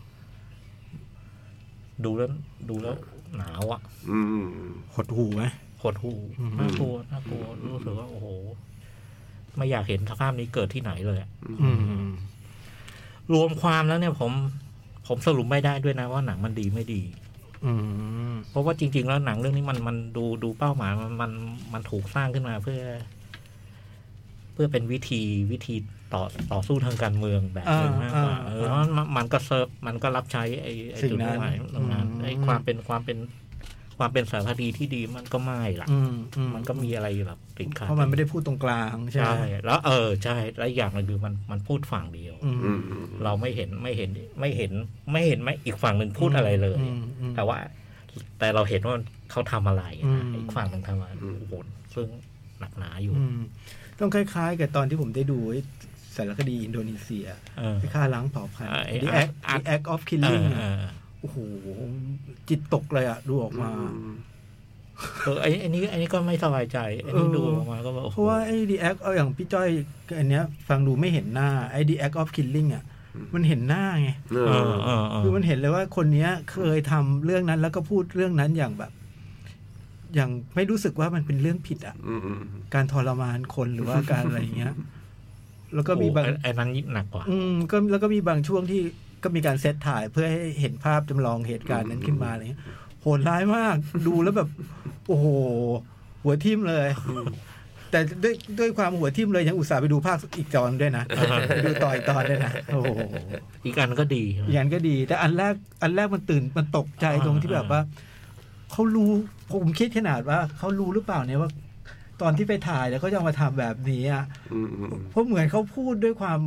ดูแล้วดูแล้วหนาวอะ
อืมอืม
หดหูไหม
หดหู
อืม
น่ากลัวน่ากลัวรู้สึกว่าโอ้โห ไม่อยากเห็นสภาพนี้เกิดที่ไหนเลยอะ
อืม
รวมความแล้วเนี่ย ผม ผมสรุปไม่ได้ด้วยนะว่าหนังมันดีไม่ดี
อืม
เพราะว่าจริง ๆ แล้วหนังเรื่องนี้มันมันดูดูเป้าหมายมันมันมันถูกสร้างขึ้นมาเพื่อ เพื่อเป็นวิธีวิธีต่อต่อสู้ทางการเมืองแบบหนึงมากกว่าเออเพราะมันมันก็เซิร์ฟมันก็รับใช้ไอ้ไอ้จุดมุ่งหมายตรงนั้นไอ้ความเป็นความเป็นความเป็นสารคดีที่ดีมันก็ไม่ล่ะ
อืมอืม
มันก็มีอะไรแบบติดขัด
เพราะมันไม่ได้พูดตรงกลางใช่ไหม
ใช่แล้วเออใช่แล้วอย่างหนึงคือมันมันพูดฝั่งเดียว
อืม
อืมอืม
เราไม่เห็นไม่เห็นไม่เห็นไม่เห็นไม่อีกฝั่งหนึ่งพูดอะไรเลย
มอืม
แต่ว่าแต่เราเห็นว่าเขาทำอะไร
อื
นะ
ม
อีกฝั่งหนึ่งทำอะไรโอ้โหซึ่งหนักหนาอยู่
อืมต้องคล้ายๆ กับตอนที่ผมได้ดูไอ้สารคดีอินโดนีเซีย
เออ
ที่ฆ่าล้างเผ่าพันธุ์
อ่าไอ้
The Act The Act of
เอ
Killing
อ
อะ
เออ
โอ้โห จิตตกเลยอะดูออกมา
เออไอ้ไอ้นี่ไอ้นี่ก็ไม่สบายใจไอ้นี่
เออ
ดูออกมาก็แบบโอ้
เพ
โห
ราะว่าไอ้ดีแอคเอาอย่างพี่จ้อยอันเนี้ย ฟังดูไม่เห็นหน้าไอ้ดีแอคออฟคิลลิ่งอะมันเห็นหน้าไง
เอ
เอ
อ
อเออเออ
คือมันเห็นเลยว่าคนเนี้ยเคยทำเรื่องนั้นแล้วก็พูดเรื่องนั้นอย่างแบบ อย่างไม่รู้สึกว่ามันเป็นเรื่องผิดอะ
อืมอืม
การทรมานคนหรือว่าการอะไรอย่างเงี้ย แล้วก็มีบาง
โอ้โหไอ้ไอ้นั้นยิ่งหนักกว่า
อืมก็แล้วก็มีบางช่วงที่ก็มีการเซตถ่ายเพื่อให้เห็นภาพจำลองเหตุการณ์นั้นขึ้นมาอะไรเงี้ยโหดร้ายมาก ดูแล้วแบบ โอ้โห หัวทิ่มเลย แต่ด้วยด้วยความหัวทิ่มเลยยังอุตส่าห์ไปดูภาคอีกตอนด้วยนะ ไปดูต่อยตอนด้วยนะโอ้โห
อีกอันก็ดี
อย่างนั้นก็ดี แต่อันแรกอันแรกมันตื่นมันตกใจตรงที่แบบว่าเขารู้ผมคิดขนาดว่าเขารู้หรือเปล่าเนี่ยว่า ตอนที่ไปถ่ายแล้วเขาจะเอามาทำแบบนี้อ่ะ
อืมอืม
เพราะเหมือนเขาพูดด้วยความ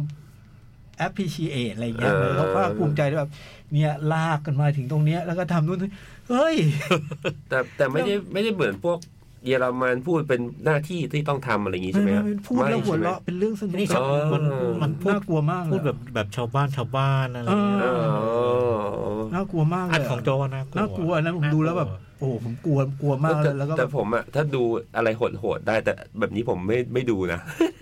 appreciate อะไรเงี้ย
เออ
เหมือนเขาภาคภูมิใจด้วยแบบ เนี่ยลากกันมาถึงตรงเนี้ย แล้วก็ทำนู่นเฮ้ย
แต่แต่ไม่ได้ไม่ได้เหมือนพวกเยอรมันพูดเป็นหน้าที่ที่ต้องทำอะไรอย่างงี้ใช่ไหมฮะ
พูดแล้ว
ไม่
หัว
ใช่ไม
เราะเป็นเรื่องสนุก
นี่ชอบ
มัน
มันมันพูด
น่ากลัวมากเลย
พูดแบบแบบชาวบ้านชาวบ้านอะไรอย่างเงี้ย
เอ
อ๋อ
น่ากลัวมากเล
อัน
ย
ของโจน่ากลัว
น่ากลัวนะผมดูแล้วแบบ โอ้โหผมกลัวกลัวมากเลยแล้วก็
แต่ผมอะถ้าดูอะไรโหดๆได้แต่แบบนี้ผมไม่ไม่ดูนะ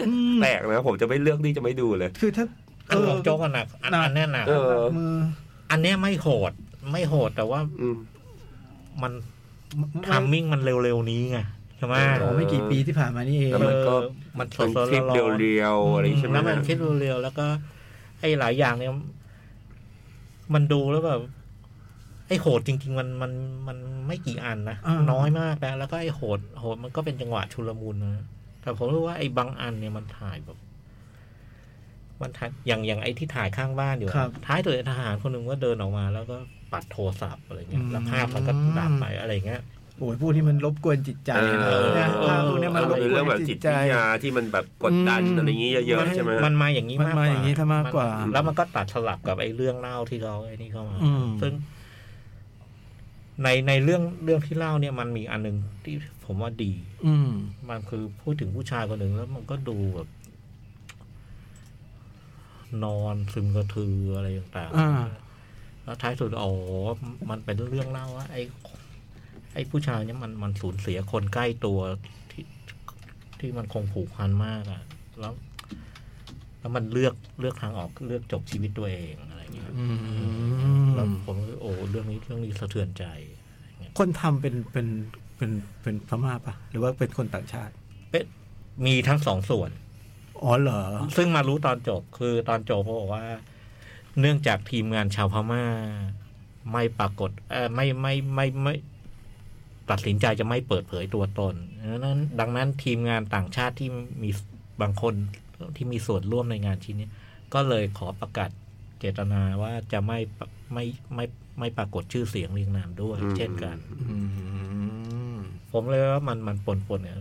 อืม
แปลกนะผมจะไม่เลือกที่จะไม่ดูเลย
คือถ้า
อันของโจก็หนักอันอันเนี้ยหนัก
เออ
มือ
อันเนี้ยไม่โหด ไม่โหดแต่ว่า
อืม
มัน
มัน
ทามมิ่งมันเร็วๆนี้ไงใช่ไหม
เออ
โอ้ไม่กี่ปีที่ผ่านมานี่เอง
แล้วมันก็
เออมันส
เป็
ด
น
ๆ
คลิป
ร้อนๆ
เรียวๆอะไรใช่ไหม
แล้วมัน
ฮะ
คลิปเรียวๆแล้วก็ ไอ้หลายอย่างเนี่ย มันดูแล้วแบบไอ้โหดจริง ๆ มันมันมันไม่กี่อันนะ
า
น้อยมากนะแล้วก็ไอ้โหดโหดมันก็เป็นจังหวะชุลมุนนะแต่ผมรู้ว่าไอ้บางอันเนี่ยมันถ่ายแบบ มันถ่ายอย่างอย่างไอ้ที่ถ่ายข้างบ้านอยู่อะ
ครับ
ท้ายตัวทหารคนหนึ่งก็เดินออกมา แล้วก็ปัดโทรศัพท์อะไรเงี้ยแล้วภาพมันก็
อืม
ดับไปอะไรเงี้ย
โอ้ยพวกนี้มันรบกวนจิตใจ
เออ
นะนะภาพพวกเนี้ยมันรบ
เออก
ว
เรื่อน งแบบจิ
จิ
ต
ต
วิ
ใจ
ทยาที่มันแบบกดดัน
อืม
อะไรอย่างงี้เยอะๆใช่ไหมฮะ
มันมาอย่างนี้
มันมาอย่างนี้ถ้ามากกว่า
นแล้วมันก็ตัดสลับกับไอ้เรื่องเล่าที่เขาไอ้นี่เข้ามา
อืม
ซึ่ง ในในเรื่องเรื่องที่เล่าเนี่ยมันมีอันหนึงที่ผมว่าดี
อืม
มันคือพูดถึงผู้ชายคนหนึ่งแล้วมันก็ดูแบบ นอนซึมกระทืออะไรต่าง
อ่า
ๆแล้วท้ายสุดอ๋อมันเป็นเรื่องเล่าว่าไอ้ไอ้ผู้ชายเนี่ยมันมันสูญเสียคนใกล้ตัวที่ที่มันคงผูกพันมากอะแล้ว แล้วมันเลือกเลือกทางออกเลือกจบชีวิตตัวเองอะไรอย่างเงี้ย
อื
แล้ว
ม
ผมก็โอ้เรื่องนี้เรื่องนี้สะเทือนใจ
คนทำเป็นเป็นเป็นเป็นพม่าปะหรือว่าเป็นคนต่างชาติ
เป็นมีทั้งสองส่วน
อ๋อเหรอ
ซึ่งมารู้ตอนจบคือตอนจบเขาบอกว่า เนื่องจากทีมงานชาวพม่า ไม่ปรากฏเออไม่ไม่ไม่ไม่ไม่ตัดสินใจจะไม่เปิดเผยตัวตนดังนั้นดังนั้นทีมงานต่างชาติที่มีบางคนที่มีส่วนร่วมในงานชิ้นนี้ ก็เลยขอประกาศเจตนาว่าจะไม่ปะไม่ไม่ไม่ปรากฏชื่อเสียงเรียงนามด้วย
อืม
เช่นกัน
อืม
ผมเลยว่ามันมันปนปนๆเนี่ย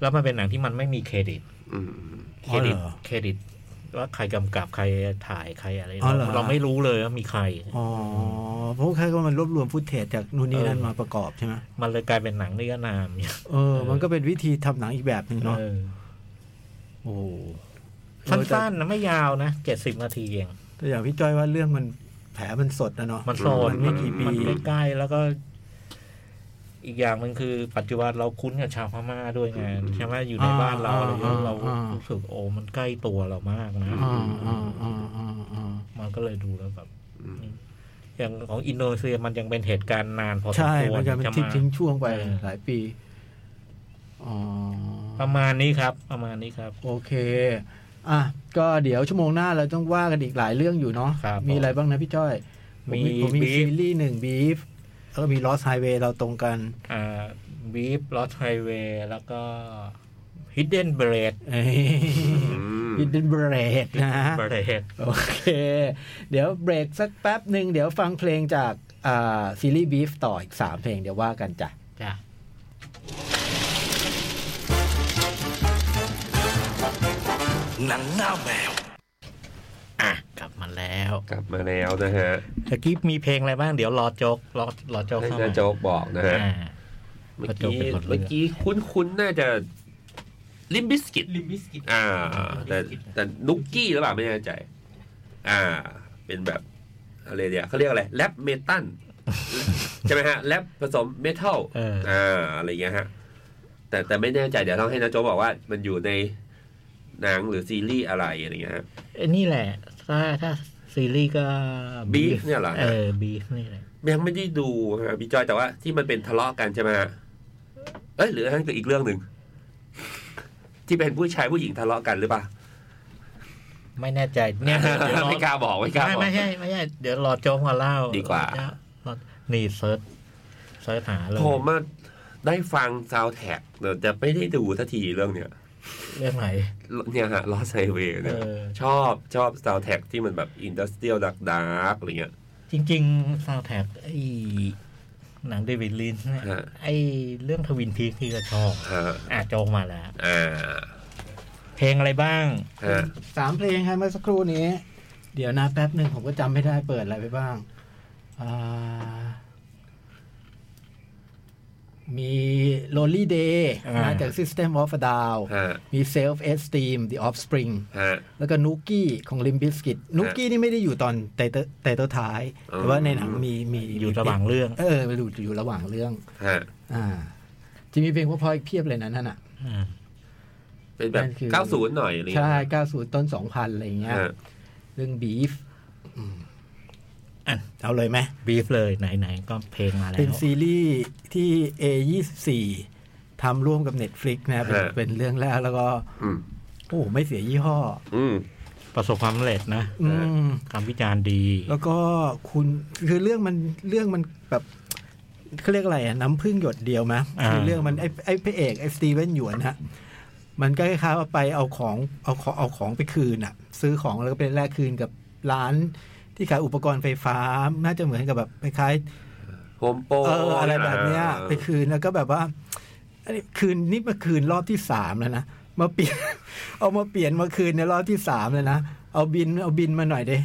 แล้วมันเป็นหนังที่มันไม่มีเครดิต
อืม
เครดิต
อ๋อเหรอ
เครดิต ว่าใครกำกับใครถ่ายใครอะไร
อ๋อเหรอ
เราเราไม่รู้เลยว่ามีใคร
อ๋อเพราะว่าค่ายก็มันรวบรวมฟุตเทจจากนู่นนี่นั่น
เออ
มาประกอบใช่ไหม
มันเลยกลายเป็นหนังนิยนาม
เออ มันก็เป็นวิธีทำหนังอีกแบบหนึ่งเนาะ
เออ
โอ้โหเออแต่
สั้นๆนะไม่ยาวนะเจ็ดสิบนาทีเอง
แต่อย่างพี่จ้อยว่าเรื่องมันแผลมันสดนะเนาะ
มันโซน
มันไม่กี่ปี
มันใกล้ๆแล้วก็ อีกอย่างหนึ่งคือ ปัจจุบันเราคุ้นกับชาวพม่าด้วยไงใช่ไหมอยู่ใน
อ่า
บ้านเราอะไรเงี้ย
อ่า
เรา
อ่า
รู้สึกโอ้มันใกล้ตัวเรามากนะ
อ่าอ่าอ่าอ่าอ่า
มันก็เลยดูแล้วแบบอย่างของอินโดนีเซียมันยังเป็นเหตุการณ์นานพอสม
ใช่
ควร
มันจะเป็น
จะ
ทิ้ง
มา
ทิ้งช่วงไป
เออ
หลายปีอ๋อ
ประมาณนี้ครับ ประมาณนี้ครับ
โอเค อ่ะ ก็เดี๋ยวชั่วโมงหน้าเราต้องว่ากันอีกหลายเรื่องอยู่เนาะ
ครับ
มีอะไรบ้างนะพี่จ้อย ผม
มี
ผมมี
Beef
ซีรีส์หนึ่งบีฟแล้วก็มีลอสไฮเวย์เราตรงกัน
อ่าบีฟลอสไฮเวย์แล้วก็ Hidden b r e a d
ยิน *laughs* ดีเบรกนะฮะ
b r e a d
โอเค เดี๋ยวเบรกสักแป๊บหนึ่ง เดี๋ยวฟังเพลงจากอ่าซีรีส์บีฟต่ออีก 3 เพลงเดี๋ยวว่ากันจ้ะ
จ้ะ
หนังหน้าแมว
อ่ะกลับมาแล้ว
กลับมาแล้วนะฮะ
เมื่อกี้มีเพลงอะไรบ้างเดี๋ยวรอโจ๊กรอรอโจ๊ก
ให้
เข้า
นา
มา
โจ๊กบอกนะฮะ
อ่า
เมื่อ
ก็
กี้
โจ๊กเป็นคนเลือก
เมื่อกี้คุ้นคุ้นๆน่าจะลิมบิสกิต
ลิมบิสกิต
อ่า แต่แต่นุกกี้หรือเปล่าไม่แน่ใจ อ่า เป็นแบบอะไรเดียวเขาเรียกอะไรแรปเมตั *laughs* ลใช่ไหมฮะแรปผสมเมทัล
เออ
อ่าอะไรเงี้ยฮะ แต่แต่ไม่แน่ใจเดี๋ยวต้องให้นาโจกบอกว่า มันอยู่ในหนังหรือซีรีส์อะไรอะไรเงี้ยฮะ
ไอ้นี่แหละ ถ้าถ้าซีรีส์ก็
Beef เนี่ยเหรอ
เออบีฟนี่แหละ
ยังไม่ได้ดูฮะพี่จอยแต่ว่าที่มันเป็นทะเลาะกันใช่ไหมฮะเอ้ยหรืออันนั้นก็อีกเรื่องหนึ่งที่เป็นผู้ชายผู้หญิงทะเลาะกันหรือเปล่า
ไม่แน่ใจเนี่ยเดี๋ยวรอ
*laughs* ไม่กล้าบอกไม่กล้า
ไม่
บอก
ไม่ใช่ไม่ใช่เดี๋ยวรอโจ๊กมาเล่า
ดีกว่า
รอนี่เซิร์ชเซิร์ชหาเลย
ผมมาได้ฟังซาวแท็กแต่จะไม่ได้ดูทันทีเรื่องเนี้ย
เรื่องไหน
เนี่ยฮะลอสไซเวย์เนี่ย
เออ
ชอบชอบซาวแท็กที่มันแบบอินดัสเทรียลดักดาร์กอะไรเงี้ย
จริงๆซาวแท็กไอ้หนังเดวิดลินช์เนี่ย
ฮะ
ไอ้เรื่องทวินพีคที่ก็ชอบ
ฮะ
อ่ะโจงมาแล้ว
อ่า
เพลงอะไรบ้าง
ฮะ
สามเพลงครับเมื่อสักครู่นี้ เดี๋ยวนะแป๊บหนึ่งผมก็จำไม่ได้เปิดอะไรไปบ้างอ่ามี Lonely Day
อ่า
นะจาก System of a Down
ฮะ
มี Self Esteem The Offspring
ฮะ
แล้วก็นุกกี้ของ Limp Bizkit นุกกี้นี่ไม่ได้อยู่ตอนไตเตไตเติลท้าย
อ๋อ
แต่ว่าในหนังมีมี
อยู่ระหว่างเรื่อง
เอออยู่อยู่ระหว่างเรื่อง
ฮะ
อ่า จะมีเพลงเพราะๆอีกเพียบเลยนะนั่นน่ะ
อ่า
เป็นแบบ
นั่นคือ
90 หน่อยอะไร
ใช่
เงี้ย
90 ต้น 2000 อะไรอย่างเงี้ย
ฮะ
เรื่องบีฟเอาเลยไหม
บีฟเลยไหนๆก็เพลงมาแล้ว
เป็นซีรีส์ที่ A24 ทำร่วมกับ Netflix นะเป็นเป็นเรื่องแรกแล้วก็
อืม
โอ้โหไม่เสียยี่ห้อ
อืม
ประสบความสำเร็จนะ
อืม
คำวิจารณ์ดี
แล้วก็คุณคือเรื่องมันเรื่องมันแบบเขาเรียกอะไรอะน้ำพึ่งหยดเดียวมะ
อ่า
คือเรื่องมันไอ้ไอ้พระเอกไอ้สตีเวนหยวนฮะมันก็คล้ายๆว่าไปเอาของเอาของเอาของไปคืนอะซื้อของแล้วก็ไปแลกคืนกับร้านที่ขายอุปกรณ์ไฟฟ้า น่าจะเหมือนกับแบบคล้ายๆ
โฮมโป
เอออะไรแบบเนี้ยไปคืนแล้วก็แบบว่าอันนี้คืนนี่มาคืนรอบที่สามแล้วนะมาเปลี่ยน *laughs* เอามาเปลี่ยนมาคืนในรอบที่สามเลยนะเอาบินเอาบินมาหน่อยดิ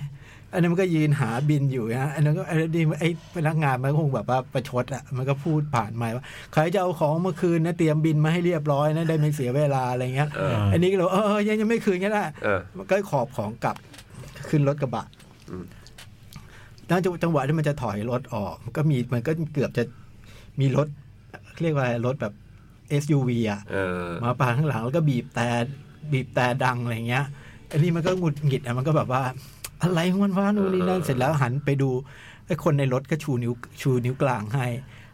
อันนั้นมันก็ยืนหาบินอยู่นะอันนั้นก็ไอ้นี่ไอ้พนักงานมันก็คงแบบว่าประชดอ่ะมันก็พูดผ่านไมาว่าใครจะเอาของมาคืนนะเตรียมบินมาให้เรียบร้อยนะได้ไม่เสียเวลาอะไรเงี้ย
เออ
อันนี้ก็เลยบอกเออเออยังยังไม่คืนก็ได้
เออ
มันก็ขอบของกลับขึ้นรถกระบะ
อืม
แล้วจังจังหวะที่มันจะถอยรถออกมันก็มีมันก็เกือบจะมีรถเรียกว่าอะไรรถแบบ SUV อ่ะ
เออ
มาปาดข้างหลังแล้วก็บีบแต่บีบแต่ดังอะไรเงี้ยไอันนี้มันก็หงุดหงิดอ่ะมันก็แบบว่า อะไรของมันวะนู่นนี่นั่นเสร็จแล้วหันไปดูไอ้คนในรถก็ชูนิ้วชูนิ้วกลางให้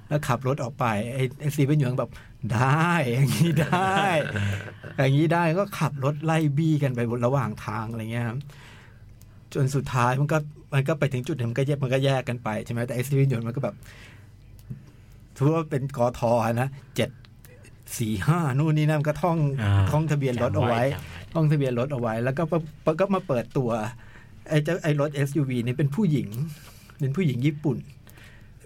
แล้วขับรถออกไปไอ้ไอ้ซีเป็นอยู่ข้างแบบได้อย่างนี้ได้
*laughs*
อย่างนี้ได้ก็ขับรถไล่บี้กันไปบนระหว่างทางอะไรเงี้ยครับจนสุดท้ายมันก็มันก็ไปถึงจุดหนึ่งมันก็แยกมันก็แยกกันไปใช่ไหมแต่ไอ้ซีเป็นอยู่มันก็แบบถือว่าเป็นกอทอนะเจ็ดสี่ห้านู่นนี่นั่นมันก็ท่อง
อ่า
ท่องทะเบียนรถเอาไว้
จำ
ห้องทะเบียนรถเอาไว้ แล้วก็ปะปะก็มาเปิดตัว ไอ้เจ้าไอ้รถ SUV เนี่ยเป็นผู้หญิง เป็นผู้หญิงญี่ปุ่น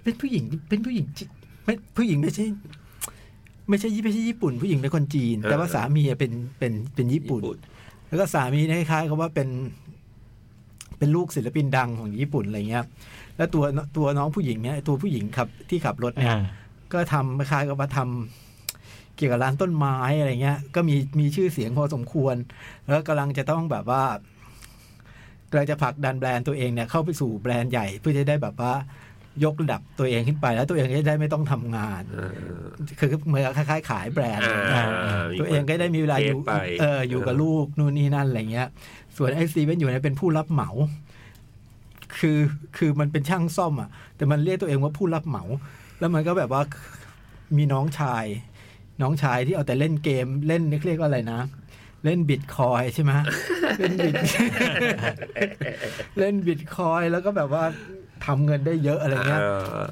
เป็นผู้หญิงเป็นผู้หญิงจิไม่ผู้หญิงไม่ใช่ ไม่ใช่ไม่ใช่ญี่ปุ่น ผู้หญิงเป็นคนจีน แต่ว่าสามีอะเป็นเป็นเป็นญี่ปุ่น แล้วก็สามีเนี่ยคล้ายๆเขาว่าเป็น เป็นลูกศิลปินดังของญี่ปุ่นอะไรเงี้ย แล้วตัวตัวน้องผู้หญิงเนี่ยตัวผู้หญิงขับที่ขับรถเนี่ย
อ่า
ก็ทำคล้ายๆกับว่าทำเกี่ยวกับร้านต้นไม้อะไรเงี้ย ก็มีมีชื่อเสียงพอสมควร แล้วกำลังจะต้องแบบว่ากำลังจะผลักดันแบรนด์ตัวเองเนี่ยเข้าไปสู่แบรนด์ใหญ่เพื่อจะได้แบบว่ายกระดับตัวเองขึ้นไป แล้วตัวเองจะได้ไม่ต้องทำงาน คือเหมือนกับคล้ายๆ ขายแบรนด์อะไรเงี้ย ตัวเองก็ได้มีเวลาอยู่
เทคไป
เอออยู่กับลูกนู่นนี่นั่นอะไรเงี้ย ส่วนไอ้ซีเว่นอยู่เนี่ยเป็นผู้รับเหมา คือคือมันเป็นช่างซ่อมอ่ะ แต่มันเรียกตัวเองว่าผู้รับเหมา แล้วมันก็แบบว่ามีน้องชาย น้องชายที่เอาแต่เล่นเกมเล่นเรียกว่าอะไรนะ เล่นบิตคอยใช่ไหมเล่นบิต *laughs* เล่นบิตคอยแล้วก็แบบว่าทำเงินได้เยอะอะไรเงี้ย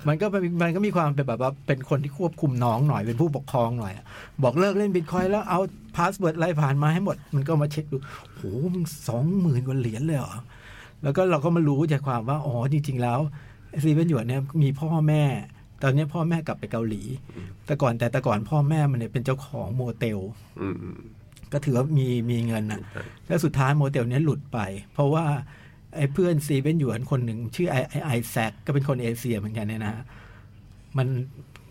มันก็เป็นมันก็มีความเป็นแบบว่าเป็นคนที่ควบคุมน้องหน่อยเป็นผู้ปกครองหน่อยอะบอกเลิกเล่นบิตคอยแล้วเอาพาสเวิร์ดอะไรผ่านมาให้หมด มันก็มาเช็คดูโหมึงสองหมื่นกว่าเหรียญเลยเหรอ แล้วก็เราก็มารู้จากความว่า อ๋อจริง ๆ แล้วซีเวนหยวนเนี่ยมีพ่อแม่ ตอนเนี้ยพ่อแม่กลับไปเกาหลี แต่ก่อนแต่แต่ก่อนพ่อแม่มันเนี่ยเป็นเจ้าของโมเตล
อืมอืม
ก็ถือว่ามีมีเงินน่ะ แล้วสุดท้ายโมเตลเนี้ยหลุดไป เพราะว่าไอ้เพื่อนซีเว่นหยวนคนหนึ่งชื่อไอไอไอแซกก็เป็นคนเอเชียเหมือนกันเนี่ยนะฮะมัน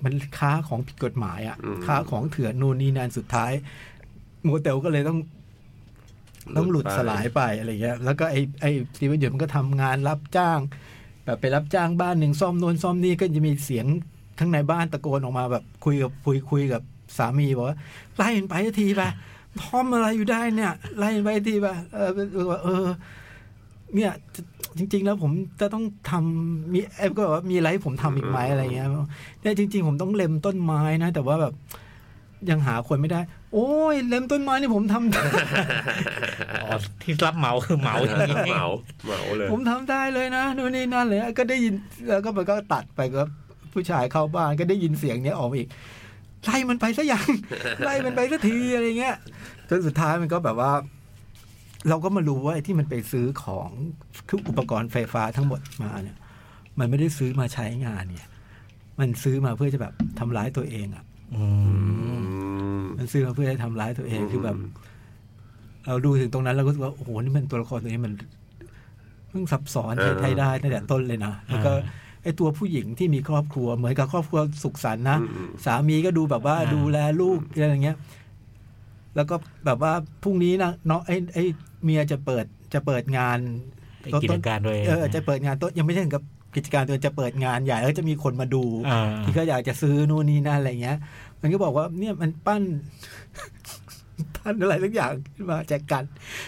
มันค้าของผิดกฎหมายอะ่ะ
อืม
ค้าของเถื่อนนู่นนี่นั่นสุดท้าย โมเตลก็เลยต้องต้องหลุดสลายไปอะไรเงี้ย แล้วก็ไอไอซีเว่นหยวนมันก็ทำงานรับจ้าง แบบไปรับจ้างบ้านหนึ่งซ่อมโน่นซ่อมนี่ก็จะมีเสียงข้างในบ้านตะโกนออกมาแบบคุยกับคุยคุยกับสามีบอกว่าไล่มันไปสักทีไปทอมอะไรอยู่ได้เนี่ย ไล่มันไปสักทีไปเออบอกว่าเออ เนี่ยจะจริง ๆ แล้วผมจะต้องทำมีแอปก็บอกว่ามีอะไรให้ผมทำอีกไหมอะไรเงี้ยเนี่ยจริง ๆ ผมต้องเล็มต้นไม้นะ แต่ว่าแบบ ยังหาคนไม่ได้ โอ้ยเล็มต้นไม้นี่ผมทำได้
อ๋อที่รับเหมาคือเหมาอย่างนี้
เหมาเหมาเลย
ผมทำได้เลยนะนู่นนี่นั่นเลยก็ได้ยินแล้วก็มันก็ตัดไปก็ผู้ชายเข้าบ้านก็ได้ยินเสียงเนี้ยออกมาอีกไล่มันไปซะ
*laughs*
อย่าง ไล่มันไปสักทีอะไรเงี้ยจนสุดท้ายมันก็แบบว่า เราก็มารู้ว่าไอ้ที่มันไปซื้อของคืออุปกรณ์ไฟฟ้าทั้งหมดมาเนี่ย มันไม่ได้ซื้อมาใช้งานเนี่ย มันซื้อมาเพื่อจะแบบทำร้ายตัวเองอ่ะ
อืม
มันซื้อมาเพื่อจะทำร้ายตัวเองคือแบบ เราดูถึงตรงนั้นเราก็รู้สึกว่าโอ้โหนี่มันตัวละครตัวนี้มันเพิ่งซับซ้อน
เออ
ใช้ได้ตั้งแต่ต้นเลยนะแล้วก็ไอตัวผู้หญิงที่มีครอบครัวเหมือนกับครอบครัวสุขสันต์นะสามีก็ดูแบบว่าดูแลลูกอะไรอย่างเงี้ย แล้วก็แบบว่าพรุ่งนี้นะเนาะไอไอเมียจะเปิดจะเปิดงาน
ไปกิจการด้วย
เออจะเปิดงานต้นยังไม่ถึงกับกิจการตัวจะเปิดงานใหญ่แล้วจะมีคนมาดู
อ่า
ที่ก็อยากจะซื้อนู่นนี่นั่นอะไรเงี้ย มันก็บอกว่าเนี่ยมันปั้น *laughs* ปั้นอะไรสักอย่างขึ้นมาแจกกัน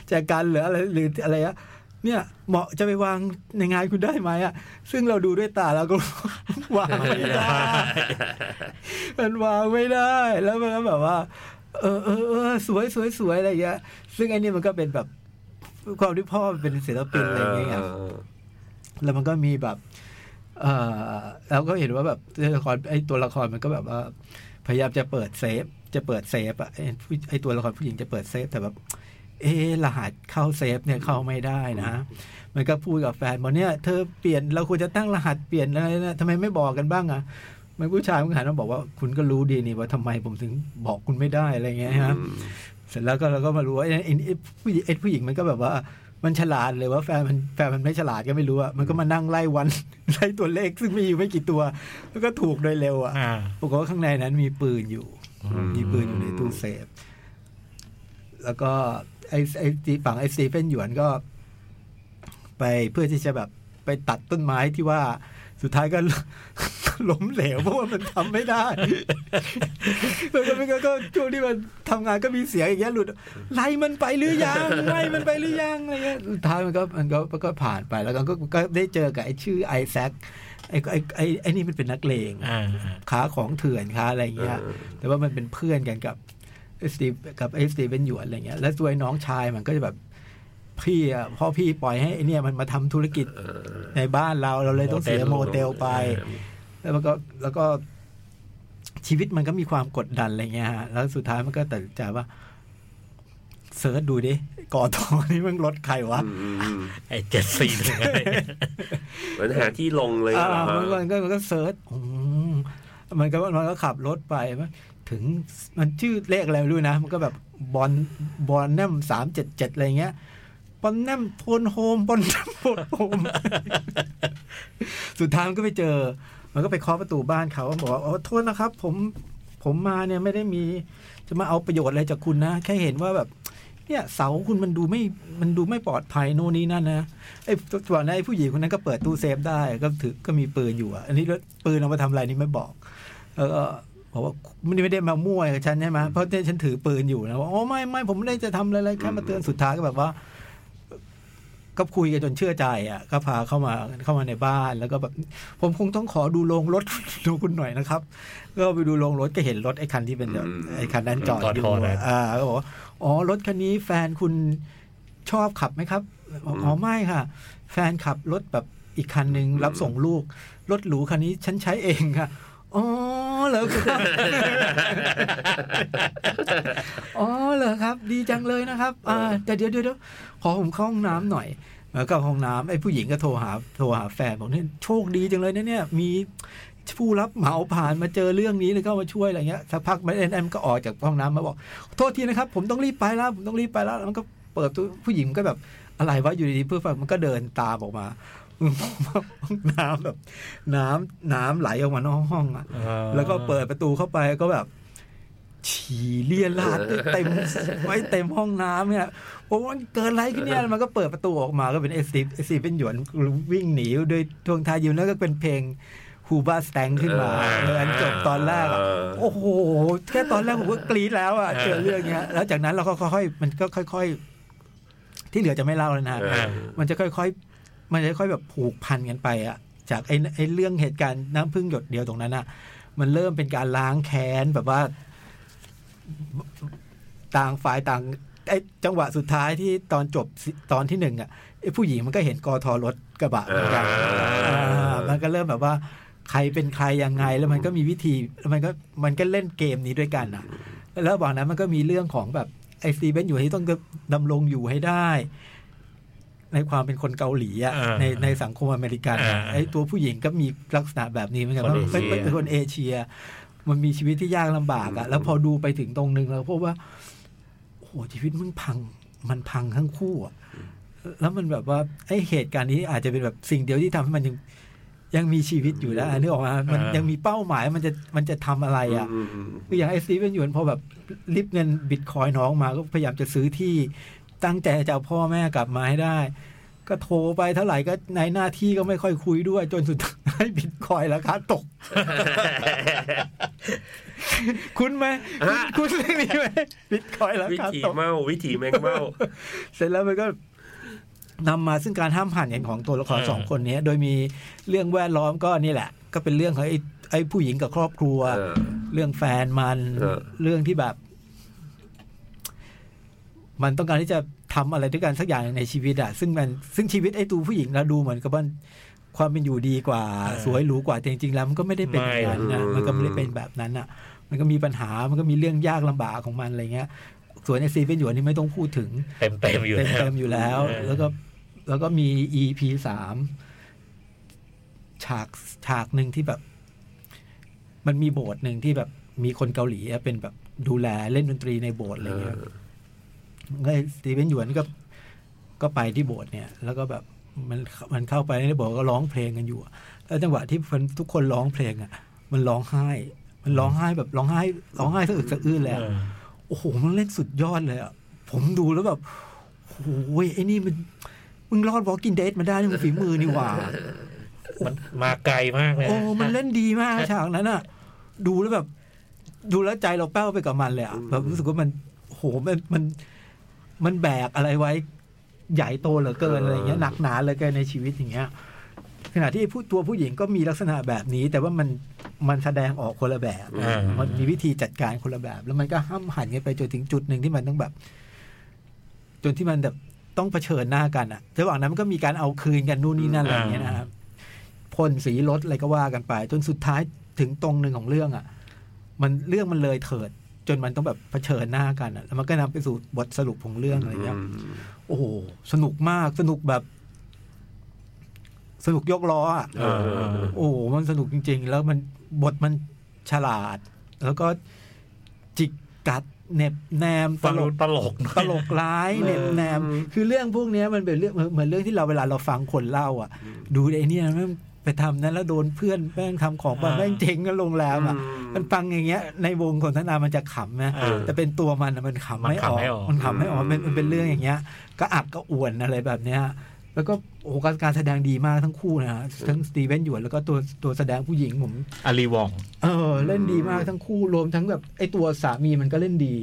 แจกกันหรืออะไรหรืออะไรอะเนี่ยเหมาะจะไปวางในงานคุณได้ไหมอะซึ่งเราดูด้วยตาเราก็ วางไม่ได้
*laughs*
มันวางไม่ได้ แล้วมันก็แบบว่า เออเออเออสวยสวยสวยอะไรเงี้ย ซึ่งไอ้นี่มันก็เป็นแบบความที่พ่อเป็นศิลปินอะไรเงี้ยไง แล้วมันก็มีแบบ เออแล้วก็เห็นว่าแบบตัวละครไอ้ตัวละครมันก็แบบว่า พยายามจะเปิดเซฟ จะเปิดเซฟอะไอ้ผู้ไอ้ตัวละครผู้หญิงจะเปิดเซฟ แต่แบบ เออรหัสเข้าเซฟเนี่ยเข้าไม่ได้นะ มันก็พูดกับแฟนบอกเนี่ยเธอเปลี่ยนเราควรจะตั้งรหัสเปลี่ยนอะไรนะทำไมไม่บอกกันบ้างอะมันผู้ชายมันก็หันมาบอกว่าคุณก็รู้ดีนี่ว่าทำไมผมถึงบอกคุณไม่ได้อะไรเงี้ยฮะ เสร็จแล้วก็เราก็มารู้ว่าไอ้ไอ้ไอ้ผู้หญิงไอ้ผู้หญิงมันก็แบบว่า มันฉลาดเลยว่าแฟนมันแฟนมันไม่ฉลาดก็ไม่รู้อะมันก็มานั่งไล่วัน ไล่ตัวเลขซึ่งมีอยู่ไม่กี่ตัว แล้วก็ถูกโดยเร็วอะ
อ่า
ปรากฏว่าข้างในนั้นมีปืนอยู่ มีปืนอยู่ในตู้เซฟ แล้วก็ไอ้ไอ้ฝั่งไอ้ซีเฟนหยวนก็ ไปเพื่อที่จะแบบไปตัดต้นไม้ที่ว่าสุดท้ายก็ *laughs* ล้มเหลวเพราะว่ามันทำไม่ได้ แล้วก็มันก็ก็ช่วงที่มันทำงานก็มีเสียงอย่างเงี้ยหลุดไล่มันไปหรือยังไล่มันไปหรือยังอะไรเงี้ยสุดท้ายมันก็มันก็มันก็ผ่านไปแล้วก็ก็ก็ได้เจอกับไอ้ชื่อไอแซคไอ้ไอ้ไอ้ไอ้นี่มันเป็นนักเลง
อ่า
ค้าของเถื่อนค้าอะไรอย่างเงี้ย
เออ
แต่ว่ามันเป็นเพื่อนกันกับสตีกับไอ้สตีเวนหยวนอะไรเงี้ย แล้วตัวไอ้น้องชายมันก็จะแบบพี่อ่ะพ่อพี่ปล่อยให้ไอ้เนี่ยมันมาทำธุรกิจในบ้านเราเราเลยต้องเสียโมเตลไป แล้วมันก็แล้วก็ชีวิตมันก็มีความกดดันอะไรเงี้ยฮะ แล้วสุดท้ายมันก็ตัดสินใจว่าเสิร์ชดูดิก่อทอนี่มันรถใครวะ
ไอ้เจ็ดสี่หนึ่งอะไร
เหมือนหาที่ลงเลยเหรอ
อ่า
ฮะ
มันก็มันก็มันก็เซิร์ชอืมมันก็มันก็ขับรถไปมัน ถึงมันชื่อเลขอะไรไม่รู้นะ มันก็แบบบอลบอลแนมสามเจ็ดเจ็ดอะไรเงี้ยบอลแนมโทนโฮมบอลแนมโทนโฮม *laughs* สุดท้ายมันก็ไปเจอ มันก็ไปเคาะประตูบ้านเขาบอกว่าโอ้โทษนะครับ ผมผมมาเนี่ยไม่ได้มี จะมาเอาประโยชน์อะไรจากคุณนะ แค่เห็นว่าแบบ เนี่ยเสาคุณมันดูไม่มันดูไม่ปลอดภัยโน่นนี่นั่นนะไอ้ส่วนไอ้ผู้หญิงคนนั้นก็เปิดตู้เซฟได้ก็ถือก็มีปืนอยู่อะอันนี้แล้วปืนเอามาทำอะไรนี่ไม่บอก เออก็บอกว่ามันไม่ได้มามั่วกับฉันใช่ไหมเพราะเนี่ยฉันถือปืนอยู่นะว่าอ๋อไม่ไม่ผมไม่ได้จะทำอะไรเลยแค่มาเตือนสุดท้ายก็แบบว่า ก็คุยกันจนเชื่อใจอ่ะ ก็พาเข้ามาเข้ามาในบ้านแล้วก็แบบ ผมคงต้องขอดูโรงรถ *laughs* ดูคุณหน่อยนะครับ ก็ไปดูโรงรถก็เห็นรถไอ้คันที่เป็นแบบ
อืม
ไอ้คันนั้นจอด
จอด
อยู่
คอนะ
อ่าก็บอกว่าอ๋อรถคันนี้แฟนคุณชอบขับไหมครับบอกอ๋อไม่ค่ะ แฟนขับรถแบบอีกคันหนึ่งรับส่งลูก รถหรูคันนี้ฉันใช้เองค่ะอ๋อเหรอครับ อ๋อเหรอครับ ดีจังเลยนะครับ อ่าแต่เดี๋ยวเดี๋ยวเดี๋ยวขอผมเข้าห้องน้ำหน่อยแล้วก็ห้องน้ำไอ้ผู้หญิงก็โทรหาโทรหาแฟนบอกเนี่ยโชคดีจังเลยนะเนี่ยมีผู้รับเหมาผ่านมาเจอเรื่องนี้เลยก็มาช่วยอะไรเงี้ยสักพักไม่เอ็นแอมก็ออกจากห้องน้ำมาบอก โทษทีนะครับ ผมต้องรีบไปแล้วผมต้องรีบไปแล้วแล้วมันก็เปิดประตู้ผู้หญิงก็แบบอะไรวะอยู่ดีๆเพื่อนมันก็เดินตามออกมา *laughs* ห้องน้ำแบบ น้ำน้ำไหลออกมานอกห้องอะ แล้วก็เปิดประตูเข้าไปก็แบบ ฉี่เลี่ยราดเต็ม ไว้เต็มห้องน้ำเนี่ยผมว่าเกิดอะไรขึ้นเนี่ยมันก็เปิดประตูออกมาก็เป็นเอซีเอซีเป็นหยวนวิ่งหนีด้วยทวงทายยิมแล้วก็เป็นเพลงฮูบาสแตงขึ้นมาเอออันจบตอนแรกอะ โอ้โห แค่ตอนแรกผมก็กรี๊ดแล้วอ่ะ เจอเรื่องเนี้ย แล้วจากนั้นเราก็ค่อยๆ มันก็ค่อย ๆ ที่เหลือจะไม่เล่าแล้วนะ
เออ
มันจะค่อยๆ มันจะค่อยๆแบบผูกพันกันไปอ่ะ จากไอ้ไอ้เรื่องเหตุการณ์น้ำพึ่งหยดเดียวตรงนั้นอ่ะ มันเริ่มเป็นการล้างแค้นแบบว่า ต่างฝ่ายต่างไอ้จังหวะสุดท้ายที่ตอนจบตอนที่หนึ่งอ่ะไอ้ผู้หญิงมันก็เห็นกอทอรถกระบะเหมือนกัน
อ่า
อ่ามันก็เริ่มแบบว่า ใครเป็นใครยังไงแล้วมันก็มีวิธีแล้วมันก็มันก็เล่นเกมนี้ด้วยกันอ่ะ แล้วระหว่างนั้นมันก็มีเรื่องของแบบไอ้ซีเบนอยู่ที่ต้องดำรงอยู่ให้ได้ ในความเป็นคนเกาหลีอ่ะ
อ่า
ในในสังคมอเมริกันอะ
อ่า
ไอ้ตัวผู้หญิงก็มีลักษณะแบบนี้เหมือนกัน
คนเอเชีย
เป็นเป็นคนเอเชีย มันมีชีวิตที่ยากลำบากอ่ะ แล้วพอดูไปถึงตรงนึงแล้วพบว่า โอ้โหชีวิตมึงพัง มันพังทั้งคู่อะแล้วมันแบบว่าไอ้เหตุการณ์นี้อาจจะเป็นแบบสิ่งเดียวที่ทำให้มันยังยังมีชีวิตอยู่แล้วนึกออกมามัน
อ่ายั
ยังมีเป้าหมายมันจะมันจะทำอะไรอ่ะ คืออย่างไอ้ซีเป็นหยวนพอแบบริบเงินบิตคอยน้องมาก็พยายามจะซื้อที่ตั้งใจจะเอาพ่อแม่กลับมาให้ได้ ก็โทรไปเท่าไหร่ก็ในหน้าที่ก็ไม่ค่อยคุยด้วย จนสุดท้าย *laughs* บิตคอยราคาตก คุ้นไหมคุ้นคุ้นเรื่องนี้ไหมบิตคอยรา
วิ
คา
ถี
ตก
เมาวิถีแมงเมา
เสร็จแล้วมันก็นำมาซึ่งการห้ามหันกันของตัวละคร
เออ
สองคนเนี้ย โดยมีเรื่องแวดล้อมก็นี่แหละ ก็เป็นเรื่องของไอ้ไอ้ผู้หญิงกับครอบครัว เรื่องแฟนมัน
เออ
เรื่องที่แบบ มันต้องการที่จะทำอะไรด้วยกันสักอย่างในชีวิตอะซึ่งมันซึ่งชีวิตไอ้ตูผู้หญิงเราดูเหมือนกับว่าความเป็นอยู่ดีกว่า
เออ
สวยหรูกว่าแต่จริงๆแล้วมันก็ไม่ได้เป็นอย่างนั้นนะ
ไม่
มันก็ไม่ได้เป็นแบบนั้นอะมันก็มีปัญหามันก็มีเรื่องยากลำบากของมันอะไรเงี้ยส่วนไอซีเป็นอยู่อันนี่ไม่ต้องพูดถึง
*laughs* เต็มเต็มๆอยู่แล้ว
เต็มๆอยู่แล้ว
เออ
แล้วก็แล้วก็มี EP สามฉากฉากหนึ่งที่แบบ มันมีโบสถ์หนึ่งที่แบบมีคนเกาหลีอะเป็นแบบดูแลเล่นดนตรีในโบสถ์อะไรเงี้ยก็สตีเวนหยวนก็ก็ไปที่โบสถ์เนี่ย แล้วก็แบบมันมันเข้าไปในโบสถ์ก็ร้องเพลงกันอยู่อะแล้วจังหวะที่คนทุกคนร้องเพลงอ่ะ มันร้องไห้ มันร้องไห้แบบร้องไห้ร้องไห้สะอึกสะอื้นเลยอะ
เออ
โอ้โห มันเล่นสุดยอดเลยอ่ะ ผมดูแล้วแบบโอ้ยไอ้นี่มัน มึงรอดวอลกินเด a มาได้นี่มึงฝีมือนี่ *laughs* หว่า
มันมาไกลมากเลย
โอ้
นะ
มันเล่นดีมากฉากนั้นอ่ะ ดูแล้วแบบ ดูแล้วใจเราแป้วไปกับมันเลยอ่ะ แบบรู้สึกว่ามันโอ้โห มันมัน มันแบกอะไรไว้ ใหญ่โตเหลือเกินอะไรอย่างเงี้ย หนักหนาเหลือเกินในชีวิตอย่างเงี้ย ขณะที่ผู้ตัวผู้หญิงก็มีลักษณะแบบนี้ แต่ว่ามันมันแสดงออกคนละแบบ
อ่า
มันมีวิธีจัดการคนละแบบ แล้วมันก็ห้ามหันกันไปจนถึงจุดหนึ่งที่มันต้องแบบ จนที่มันแบบต้องเผชิญหน้ากันอะระหว่างนั้นมันก็มีการเอาคืนกันนู่นนี่นั่นอะไรอย่างเงี้ยนะครับพ่นสีรถอะไรก็ว่ากันไป จนสุดท้ายถึงตรงหนึ่งของเรื่องอะมันเรื่องมันเลยเถิด จนมันต้องแบบเผชิญหน้ากันอะแล้วมันก็นำไปสู่บทสรุปของเรื่องอะไรเงี้ย โอ้โหสนุกมากสนุกแบบ สนุกยกล้ออะ
เออเออ
โอ้โหมันสนุกจริง ๆ แล้วมันบทมันฉลาด แล้วก็ จิกกัดเหน็บแนมต
ฟัง
ล
ดู
ก
ตลกหน่อย
ตลกร้ายเหน็บแนม คือเรื่องพวกเนี้ยมันเป็นเรื่องเหมือนเหมือนเรื่องที่เราเวลาเราฟังคนเล่าอ่ะ ดูไอ้เนี่ยแม่งไปทำนั้นแล้วโดนเพื่อนแม่งทำของไป
อ่า
แม่งเจ๊งกันโรงแรมอ่ะ มันฟังอย่างเงี้ย ในวงสนทนามันจะขำนะ
เออ
แต่เป็นตัวมันอะมันขำ
มัน
ไม่อ
ขำ
อก
ไม่ออก
มันขำไม่ออกมันเป็นมันเป็นเรื่องอย่างเงี้ย ก็อักก็อ่วนอะไรแบบเนี้ยแล้วก็โอ้โหการแสดงดีมากทั้งคู่นะฮะทั้งสตีเวนหยวนแล้วก็ตัวตัวแสดงผู้หญิงผม
อารีวอง
เออเล่นดีมากทั้งคู่รวมทั้งแบบไอ้ตัวสามีมันก็เล่นดี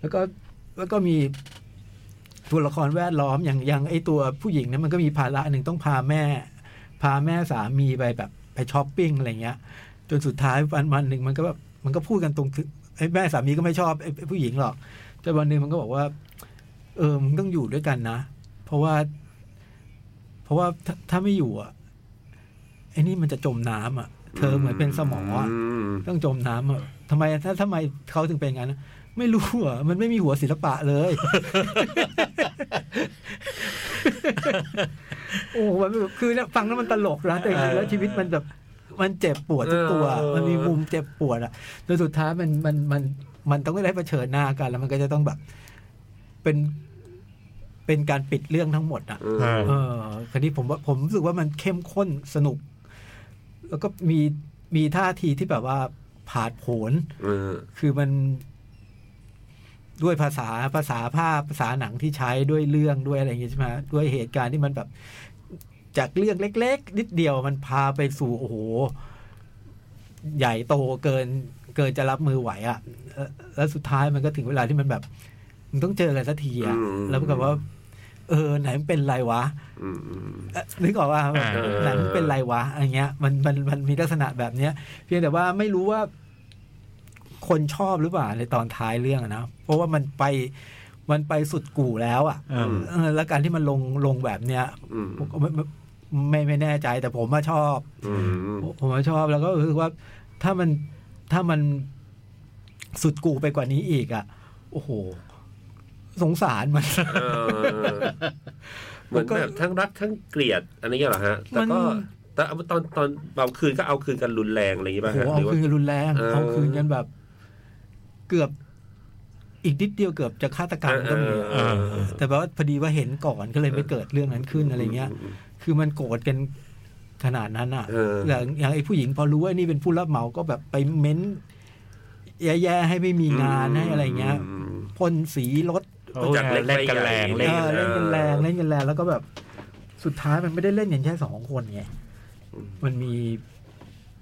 แล้วก็แล้วก็มีตัวละครแวดล้อมอย่างอย่างไอ้ตัวผู้หญิงเนี่ยมันก็มีภาระหนึ่งต้องพาแม่ พาแม่สามีไปแบบไปช้อปปิ้งอะไรเงี้ย จนสุดท้ายวันวันหนึ่งมันก็แบบมันก็พูดกันตรงคือไอ้แม่สามีก็ไม่ชอบไอ้ไอ้ผู้หญิงหรอกแต่วันหนึ่งมันก็บอกว่า เออมึงต้องอยู่ด้วยกันนะ เพราะว่า เพราะว่าถ้าถ้าไม่อยู่อ่ะไอ้นี่มันจะจมน้ำอ่ะ เธอเหมือนเป็นสมองอ่ะ
ม
ต้องจมน้ำอะทำไมถ้าทำไมเขาถึงเป็นอย่างนั้นอะไม่รู้อ่ะ มันไม่มีหัวศิลปะเลย *laughs* โอ้โหมันแบบคือเนี่ยฟังแล้วมันตลกนะแต่จริงๆแล้วชีวิตมันแบบมันเจ็บปวดทุกตัว มันมีมุมเจ็บปวดอ่ะโดยสุดท้ายมันมันมันมันต้องได้เผชิญหน้ากัน แล้วมันก็จะต้องแบบ เป็นเป็นการปิดเรื่องทั้งหมดอ่ะ
อืม
เออ
เออคันนี้ผมว่าผมรู้สึกว่ามันเข้มข้นสนุก แล้วก็มีมีท่าทีที่แบบว่าผาดโผน
อืม
คือมันด้วยภาษาภาษาภาพภาษาหนังที่ใช้ด้วยเรื่องด้วยอะไรอย่างเงี้ยใช่ไหมด้วยเหตุการณ์ที่มันแบบ จากเรื่องเล็ก ๆ นิดเดียวมันพาไปสู่โอ้โห ใหญ่โตเกิน เกินจะรับมือไหวอะ่ะแล้วแล้วสุดท้ายมันก็ถึงเวลาที่มันแบบมันต้องเจอกันสักทีอะ่ะแล้วปรากฏว่า เออ ไหนมันเป็นไรวะ
อืมอืม
เอ่อนึกออกว่า
อ่า
หนังเป็นไรวะอะไรเงี้ยมันมันมันมีลักษณะแบบเนี้ย เพียงแต่ว่าไม่รู้ว่า คนชอบหรือเปล่าในตอนท้ายเรื่องอะนะเพราะว่ามันไปมันไปสุดกู่แล้วอะ
เออ
เออแล้วการที่มันลงลงแบบเนี้ย
อืม
ผมก็ไม่ไม่ไม่ไม่แน่ใจแต่ผมว่าชอบ
อืม
ผมว่าชอบแล้วก็รู้สึกว่าถ้ามันถ้ามันสุดกู่ไปกว่านี้อีกอะโอ้โห สงสารมัน
เออเหมือนแบบทั้งรักทั้งเกลียดอันนี้เหรอฮะ แต่ก็
มัน
แต่เอาตอนตอนเอาคืนก็เอาคืนกันรุนแรงอะไรอย่างงี้ป่ะ
โอ้
ฮะห
โหเอา
รือว่า
คืนกันรุนแรง
เออ
เอาคืนกันแบบ เกือบ อีกนิดเดียวเกือบจะฆาตกรรมก็มีอะ
เออเออ
แต่ว่าพอดีว่าเห็นก่อนก็เลยไม่เกิดเรื่องนั้นขึ้นอะไรเงี้ย คือมันโกรธกันขนาดนั้นอ่ะ
เออ
แต่อย่างไอ้ผู้หญิงพอรู้ว่านี่เป็นผู้รับเหมาก็แบบไปเม้นแย่ๆให้ไม่มีงานให้อะไรเงี้ย
อืม
พ่นสีรถ
โอ้ย
จากเล็กไป
เล่นกันแรง
ใหญ่
เล่น
เออเล่นกันแรงเล่นกันแรงแล้วก็แบบสุดท้ายมันไม่ได้เล่นอย่างแค่สองคนไงมันมี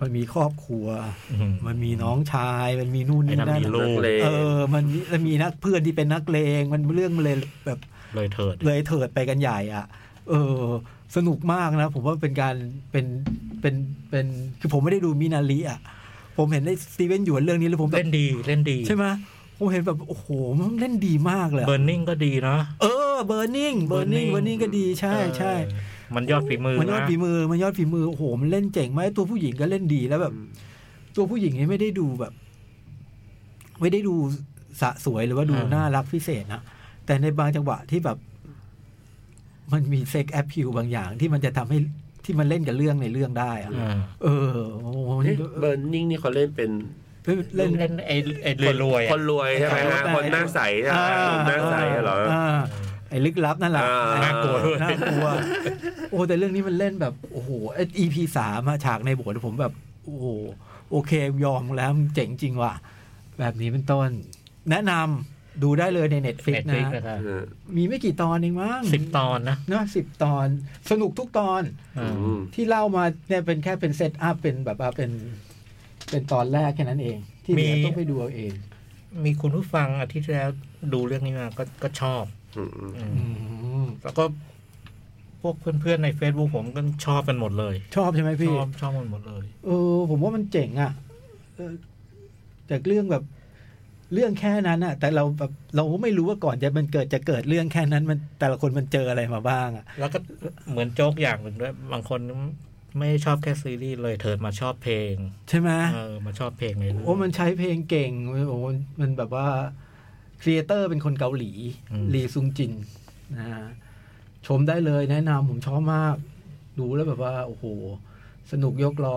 มันมีครอบครัว
อืม
มันมีน้องชายมันมีนู่น
ไอ้
นี่
นั่น
นั่น
มีลูก
นักเลง
เออ มันมีมันมีนักเพื่อนที่เป็นนักเลงมันเรื่องมันเลยแบบ
เลยเถิด
เลยเถิดไปกันใหญ่อ่ะ เออ สนุกมากนะ ผมว่าเป็นการเป็นเป็นเป็นคือผมไม่ได้ดูมินาลีอ่ะ ผมเห็นได้สตีเวนหยวนเรื่องนี้แล้วผมแบบ
เล่นดีเล่นดี
ใช่ไหมผมเห็นแบบโอ้โหมันเล่นดีมากเลยอะ
เบิร์นนิ่งก็ดีเนาะ
เออเบอร์นิงเบอร์นิง
Burning
เบอร์นิงก็ดีใช่ใช่
เออมันยอดฝีมือ
มันยอด
นะ
ฝีมือมันยอดฝีมือโอ้โหมันเล่นเจ๋งไหมากตัวผู้หญิงก็เล่นดีแล้วแบบ ตัวผู้หญิงนี่ไม่ได้ดูแบบ ไม่ได้ดูสะสวยหรือว่าดู
อ่า
น่ารักพิเศษนะแต่ในบางจังหวะที่แบบ มันมีเซ็กแอ p พิวบางอย่างที่มันจะทำให้ที่มันเล่นกับเรื่องในเรื่องได้อะ
เออ
เออโอ้โห
เอ๊ะเบิร์นนิ่งนี่เขาเล่นเป็น
เล่น
เล่นไอ้ไอ้รวยๆ
ค
อะ
นรวยใช่ไหมฮะ
แต่
คนหน้าใสใช่ไหมคนหน้าใสอะเหรอ
าไอ้ลึกลับนั่นแหละ
อ่า
น่ากลัวด้วย
น่ากลัว โอ้แต่เรื่องนี้มันเล่นแบบ โอ้โหไอ้ EP สามอะฉากในโบสถ์ผมแบบ โอ้โหโอเคยอมแล้วมันเจ๋งจริงว่ะ แบบนี้เป็นต้น แนะนำดูได้เลยใน Netflix
เน็ตฟลิก
นะ
นะครับ
เออ
มีไม่กี่ตอนเองมั้ง
สิบตอนนะ
เนอะสิบตอน สนุกทุกตอน
เออ
อืม
ที่เล่ามาเนี่ยเป็นแค่เป็นเซตอัพเป็นแบบว่าเป็น เป็นตอนแรกแค่นั้นเอง ที่เหลือต้องไปดูเอาเอง
มีคุณผู้ฟังอาทิตย์ที่แล้วดูเรื่องนี้มาก็ก็ชอบ
อืมอืม
อืม
อืม
แล้วก็ พวกเพื่อนๆใน Facebook ผมก็ชอบกันหมดเลย
ชอบใช่ไหม
ช
พี่
อบชอบกันหมดเลย
เออผมว่ามันเจ๋งอะ่ะเออจากเรื่องแบบเรื่องแค่นั้นอะ่ะ แต่เราแบบเราไม่รู้ว่าก่อนจะมันเกิดจะเกิดเรื่องแค่นั้น มันแต่ละคนมันเจออะไรมาบ้างอะ่ะ
แล้วก็เหมือนโจ๊กอย่างหนึ่งด้วยบางคนไม่ได้ชอบแค่ซีรีส์เลยเถิดมาชอบเพลง
ใช่ไหม
เออมาชอบเพลงในเรื่อง
โอ้มันใช้เพลงเก่งโอ้โหมันแบบว่าครีเอเตอร์เป็นคนเกาหลี
อืม
ลีซุงจินนะฮะชมได้เลยแนะนำผมชอบมาก ดูแล้วแบบว่า โอ้โห สนุกยกล้อ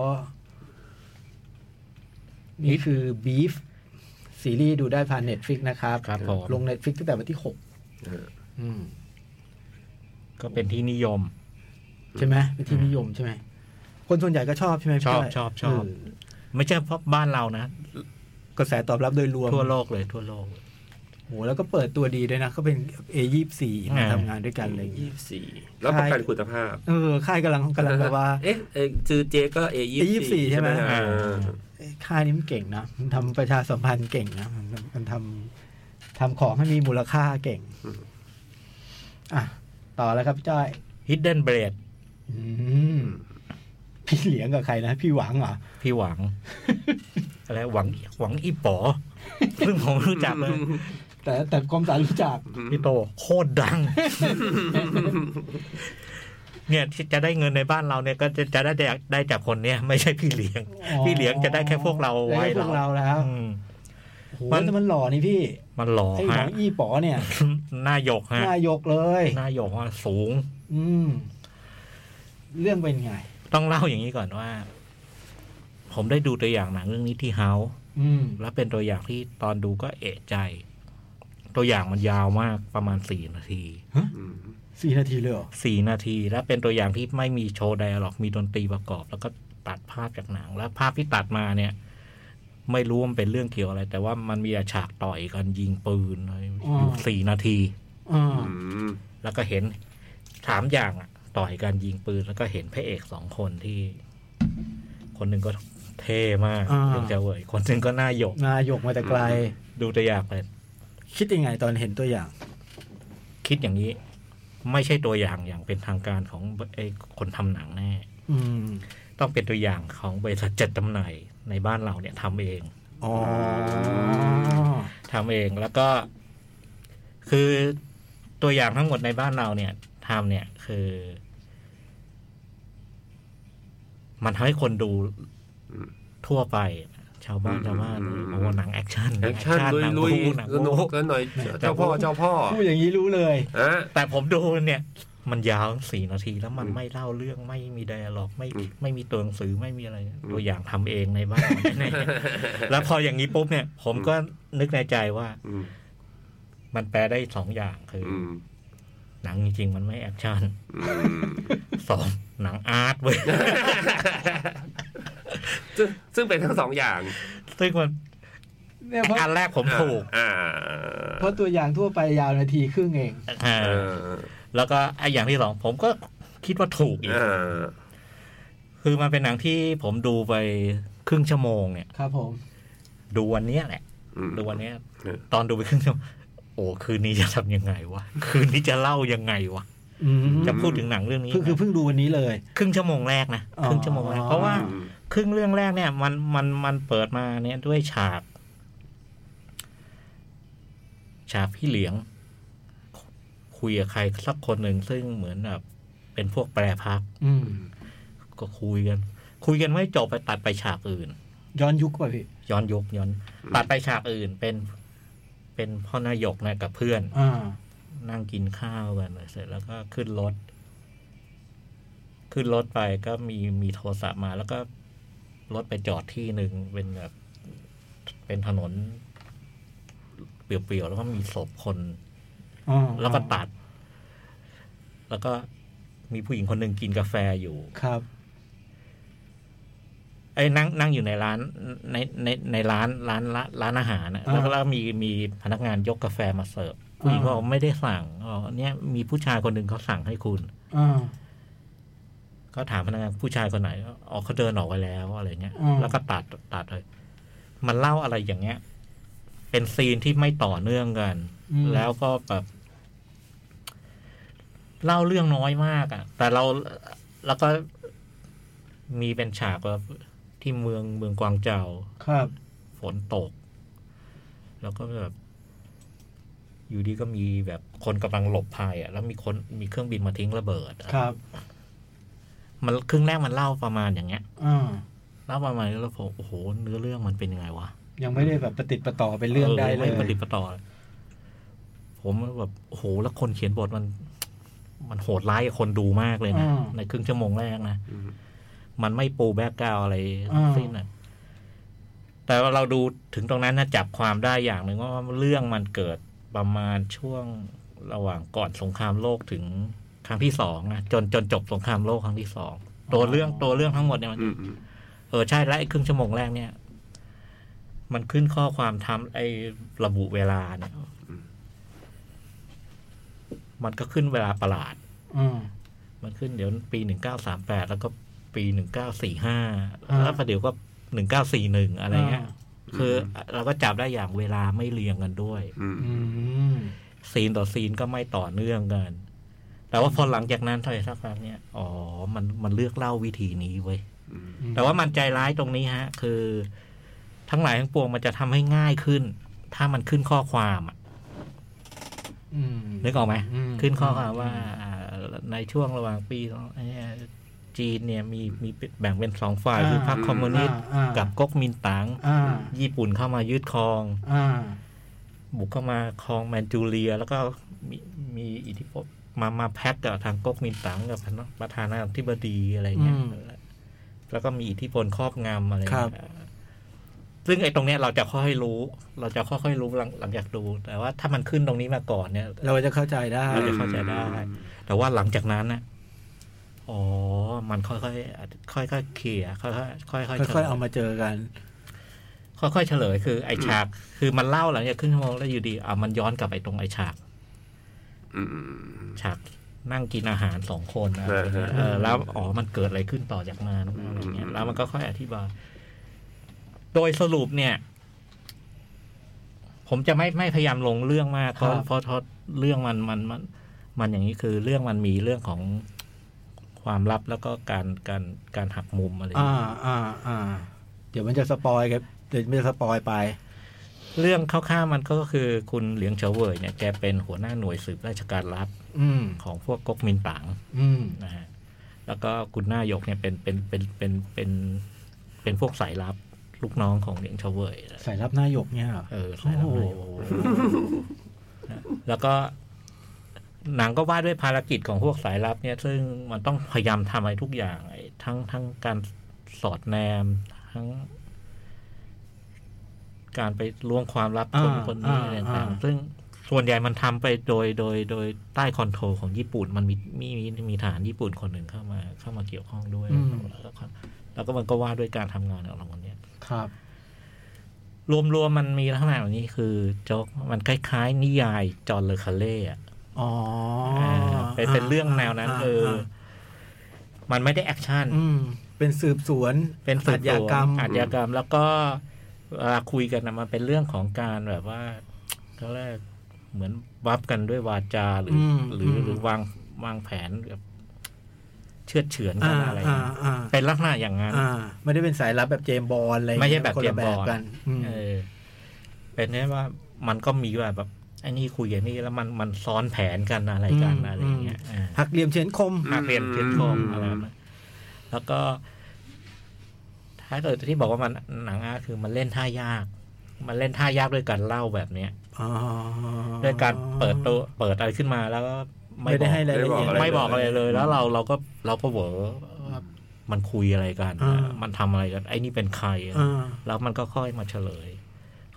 นี่คือ Beef ซีรีส์ดูได้ผ่านเน็ตฟิกนะครับ
ครับผม
ลงเน็ตฟิกตั้งแต่วันที่หก
เออ
อืม
ก็เป็นที่นิยม
ใช่ไหมเป็นที่นิยมใช่ไหม คนส่วนใหญ่ก็ชอบใช่ไหมพี่
ชอบ
ต้ย
ชอบชอบ
เ
ไม่ใช่เพราะบ้านเรานะ
กระแสตอบรับโดยรวม
ทั่วโลกเลยทั่วโลก
โหแล้วก็เปิดตัวดีด้วยนะเขาเป็น A ยี่สี่
อ่า
ทำงานด้วยกันอะไรอย่าง
ยี่
งี้
สี่แล้วประกันคุณภาพ
เออค่ายกำลังกำลังแบบ *laughs* ว่า
เอ๊ะเอ่อจือเจก็เอยี่
A24 ใช่ไหม
อ่า
ค่ายนี้มันเก่งนะมันทำประชาสัมพันธ์เก่งนะมันมันทำทำของให้มีมูลค่าเก่ง อ่ะ ต่อแล้วครับพี่จ้อย
Hidden b r a d
อืม พี่เหลียงกับใครนะ พี่หวังเหรอ
พี่ห
*laughs*
วัง อะไรหวังหวังอีป๋อ *laughs* ซึ่งผมรู้จักเลย
แต่แต่ความสารรู้จัก
พี่โตโคตรดัง เนี่ยที่จะได้เงินในบ้านเราเนี่ย ก็จะจะได้จากได้จากคนเนี้ยไม่ใช่พี่เลี้ยง
อ๋อ
พี่เลี้ยงจะได้แค่พวกเราไว้
ได้แค่พวกเราแล้ว
อืม
โห
มัน
แต่มันหล่อนี่พี่
มันหล่อ
ไอ้หวั
ฮะ
งอี้ป๋อเนี่ย
หน้าหยกฮะ
นายกเลย
หน้าหยกฮะสูง
อืม เรื่องเป็นไง
ต้องเล่าอย่างนี้ก่อนว่า ผมได้ดูตัวอย่างหนังเรื่องนี้ที่เฮาส์
อืม
แล้วเป็นตัวอย่างที่ตอนดูก็เอะใจ ตัวอย่างมันยาวมากประมาณสี่นาที
อืม
สี่นาทีเลยเหรอ
สี่นาที และเป็นตัวอย่างที่ไม่มีโชว์ไดอะล็อกมีดนตรีประกอบ แล้วก็ตัดภาพจากหนัง และภาพที่ตัดมาเนี่ย ไม่รู้ว่ามันเป็นเรื่องเกี่ยวอะไร แต่ว่ามันมีฉากต่อยกันยิงปืนอยู่สี่นาที
อ่า
อืม
แล้วก็เห็นสามอย่างอะต่อยกันยิงปืน แล้วก็เห็นพระเอกสองคนที่ คนหนึ่งก็เท่มากเด็กจะเว่ยคนหนึ่งก็หน่าหยก
นายกมาแต่ไกล
ดูตัวอย่างเลย
คิดยังไงตอนเห็นตัวอย่าง
คิดอย่างนี้ ไม่ใช่ตัวอย่างอย่างเป็นทางการของไอ้คนทำหนังแน่
อืม
ต้องเป็นตัวอย่างของบริษัทจัดจำหน่ายในบ้านเราเนี่ยทำเอง
อ๋อ
ทำเองแล้วก็ คือตัวอย่างทั้งหมดในบ้านเราเนี่ยทำเนี่ยคือ มันทำให้คนดูทั่วไป ชาวบ้านชาวบ้านโอ้โหหนังแอคชั่น
แอคชั่นลุย
หนัง
ลุย
บู๊หนัง
สนุ
บู๊
กกันหน่อย
แต่
เจ้าพ่อเจ้าพ่อ
พูดอย่างนี้รู้เลย
อ่ะ
แต่ผมดูเนี่ย มันยาวสี่นาทีแล้วมันไม่เล่าเรื่องไม่มีไดอะล็อกไม่
อืม
ไม่มีตัวหนังสือไม่มีอะไร
อืม
ตัวอย่างทำเองในบ้าน *laughs* แล้วพออย่างนี้ปุ๊บเนี่ย ผมก็นึกในใจว่า
อืม
มันแปลได้สองอย่างคืออ
อืม
หนังจริงๆ มันไม่แอคชั่น *laughs*
อืม
สองหนังอาร์ตเว้ย *laughs*
ซึ่งซึ่งเป็นทั้งสองอย่าง
ซึ่งมัน
เนี่ยเพราะ
อันแรกผมถูก
อ่า
เพราะตัวอย่างทั่วไปยาวนาทีครึ่งเอง
อ่า
อ่า
แล้วก็ไอ้อย่างที่สองผมก็คิดว่าถูกอีก
อ่า
คือมันเป็นหนังที่ผมดูไปครึ่งชั่วโมงเนี่ย
ครับผม
ดูวันเนี้ยแหละ
อืม
ดูวันเนี้ย
เออ
ตอนดูไปครึ่งชั่วโมงโอ้คืนนี้จะทำยังไงวะคืนนี้จะเล่ายังไงวะ
อืม
จะพูดถึงหนังเรื่องนี้
คือคือเพิ่งดูวันนี้เลย
ครึ่งชั่วโมงแรกนะครึ่งชั่วโมงแรกเพราะว่า
อืม
ครึ่งเรื่องแรกเนี่ยมันมันมันเปิดมาเนี่ยด้วยฉาก ฉากพี่เหลียง คุยกับใครสักคนหนึ่งซึ่งเหมือนแบบเป็นพวกแปรพัก
อืม
ก็คุยกัน คุยกันไม่จบไปตัดไปฉากอื่น
ย้อนยุคป่ะพี่
ย้อนยกย้อน ตัดไปฉากอื่นเป็น เป็นพ่อนายกนะกับเพื่อน
อ่า
นั่งกินข้าวกันเสร็จแล้วก็ขึ้นรถ ขึ้นรถไปก็มีมีโทรศัพท์มา แล้วก็รถไปจอดที่หนึ่งเป็นแบบ เป็นถนน เปลี่ยวๆ แล้วก็มีศพคน
อ๋อ
แล้วก็ตัด แล้วก็มีผู้หญิงคนหนึ่งกินกาแฟอยู่
ครับ
ไอ้ยนั่งนั่งอยู่ในร้านในในในร้านร้านร้านร้านอาหารนะ
อ่า
แล้วก็แล้วมีมีพนักงานยกกาแฟมาเสิร์ฟผู้หญิง
อ่า
ก็บอกไม่ได้สั่งอ๋อกเนี่ยมีผู้ชายคนหนึ่งเขาสั่งให้คุณ
อ่า
ก็ถามพนักงานผู้ชายคนไหนอ๋อเขาเดินออกไปแล้วอะไรเงี้ย
อืม
แล้วก็ตัดตัดเลย มันเล่าอะไรอย่างเงี้ย เป็นซีนที่ไม่ต่อเนื่องกัน
อืม
แล้วก็แบบเล่าเรื่องน้อยมากอะ่ะ แต่เราแล้วก็มีเป็นฉากแบบที่เมืองเมืองกวางเจา
ครับ
ฝนตก แล้วก็แบบ อยู่ดีก็มีแบบคนกำลังหลบภัยอ่ะ แล้วมีคนมีเครื่องบินมาทิ้งระเบิดอะ
ครับ
มันครึ่งแรกมันเล่าประมาณอย่างเงี้ย
อ่า
เล่าประมาณนี้แล้วผมโอ้โหเนื้อเรื่องมันเป็นยังไงวะ
ยังไม่ได้แบบประติดประต่อเป็นเรื่องได้เลย
ม่ประติดประต่อเลยผมแบบโอ้โหแล้วคนเขียนบทมัน มันโหดร้ายกับคนดูมากเลยนะ
อ่า
ในครึ่งชั่วโมงแรกนะ
อืม
มันไม่ปูแบ็กกราวอะไร
อ่า
สิ้นอ่ะ แต่ แต่ว่าเราดูถึงตรงนั้นนะจับความได้อย่างหนึ่งว่าเรื่องมันเกิดประมาณช่วงระหว่างก่อนสงครามโลกถึงครั้งที่สองนะจนจนจบสงครามโลกครั้งที่สองตัวเรื่องตัวเรื่องทั้งหมดเนี่ยมัน
อืมอืม
เออใช่และไอ้ครึ่งชั่วโมงแรกเนี่ย มันขึ้นข้อความทำไอ้ระบุเวลาเนี่ย มันก็ขึ้นเวลาประหลาด
อืม
มันขึ้นเดี๋ยวปีหนึ่งเก้าสามแปดแล้วก็ปีหนึ่งเก้าสี่ห้า
อ่า
แล้วประเดี๋ยวก็หนึ่งเก้าสี่หนึ่งอะไรเงี้ย คือเราก็จับได้อย่างเวลาไม่เรียงกันด้วย
อืม
อืม
ซีนต่อซีนก็ไม่ต่อเนื่องกัน แต่ว่าพอหลังจากนั้นเท่าไหร่สักพักเนี่ย อ๋อ มันมันเลือกเล่าวิธีนี้เว้ย
อืม
อืม
แต่ว่ามันใจร้ายตรงนี้ฮะ คือ ทั้งหลายทั้งปวงมันจะทำให้ง่ายขึ้น ถ้ามันขึ้นข้อความอะ
อืม
นึกออกไหม
อืม
ขึ้นข้อความว่าอ่าในช่วงระหว่างปีเอ่อจีนเนี่ยมีมีแบ่งเป็นสองฝ่าย
อ่า
คือพรรคคอมมิวนิสต์
อ่า
กับก๊กมินตั๋ง
อ่า
ญี่ปุ่นเข้ามายึดครอง
อ่า
บุกเข้ามาครองแมนจูเรีย แล้วก็มีมีอิทธิพลมามาแพ็กกับทางก๊กมินตั๋งกับประธานาธิบดีอะไรเงี้ย
อืม
แล้วก็มีอิทธิพลครอบงำอะไร
ครับ
เงี้ยซึ่งไอ้ตรงเนี้ยเราจะค่อยๆรู้ เราจะค่อยๆรู้หลังหลังจากดู แต่ว่าถ้ามันขึ้นตรงนี้มาก่อนเนี่ย
เราจะเข้าใจได้
เราจะเข้าใจได้ แต่ว่าหลังจากนั้นน่ะอ๋อ มันค่อยๆค่อยๆเขี่ยค่อยๆค่อยๆฉล
ค่อยๆเอามาเจอกัน
ค่อยๆเฉลยคือไอฉาก คือมันเล่าหลังจากครึ่งชั่วโมงแล้วอยู่ดีอ่ะมันย้อนกลับไปตรงไอฉาก
อืมอืมอืม
ฉากนั่งกินอาหารสองคนนะ
เออเออ
เออแล้วอ๋อมันเกิดอะไรขึ้นต่อจากนั้น
อืม
อะไรเงี้ยแล้วมันก็ค่อยอธิบาย โดยสรุปเนี่ย ผมจะไม่ไม่พยายามลงเรื่องมากเพราะเพราะเพราะเรื่องมันมันมัน มันอย่างนี้คือเรื่องมันมีเรื่องของความลับแล้วก็การการการหักมุมอะไรอย่าง
อ่า
เงี้ย
อ่าอ่าเดี๋ยวมันจะสปอยครับเดี๋ยวมันจะสปอยไป
เรื่องคร่าวๆมันก็คือคุณเหลียงเฉาเวยเนี่ยแกเป็นหัวหน้าหน่วยสืบราชการลับ
อืม
ของพวกก๊กมินตั๋ง
อืม
นะฮะแล้วก็คุณหน้ายกเนี่ยเป็นเป็นเป็นเป็นเป็นเป็นพวกสายลับลูกน้องของเหลียงเฉาเวย
สายรับหน้าหยกเนี่ยเหรอ
เออสายลับนายกนะแล้วก็หนังก็ว่าด้วยภารกิจของพวกสายลับเนี่ย ซึ่งมันต้องพยายามทำอะไรทุกอย่างไอ้ทั้งทั้งการสอดแนมทั้ง การไปล้วงความลับคน
อ่า
คนนี้อะไร
อ่า
ต่าง
อ่า
ๆซึ่งส่วนใหญ่มันทำไปโดยโดยโดยใต้คอนโทรลของญี่ปุ่น มันมีมีมีมีฐานญี่ปุ่นคนหนึ่งเข้ามาเข้ามาเกี่ยวข้องด้วย
อืม
แล้วก็แล้วก็มันก็ว่าด้วยการทำงานของเราคนเนี้ย
ครับ
รวมรวมๆมันมีลักษณะแบบนี้คือโจ๊กมันคล้ายๆ นิยายจอร์นเลอคาเล่อะ
อ๋อ
อ่าเป็นเป็นเรื่องแนวนั้นเอออมันไม่ได้แอคชั่น
อืม เป็นสืบสวน
เป็น
อาชญากรรม
อาชญากรรมแล้วก็เวลาคุยกันนะมันเป็นเรื่องของการแบบว่าเขาเรียกเหมือนบับกันด้วยวาจาหรือ
ม
หรือ
ม
หรือวางวางแผนแบบเชื่อดเฉือนกั
อ่าน
อะไร
อ่า
เงี้ย
อ่า
เป็นลักษณะอย่างนั้น
อ่าไม่ได้เป็นสายลับแบบเจมส์บอลอะไร
ไม่ใช่แบบ
คน
เจม
ละ
ส์
แบบ
อบ ล
กันอืม
เออเป็นเนี้ว่ามันก็มีแบบแบบไอ้นี่คุยกันนี่แล้วมันมันซ้อนแผนกันอะไรกันอะไรเงี้ยอ่า
หักเหลี่ยมเฉือนคม
อาเปลี่ยนเทียนทองอะไรแบบนั้นแล้วก็ ถ้าเกิดที่บอกว่ามันหนังอาร์ตคือมันเล่นท่ายาก มันเล่นท่ายากด้วยการเล่าแบบเนี้ย
อ๋อ
ด้วยการเปิดตัวเปิดอะไรขึ้นมาแล้วก็
ไม่
ไม่บ
ได้
อก
ให้รายละเอียด
ไม่บอกอะไรเลย แล้วเราเราก็เราก็เหวอว่ามันคุยอะไรกัน
อ่า
มันทำอะไรกัน ไอ้นี่เป็นใครอะ
อ่า
แล้วมันก็ค่อยมาเฉลย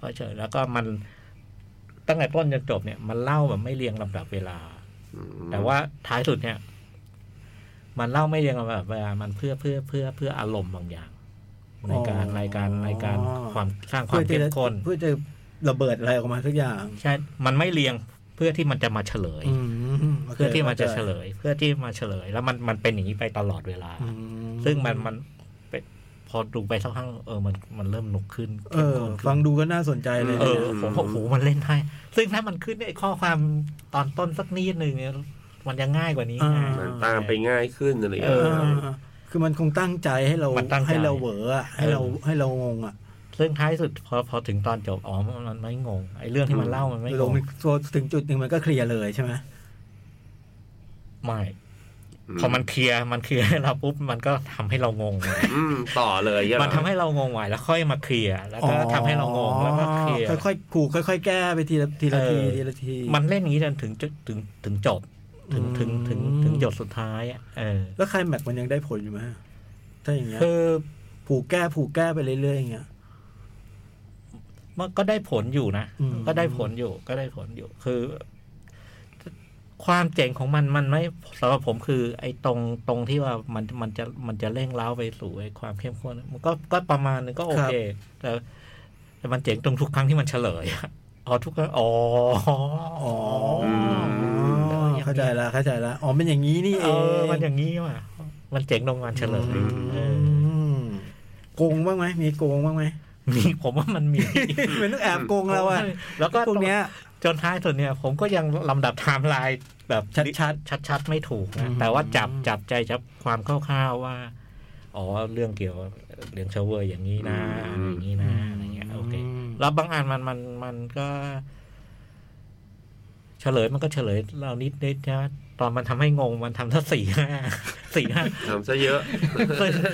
ค่อยเฉลย แล้วก็มันตั้งแต่ต้นจนจบเนี่ย มันเล่าแบบไม่เรียงลำดับเวลา แต่ว่าท้ายสุดเนี่ย มันเล่าไม่เรียงลำดับเวลา มันเพื่อเพื่อเพื่อเพื่ออารมณ์บางอย่าง ในการ
อ๋อ
ในการในการความสร้างควา
เพื่อ
มเข้ม
จะ
ข้น
เพื่อจะระเบิดอะไรออกมาสักอย่าง
ใช่ มันไม่เรียงเพื่อที่มันจะมาเฉลย
มโค
เพื่อที่มันจะเฉล
ข้าย
เพื่อที่มาเฉลย แล้วมันมันเป็นอย่างนี้ไปตลอดเวลา
อืม
ซึ่งมันมันเป็นพอดูไปสักพักเออ มันมันเริ่มหนุกขึ้น
เออ
เข้มข้นขึ้น
ฟังดูก็น่าสนใจเลย
เอ
นะ
อผมโอ้โหมันเล่นให้ซึ่งถ้ามันขึ้นไอ้ข้อความตอนต้นสักนิดหนึ่งเนี่ยมันจะง่ายกว่านี้ไง
มันตามไปง่ายขึ้นอะไรอย่าง
เอ
เงี้ย
อ
าคือมันคงตั้งใจให้เราม
นตั้งใจ
ให้เราเหวออะให้เรา
เออ
ให้เรางงอ่ะ
ซึ่งท้ายสุดพอพอถึงตอนจบอ๋อมันไม่งงไอ้เรื่องที่มันเล่ามันไม่
ล
ง
ง
ง
ตัวถึงจุดหนึ่งมันก็เคลียร์เลยใช่ไหม
ไม่พอมันเคลียร์มันเคลียร์ให้เราปุ๊บมันก็ทำให้เรางง
อืมต่อเลยเงี้ย
มันทำให้เรางงไหวแล้วค่อยมาเคลียร์แล้วก็ทำให้เรางงแล้วก็เคลียร์
อ๋อค่อยๆขูดค่อย ๆ แก้ไปทีละทีละที
เออ
ทีละที
มันเล่นอย่างนี้จนถึงจุดถึงถึงจบ ถึงถึงถึง
อืม
ถึงหยดสุดท้ายอะเออ
แล้วไคลแม็กซ์มันยังได้ผลอยู่ไหมถ้าอย่างเงี้ย
คือ
ผูกแก้ผูกแก้ไปเรื่อยๆอย่างเงี้ย
มันก็ได้ผลอยู่นะ
อืม
ก็ได้ผลอยู่ ก็ได้ผลอยู่ คือ ความเจ๋งของมันมันไม่สำหรับผมคือ ไอ้ตรงตรงที่ว่ามันมันจะมันจะเร่งเล้าไปสู่ไอ้ความเข้มข้นมันก็ก็ประมาณนึงก็โอเค แต่แต่มันเจ๋งตรงทุกครั้งที่มันเฉลยอะอ๋อทุกครั้งอ๋ออ๋ออ
อ๋อเข้าใจละเข้าใจละอ๋อเป็นอย่างนี้นี่เอ
เอง อ มันอย่างนี้ว่ะ มันเจ๋งตรงงานเฉลยเออ
อืมโกงบ้างไหมมีโกงบ้างไหม *laughs*
มีผมว่ามันมี
เหมือนต้องแอบโกงเราอะ
แล้วก็
พวกเนี้ย
จนท้ายสุดเนี่ย ผมก็ยังลำดับไทม์ไลน์แบบ
ชัด
ชัดชัดๆไม่ถูกนะ
อืม
แต่ว่าจับจับใจจับความคร่าวๆว่า อ๋อ เรื่องเกี่ยวกับเรื่องเชาวเวอร์อย่างนี้นะอะไรอย่างนี้นะอะไรเงี้ยโอเค แล้วบางอันมันมันมันก็ เฉลยมันก็เฉลยเรานิดนิดนะตอนมันทำให้งงมันทำทั้งสี่ห้า *laughs* สี่
*laughs*
ห้า
ทำซะเยอะ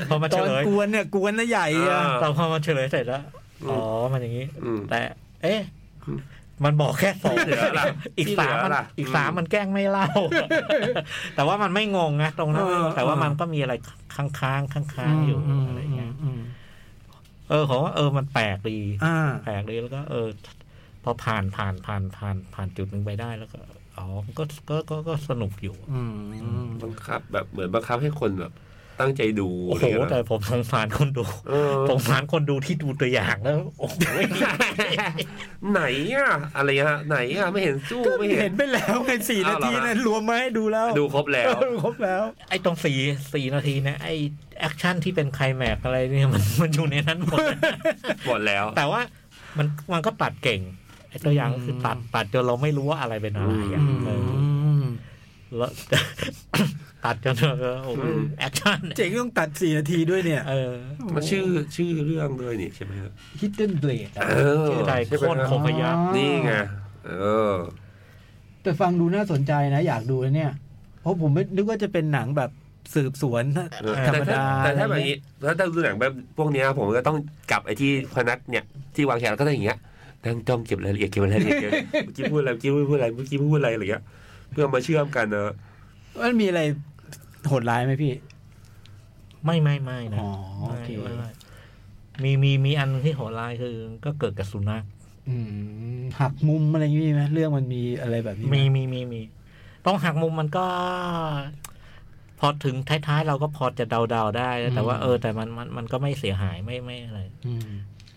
พอมา
ต
เฉ
อน
ลย
กวนเนี่ยกวนนะใหญ่อะ
อ่า
เราพอมาเฉลยเสร็จแล้ว
อืม
อ๋อ มันอย่างนี้
อืม
แต่ เอ๊ะ มันบอกแค่สอง
ที่เหลือล่ะ
อีก
ที่
สาม
เหลือ
มัน
ล่ะ
อีกสาม
อืม
มันแกล้งไม่เล่า แต่ว่ามันไม่งงนะตรงนั้น
เออ
แต่ว่ามันก็มีอะไรค้างค้างๆค้างค้างๆอยู่อะไรเงี้ย
อืม
เออผมว่าเออ มันแปลกดี
อ่า
แปลกดีแล้วก็ เออ พอผ่านผ่านผ่านผ่านผ่านจุดหนึ่งไปได้แล้วก็ อ๋อมันก็ก็ก็ก็สนุกอยู่
อืม
บังคับ แบบเหมือนบังคับให้คนแบบ ตั้งใจดู
โอ้
อะไร
โห
เงี้ย
แต่
นะ
ผมสงสารคนดู
เออ
สงสารคนดูที่ดูตัวอย่างแล้ว โอ้โห
ไหนอ่ะอะไรเงี้ยฮะไหนอ่ะไม่เห็นสู้ไม่เห็
เห็
น
นไปแล้วไงสี่นา
อ้าวเหรอ
ที
ฮะ
เนั้นรวมมาให้ดูแล้ว
ดูครบ
*laughs*
แล้ว
ดูครบแล้ว
ไอ้ตรงสี่สี่นาทีเนี่ยไอ้แอคชั่นที่เป็นไคลแม็กซ์อะไรเนี่ย *laughs* มันมันอยู่ในนั้นหมด
*laughs*
หมดแล้ว
แต่ว่ามันมันก็ตัดเก่ง ไอ้ตัวอย่างก็คือ
ม
ตัดตัดจนเราไม่รู้ว่าอะไรเป็นอะไรอ่ะ
อื
เออ
ม
แล้ว *coughs* ตัดจนเราโอ้โห
อืม
แอคชั่น
เจ๋งต้องตัดสี่นาทีด้วยเนี่ย
เออ
มันชื่อชื่อเรื่องด้วยนี่ใช่ไหมครับ
Hidden Blade อะ
เออ
ชื่อใจโค
ใช่ไหม
ตร
ฮะ
โคพยับ
นี่ไงเออ
แต่ฟังดูน่าสนใจนะ อยากดูนะเนี่ย เพราะผมไม่นึกว่าจะเป็นหนังแบบสืบสวนธรรมดา
แต่ถ้าแบบนี้ถ้าดูหนังแบบพวกเนี้ยผมก็ต้องกลับไอ้ที่พนัทเนี่ยที่วางแขนก็ต้องอย่างเงี้ยนั่งจ้องเก็บรายละเอียดเก็บรายละเอียดเก็บเมื่อกี้พูดอะไรเมื่อกี้พูดอะไรเมื่อกี้พูดอะไรอะไรเงี้ยเพื่อมาเชื่อมกันเนอะ
มันมีอะไรโหดร้ายไหมพี่
ไม่ไม่ไม่นะ
อ๋อโอเค
ไม่ไม่มีมีมีอันที่โหดร้ายคือ ก็เกิดกับสุนัข
อืมหักมุมอะไรอย่างนี้มีไหมเรื่องมันมีอะไรแบบนี้ไห
มีมีมีมีต้องหักมุมมันก็ พอถึงท้ายๆ เราก็พอจะเดาๆได้นะแต่ว่าเออแต่มันมันมันก็ไม่เสียหายไม่ไม่อะไร
อืม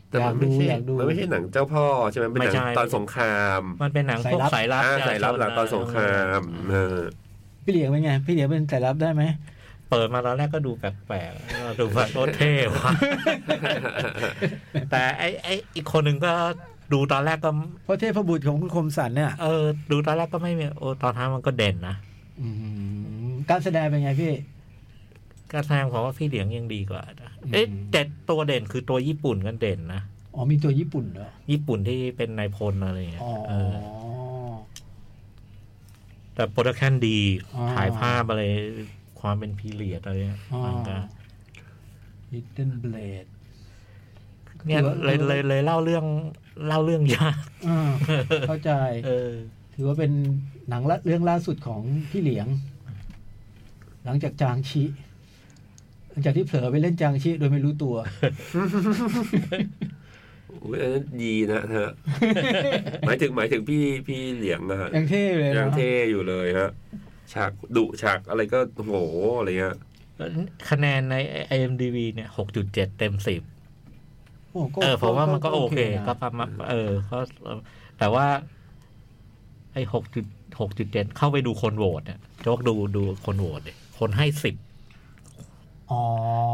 แต่มันไม่ใช่
อยากดู
มันไม่ใช่หนังเจ้าพ่อใช่ไหมเป็นหนั
ไม่ใช่
งตอนสงคราม
มันเป็นหนังพวกสายลับ
อ่าสายลับหลังตอนสงครามเออ
พี่เหลียงเป็นไง พี่เหลียงเป็นสายลับได้ไหม
เปิดมาตอนแรกก็ดูแปลกๆเราดูแบบโคตรเท่ว่ะแต่ไอ้ไอ้อีกคนหนึ่งก็ดูตอนแรกก็
เพราะเทพบุตรของคุณคมสันเนี่ย
เออ ดูตอนแรกก็ไม่มีโอ้ตอนท้ายมันก็เด่นนะ
อืมการแสดงเป็นไงพี่
การแสดงผมว่าพี่เหลียงยังดีกว่านะเอ๊ะแต่ตัวเด่นคือตัวญี่ปุ่นกันเด่นนะ
อ๋อมีตัวญี่ปุ่นเหรอ
ญี่ปุ่นที่เป็นนายพลอะไรอย่างเงี้ย
อ๋อ
เออ แต่โปรดักชันดี
อ๋อ
ถ่ายภาพอะไรความเป็นพีเรียดอะไรเงี้ย
อ๋อ
มันก็
Hidden Blade
เนี่ยเลยเลยเลยเล่าเรื่องเล่าเรื่องยาก
อ่าเข้าใจ
เออ
ถือว่าเป็นหนังละเรื่องล่าสุดของพี่เหลียง หลังจากจางชิหลังจากที่เผลอไปเล่นจางชิโดยไม่รู้ตัว
*laughs*
อุ๊ยอันนั้นดีนะเธอหมายถึงหมายถึงพี่พี่เหลียงนะฮะ
ยังเท่เลยนะ
ยังเท่อยู่เลยฮะฉากดุฉากอะไรก็โอ้โหอะไรเงี้ย
คะแนนใน IMDb เนี่ย 6.7 เต็ม 10
โอ้ก็
เออ ผมว่ามันก็โอเค
นะ
ก็ประมาณเออก็แต่ว่า ไอ้ 6 6.7 เข้าไปดูคนโหวตเนี่ยโจ๊กดูดูคนโหวตดิคนให้ 10
อ๋อ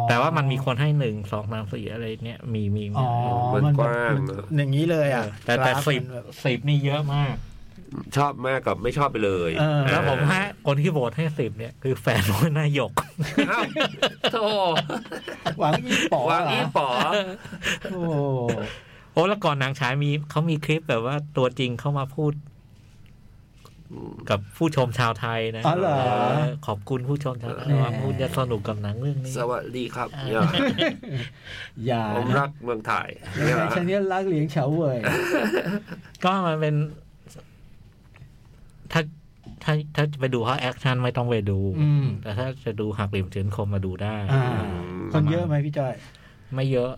แต่ว่ามันมีคนให้ 1 2 3 4 อะไรเนี่ย มีมีมี
อ๋อ
มัน
แบบ
กว้างนะ
อย่างนี้เลยอ่ะ
แต่แต่
กราฟ
สิบ
มันแบบ
สิบนี่เยอะมาก
ชอบมากกับไม่ชอบไปเลย
เออ
แล้วผมฮะคนที่โหวตให้สิบเนี่ย คือแฟนหัวหนายก
อ้าวโธ่
หวังอีป๋อ
วาง
เหร
อี
อ
ป๋อ
โอ้
โอ้แล้วก่อนหนังฉายมีเขามีคลิปแบบว่าตัวจริงเข้ามาพูด กับผู้ชมชาวไทยนะ
อ๋อเหรอ
ขอบคุณผู้ชมชาวไทย
แหม
ว่าคุณจะสนุกกับหนังเรื่องนี้
สวัสดีครับเนี่ย
อย่า
ผม
นะ
รักเมืองไทย
แล้ว
เนี่ย
แฟนฉันเนี่ยรักเหลียงเฉาเว่ย
ก็มันเป็น ถ้าถ้าถ้าจะไปดูเขาแอคชั่นไม่ต้องไปดู
อืม
แต่ถ้าจะดูหักเหลี่ยมเฉือนคมมาดูได้
อ่า
อืม
คนเยอะไหมพี่จอย
ไม่เยอะ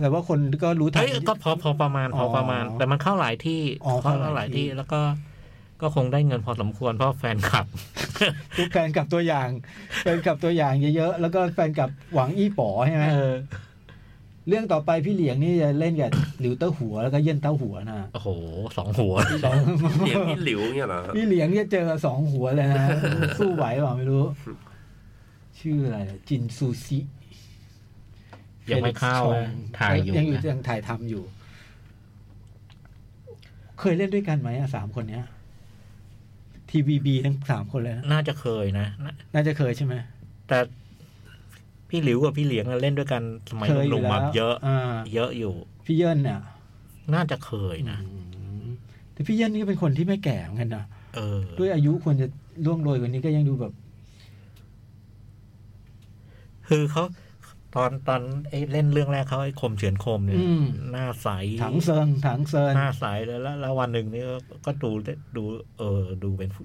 แต่ว่าคนก็รู้ทัน
เอ้ยก็พอพอประมาณพอประมาณ
อ๋อ
แต่มันเข้าหลายที่
อ๋อเข้าหลายที่
เข้าหลายที่แล้วก็ก็คงได้เงินพอสมควรเพราะแฟนคลับ
ทุกแฟนกับตัวอย่างแฟนกับตัวอย่างเยอะๆแล้วก็แฟนกับหวังอี้ป๋อใช่ไหม
เออ
เรื่องต่อไปพี่เหลียงนี่จะเล่นกับหลิวเต้าหัวแล้วก็เย็นเต้าหัวนะ
โอ้โหสองหัว
สอง
เหลียงพี่หลิวเนี่ยเหรอ
พี่เหลียงเนี่ยเจอสองหัวเลยนะสู้ไหวเปล่าไม่รู้ ชื่ออะไรนะจินซูซิ
ยังไม่เข้า
ฟลิกซ์ชอง
ถ่ายอยู่
ยังอยู่
นะ
ยังถ่ายทำอยู่ เคยเล่นด้วยกันไหมอะสามคนเนี้ยทีวีบีทั้งสามคนเลยนะ
น่าจะเคยนะน่า
น่าจะเคยใช่ไหม
แต่พี่หลิวกับพี่เหลียงอะเล่นด้วยกันสมัย
เคยอ
หนุ่
ยู่
มๆ
แล้
มาวเยอะ
า
เยอะอยู่
พี่เยินเนี่ย
น่าจะเคยนะ
แต่พี่เย็นนี่ก็เป็นคนที่ไม่แก่เหมือนกันนะ
เออ
ด้วยอายุควรจะล่วงโรยกว่านี้ก็ยังดูแบบ
คือเขาตอนตอนไอ้เล่นเรื่องแรกเขาไอ้คมเฉือนคมเนี่ย
อืม
หน้าใส
ถังเซิงถังเซิง
หน้าใสเลยแล้วแล้ววันหนึ่งนี่ก็ก็ดูดู เออ ดูเป็นผู้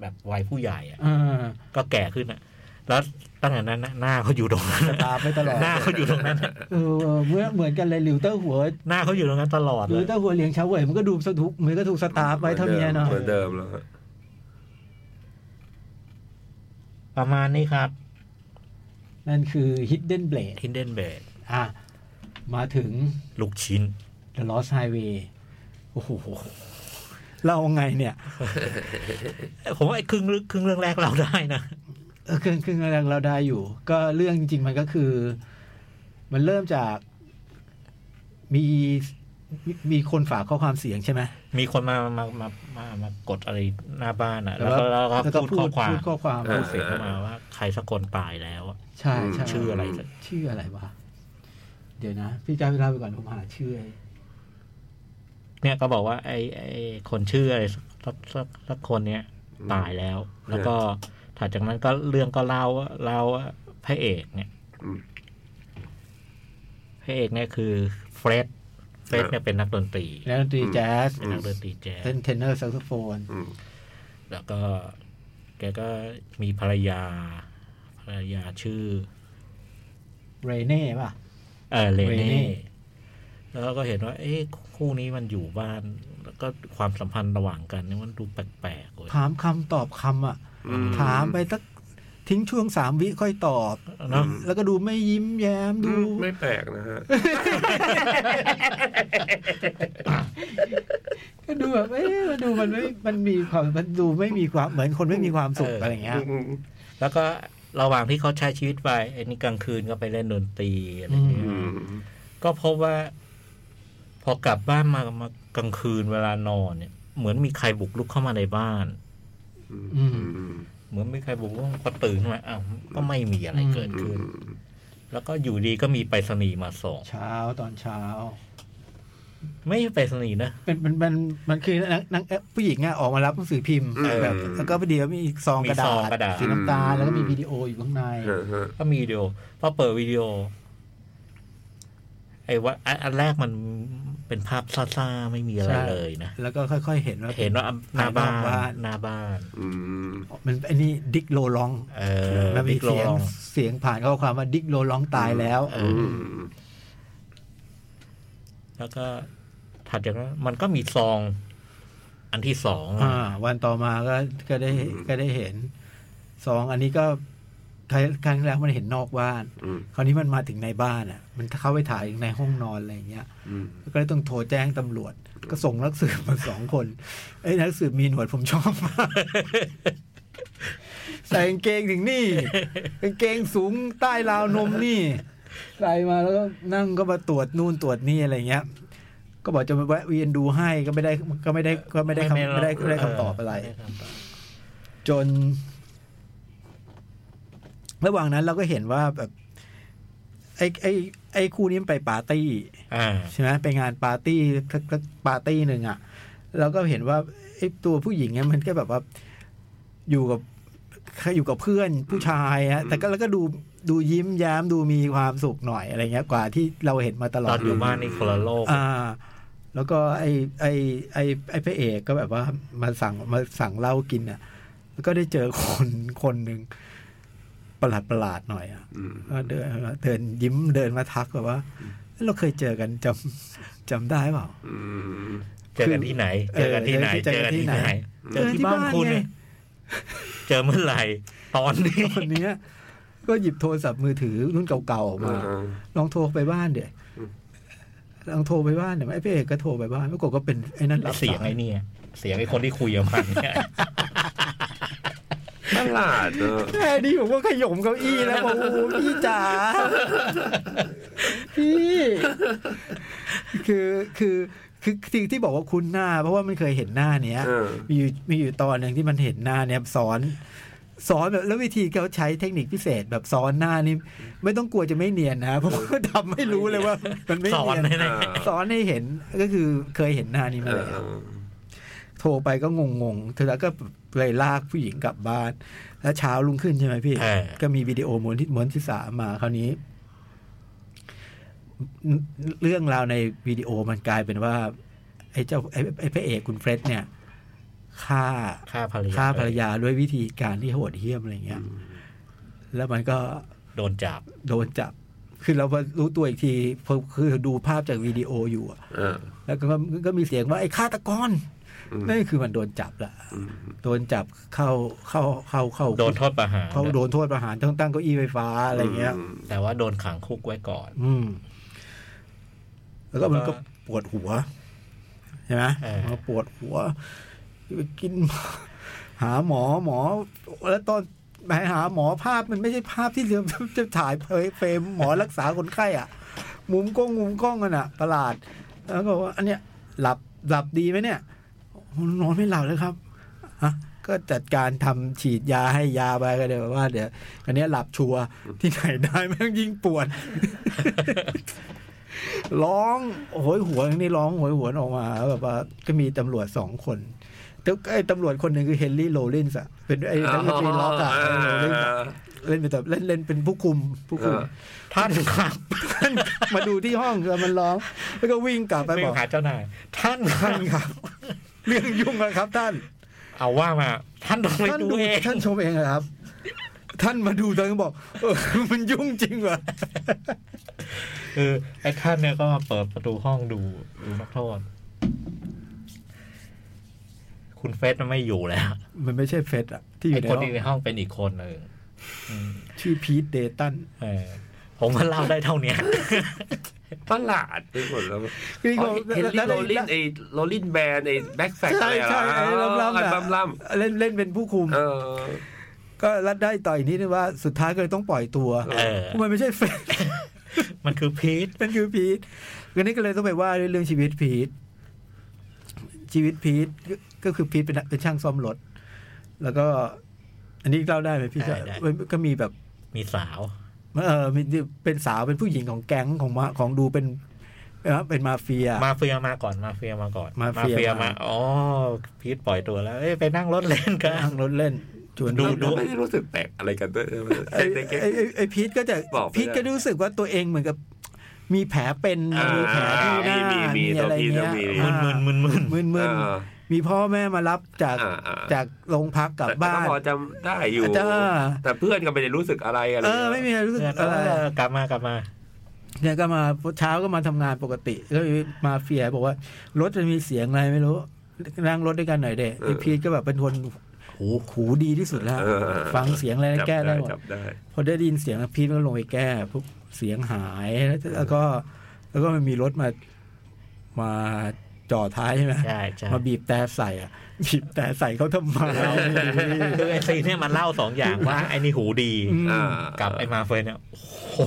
แบบวัยผู้ใหญ่อะ
อ่า
ก็แก่ขึ้นอะแล้วตั้งแต่นั้นน่ะหน้าเขาอยู่ตรงนั้น
ตามไปตลอด
หน้าเขาอยู่ตรงนั้นน่ะ
เออเหมื่อนเหมือนกันเลยหลิวเต้าหัว
หน้าเขาอยู่ตรงนั้นตลอด
ห
เล
ลิวย เต้าหัวเหลียงเช้าเว่ยมันก็ดูสะทุกมันก็ถูกสตาร์ฟไว้เท่านี้เนาะ
เหมือนเดิมแล้วฮะ
ประมาณนี้ครับ
นั่นคือ Hidden Blade
ทินเดนเบด
อ่ะ มาถึง
ลูกชิ้น
The Lost Highway โอ้โหเราเอาไงเนี่ย
ผมว่าไอ้ครึ่งเรื่องครึ่งเรื่องแรกเราได้นะ
เออครึ่งครึ่งแรงเราได้อยู่ ก็เรื่องจริง ๆ มันก็คือ มันเริ่มจากมีมีมีคนฝากข้อความเสียงใช่ไหม
มีคนมามามามามากดอะไรหน้าบ้านอะแล้วก็แล้วก็
แล้วก็
พูด
พูด
ข้อความ
พูดข้อความ
พูดเสียงเข้ามาว่าใครสักคนตายแล้วอะ
ใช่ใช่
ชื่ออะไร
ชื่ออะไรวะเดี๋ยวนะ พี่จ้าเวลาไปก่อนผมหาชื่อไอ้
เนี่ยก็บอกว่าไอ้ไอ้คนชื่ออะไรสักสักสักคนเนี้ยตายแล้ว แล้วก็ถัดจากนั้นก็เรื่องก็เล่าว่าเล่าว่าพระเอกเนี่ย
อืม
พระเอกเนี่ยคือเฟร็ดเฟร็ดเนี่ยเป็นนักดนตรี
แล้วดนตรีแจ๊ส
เป็นนักดนตรีแจ๊ส
เล่นเทนเนอร์แซกโซโฟน
อืม
แล้วก็แกก็มีภรรยา ภรรยาชื่อ
เรเน่ป่ะ
เออเล
เรเน่
เน่แล้วก็เห็นว่า เอ๊ะคู่นี้มันอยู่บ้าน แล้วก็ความสัมพันธ์ระหว่างกันเนี่ยมันดูแปลกๆเว้ย
ถามคำตอบคำอ่ะ
อืม
ถามไปสักทิ้งช่วงสามวิค่อยตอบ
เนาะ
อืม
แล้วก็ดูไม่ยิ้มแย้ม
อื
ดู
มไม่แปลกนะฮะ
ก็ดูแบบเอ๊ะมันดูมันไม่มันมีความมันดูไม่มีความเหมือนคนไม่มีความสุขอะไรเงี้ย
แล้วก็ระหว่างที่เขาใช้ชีวิตไปไอ้นี่กลางคืนก็ไปเล่นดนตรีอะไรอย่างเงี้ย
อืม
ก็พบว่า พอกลับบ้านมามากลางคืนเวลานอนเนี่ย เหมือนมีใครบุกรุกเข้ามาในบ้าน
อืม
เหมือนมีใครบุกรุกก็ตื่นขึ้นมาอ้าวก็ไม่มีอะไรเกิดขึ้น แล้วก็อยู่ดีก็มีไปรษณีย์มาส่ง
เช้าตอนเช้า
ไม่ใช่ไปรษณีย์นะ
เป็นมันมันมันคือนางนางเอ่อผู้หญิงอะออกมารับหนังสือพิมพ์
อืม
แบบแล้วก็พอดีว่ามีซองกระดา
มีซอง
ษ
กระดาษ
สีน้ำตาล
อืม
แล้วก็มีวิดีโออยู่ข้างใน
ฮะฮะ
ก็มีวิดีโอพอเปิดวิดีโอ ไอ้ว่าอันอันแรกมันเป็นภาพซ่าๆไม่มีอะไร
ใช่
เลยนะ
แล้วก็ค่อย ๆ เห็นว่า
เห็นว่าหน้าบ้า
ภายนอกบ้าน น
หน้าบ้าน
อืม
มันไอ้นี่ดิกโลลอง
เออ
มันมี
บิ๊กโล
เสียง
ลอง
เสียงผ่านข้อความว่าดิกโลลองตายแล้ว
เอ
อื
อ
ม
แล้วก็ถัดจากนั้นมันก็มีซอง อันที่สอง
อ่า วันต่อมาก็ก็ได้ก็ได้เห็นสองอันนี้ก็ครั้งครั้งที่แล้วมันเห็นนอกบ้าน
อืม
คราวนี้มันมาถึงในบ้านอ่ะ มันเข้าไปถ่ายในห้องนอนอะไรอย่างเงี้ย
อืม
ก็เลยต้องโทรแจ้งตำรวจ ก็ส่งนักสืบมาสองคน ไอ้ยนักสืบมีหนวดผมชอบมาก *laughs* ใส่กางเกงถึงนี่กางเกงสูงใต้ราวนมนี่ ใส่มาแล้วก็นั่งก็มาตรวจนู่นตรวจนี่อะไรเงี้ย ก็บอกจะมาแวะเวียนดูให้ก็ไม่ได้ก็ไม่ได้ก็ไม่ได้คำไม่ได้ไม่ได้คำตอบอะไร
ม่ด้คำตอบ
จน ระหว่างนั้นเราก็เห็นว่าแบบ ไอ้ไอ้ไอ้คู่นี้มันไปปาร์ตี้
อ่า
ใช่ไหมไปงานปาร์ตี้สักสักปาร์ตี้หนึ่งอะ่ะเราก็เห็นว่าไอ้ตัวผู้หญิงเนี่ยมันก็แบบว่าอยู่กับอยู่กับเพื่อนผู้ชายฮะแต่ก็แล้วก็ดูดูยิ้มแย้มดูมีความสุขหน่อยอะไรเงี้ยกว่าที่เราเห็นมาตลอ
ตอ
ด
นอยู่บ้านนี่คนละโลก
อ่า แล้วก็ไอ้ไอ้ไอ้ไอ้พระเอกก็แบบว่ามาสั่งมาสั่งเหล้ากินอะ่ะ แล้วก็ได้เจอคนคนหนึ่งประหลาดประหลาดๆหน่อยอ่ะ
อืม
ก็เดินเดินยิ้มเดินมาทักแบบว่า เราเคยเจอกันจำจำได้เปล่า
อืม
เจอกันที่ไหน เจอกันที่ไหน
เออเจ
เจ
อกั
อกัน น
ที่
ที่
ไหน
ไหน เจอที่บ้านคุณเนี่ยเจอเมื่อไหร่ ตอนนี้
คนเนี้ย ก็หยิบโทรศัพท์มือถือรุ่นเก่าๆออกมา
อ่า
ลองโทรไปบ้านเดี๋ยว
อืม
ลองโทรไปบ้านเดี๋ยวไอ้พี่เอกก็โทรไปบ้านปรากฏก็เป็นไอ้นั่นรับ
เสียงไอ้เนี่ย เสียงไอ้คนที่คุยกับมันเนี่ย
ตลาดเนอะ
แค่นี้ผมก็ขยมเก้าอี้แล้วบอกโอ้โหพี่จ๋าพี่คือคือคือสิ่งที่บอกว่าคุ้นหน้า เพราะว่ามันเคยเห็นหน้าเนี้ย
เออ
มีอยู่มีอยู่ตอนหนึ่งที่มันเห็นหน้าเนี่ยสอนสอนแบบแล้ววิธีเขาใช้เทคนิคพิเศษแบบสอนหน้านี่ไม่ต้องกลัวจะไม่เนียนนะเพราะว่าทำให้รู้เลยว่า มันไม่
สอน
เนียน
ให้นะ
สอนให้เห็นก็คือเคยเห็นหน้านี้
เอ
มา
อ
แล้วโทรไปก็งงงๆเธอแล้วก็เลยลากผู้หญิงกลับบ้าน แล้วเช้าลุงขึ้นใช่ไหมพี่
เออ
ก็มีวิดีโอม้วนที่ม้วนที่สามมาคราวนี้ เรื่องราวในวิดีโอมันกลายเป็นว่า ไอ้เจ้าไอ้ไอ้พระเอกคุณเฟร็ดเนี่ยฆ่า
ฆ่าภรรยา
ฆ่าภรรยาด้วยวิธีการที่โหดเหี้ยมอะไรเงี้ย แล้วมันก็
โดนจับ
โดนจับ คือเราพอรู้ตัวอีกทีพอคือดูภาพจากวิดีโออยู่อะ
เออ
แล้วก็ก็มีเสียงว่าไอ้ฆาตกร
อืม
นั่นคือมันโดนจับละ
อืม
โดนจับเข้าเข้าเข้าเข้า
โดนโทษประหาร
เขาโดนโทษประหารต้องตั้งเก้าอี้ไฟฟ้าอะไรเงี้ย
แต่ว่าโดนขังคุกไว้ก่อน
อืม แล้วก็มันก็ปวดหัวใช่ไหม
เออ
มันก็ปวดหัวไปกิน *laughs* หาหมอหมอ แล้วตอนไปหาหมอภาพมันไม่ใช่ภาพที่เดิม *laughs* จะถ่ายเผยเฟรมหมอรักษาคนไข้อ่ะ มุมกล้องมุมกล้องกันอ่ะประหลาด แล้วก็บอกว่าอันเนี้ยหลับหลับดีไหมเนี่ยนอนไม่หลับเลยครับอ่ะก็จัดการทำฉีดยาให้ยาไปก็เดี๋ยวว่าเดี๋ยวอันเนี้ยหลับชัวร์ที่ไหนได้แม่งยิ่งปวด *laughs* ร้องโหยหวนนี่ร้องโหยหวนออกมาแบบว่าก็มีตำรวจสองคนแต่ไอ้ตำรวจคนหนึ่งคือเฮนรี่โรลลินส์อะเป็นไอ้นักดนตรีล็อกอะ
เอ
เออโรลลินส์อะ
อ
เล่นเป็นแบบเล่นเล่นเป็นผู้คุมผู้คุม
เออ
ท่านครับ
มาดูที่ห้องแล้วมันร้อง แล้วก็วิ่งกลับไป
ไม่
บอก
หาเจ้านาย ท่านครั
ท่า
บ
นครับ เรื่องยุ่งแล้วครับ ท่าน
เอาว่ามา ท่านต้องไป
ท่าน
ดู
ดู
เอง
*laughs* ท่านชมเองเหรอครับ ท่านมาดูตอนก็ *laughs* บอกเออมันยุ่งจริงว่ะ
คือไอ้ท่านเนี่ยก็มาเปิดประตูห้องดูดูนักโทษ คุณเฟสมันไม่อยู่แล้ว
*laughs* มันไม่ใช่เฟสอะที่อ
ไอ้
ยู่ใน
คน
ห้อง
ที่ในห้องเป็นอีกคนหนึ่งอืม
ชื่อพีทเดตัน
เออผมมาเล่าได้เท่าเนี้ย
*laughs*
ตลาดไปหมดแล้ว
คือ
เฮนรี่โรลลินไอ้โรลลินแบรนด์ไอ้แบ็คแฟก
ใช่
อะไรอะ
ใช่ไอ้ล่ำๆน่ะ
ไอ้ล่ำล่
เล่นเล่นเป็นผู้คุม
ำเออ
ก็รัดได้ต่อยนิดนึงว่าสุดท้ายก็เลยต้องปล่อยตัว
เออ
มันไม่ใช่เฟส
มันคือพีท
*laughs* นั่นคือพีทกันนี้ก็เลยต้องไปว่าเรื่องชีวิตพีทชีวิตพีทก็ก็คือพีทเป็นเป็นช่างซ่อมรถ แล้วก็ อันนี้เล่าได้ไหมพี่
ได้ได้
มันก็มีแบบ
มีสาว
เออมีเป็นสาวเป็นผู้หญิงของแก๊งของมาของดูเป็นเอ่อเป็นมาเฟีย
มาเฟียมาก่อนมาเฟียมาก่อน
มาเฟียมา
มาอ๋อพีทปล่อยตัวแล้วเอ้ยไปนั่งรถเล่นกัน
นั่งรถเล่นชวน
ดู
เล่น
ดูไม่ได้รู้สึกแปลกอะไรกันด้วยใช่ไหม
ไอ้
เด็ก
ไอ้ไอ้ไอ้พีทก็จะ
บอกไม่ได้
พีทก็รู้สึกว่าตัวเองเหมือนกับ มีแผลเป็นมีแผลที่หน้า
มีมี
มี
มี
อะไร
มี
เงี้ย
มี
มึนมึนมึนมึ
มึ
น
น
ๆ
มึน
อ่า
มีพ่อแม่มารับจาก
อ่าอ่า
จากโรงพักกลับบ้า
แต่
น
ก็พอจำได้อยู่
จ้า
แต่เพื่อนก็ไม่ได้รู้สึกอะไรอะไร
เออไม่มีอะไรรู้สึก
เพื่อนเอ
อะไร
อกลับมากลับมา
เนี่ยก็มาเช้าก็มาทำงานปกติก็มีมาเฟียบอกว่ารถจะมีเสียงอะไรไม่รู้นั่งรถด้วยกันหน่อยเด็ไอ้พีทก็แบบเป็นคน
หู
หูดีที่สุดแล้ว
เออ
ฟังเสียงอะไร
จับ
แก้ได้หมด
จับได้
พอได้ยินเสียงแล้วพีทก็ลงไปแก้ปุ๊บเสียงหายแล้วแล้วก็ แล้วก็มันมีรถมามาจ่อท้ายใช่ไหม
ใช่ใช่
มาบีบแต่ใส่อะบีบแต่ใส่เขาทำไม *laughs*
คือไอซีนเนี่ยมันเล่าสองอย่างว่าไอ้นี่หูดี
อืม
อ่า
กับไอ้มาเฟียเนี่ยโอ้โห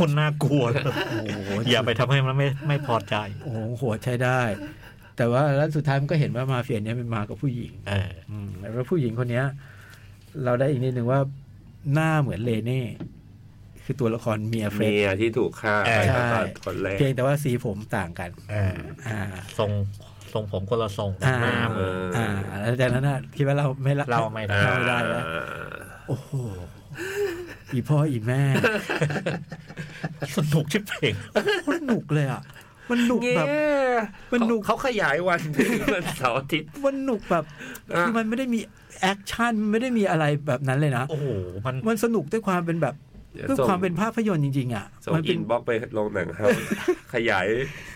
คนน่า
*laughs*
กลัวเลย
โอ้โห
อย่าไปทำให้มันไม่ไม่พอใจ
โอ้โหโหดใช้ได้ แต่ว่าแล้วสุดท้ายมันก็เห็นว่ามาเฟียเนี้ยมันมากับผู้หญิง
เออ
อืมแล้วผู้หญิงคนเนี้ย เราได้อีกนิดหนึ่งว่าหน้าเหมือนเลเน่คือตัวละครเมียเฟร
เมี
ด
ยที่ถูกฆ่า
เอ
ไป
อ
ตั้งแต่
ใช่
คนแรก
เพียงแต่ว่าสีผมต่างกัน
เออ
อ่า
ทรงทรงผมคนละทรงแต่หน้าเห
เอออ
มือน *laughs*
อ่าแล้วจากนั้นน่ะคิดว่าเราไม่ละ
เราไม่ได้
เราไม่ได้แล้ว
อ่า
โอ้โหอีพ่ออีแม่
สนุกชิบเพ่ง
มันหนุกเลยอ่ะ มันหนุก
เงี้ย
แบบ มันหนุก
เขาขยายวัน *laughs* เป็นวันเสาร์อาทิตย์
มันหนุกแบบ
อ่ะ
คือมันไม่ได้มีแอคชั่นมันไม่ได้มีอะไรแบบนั้นเลยนะ
โอ้โห มัน
มันสนุกด้วยความเป็นแบบ
ดี๋ยว
เพื่อ
ส่ง
ความเป็นภาพยนตร์จริง ๆ อ่ะ
ส่ง
มัเป็
อินบ็อกซ์ไปโรงหนังครับ *laughs* ขยาย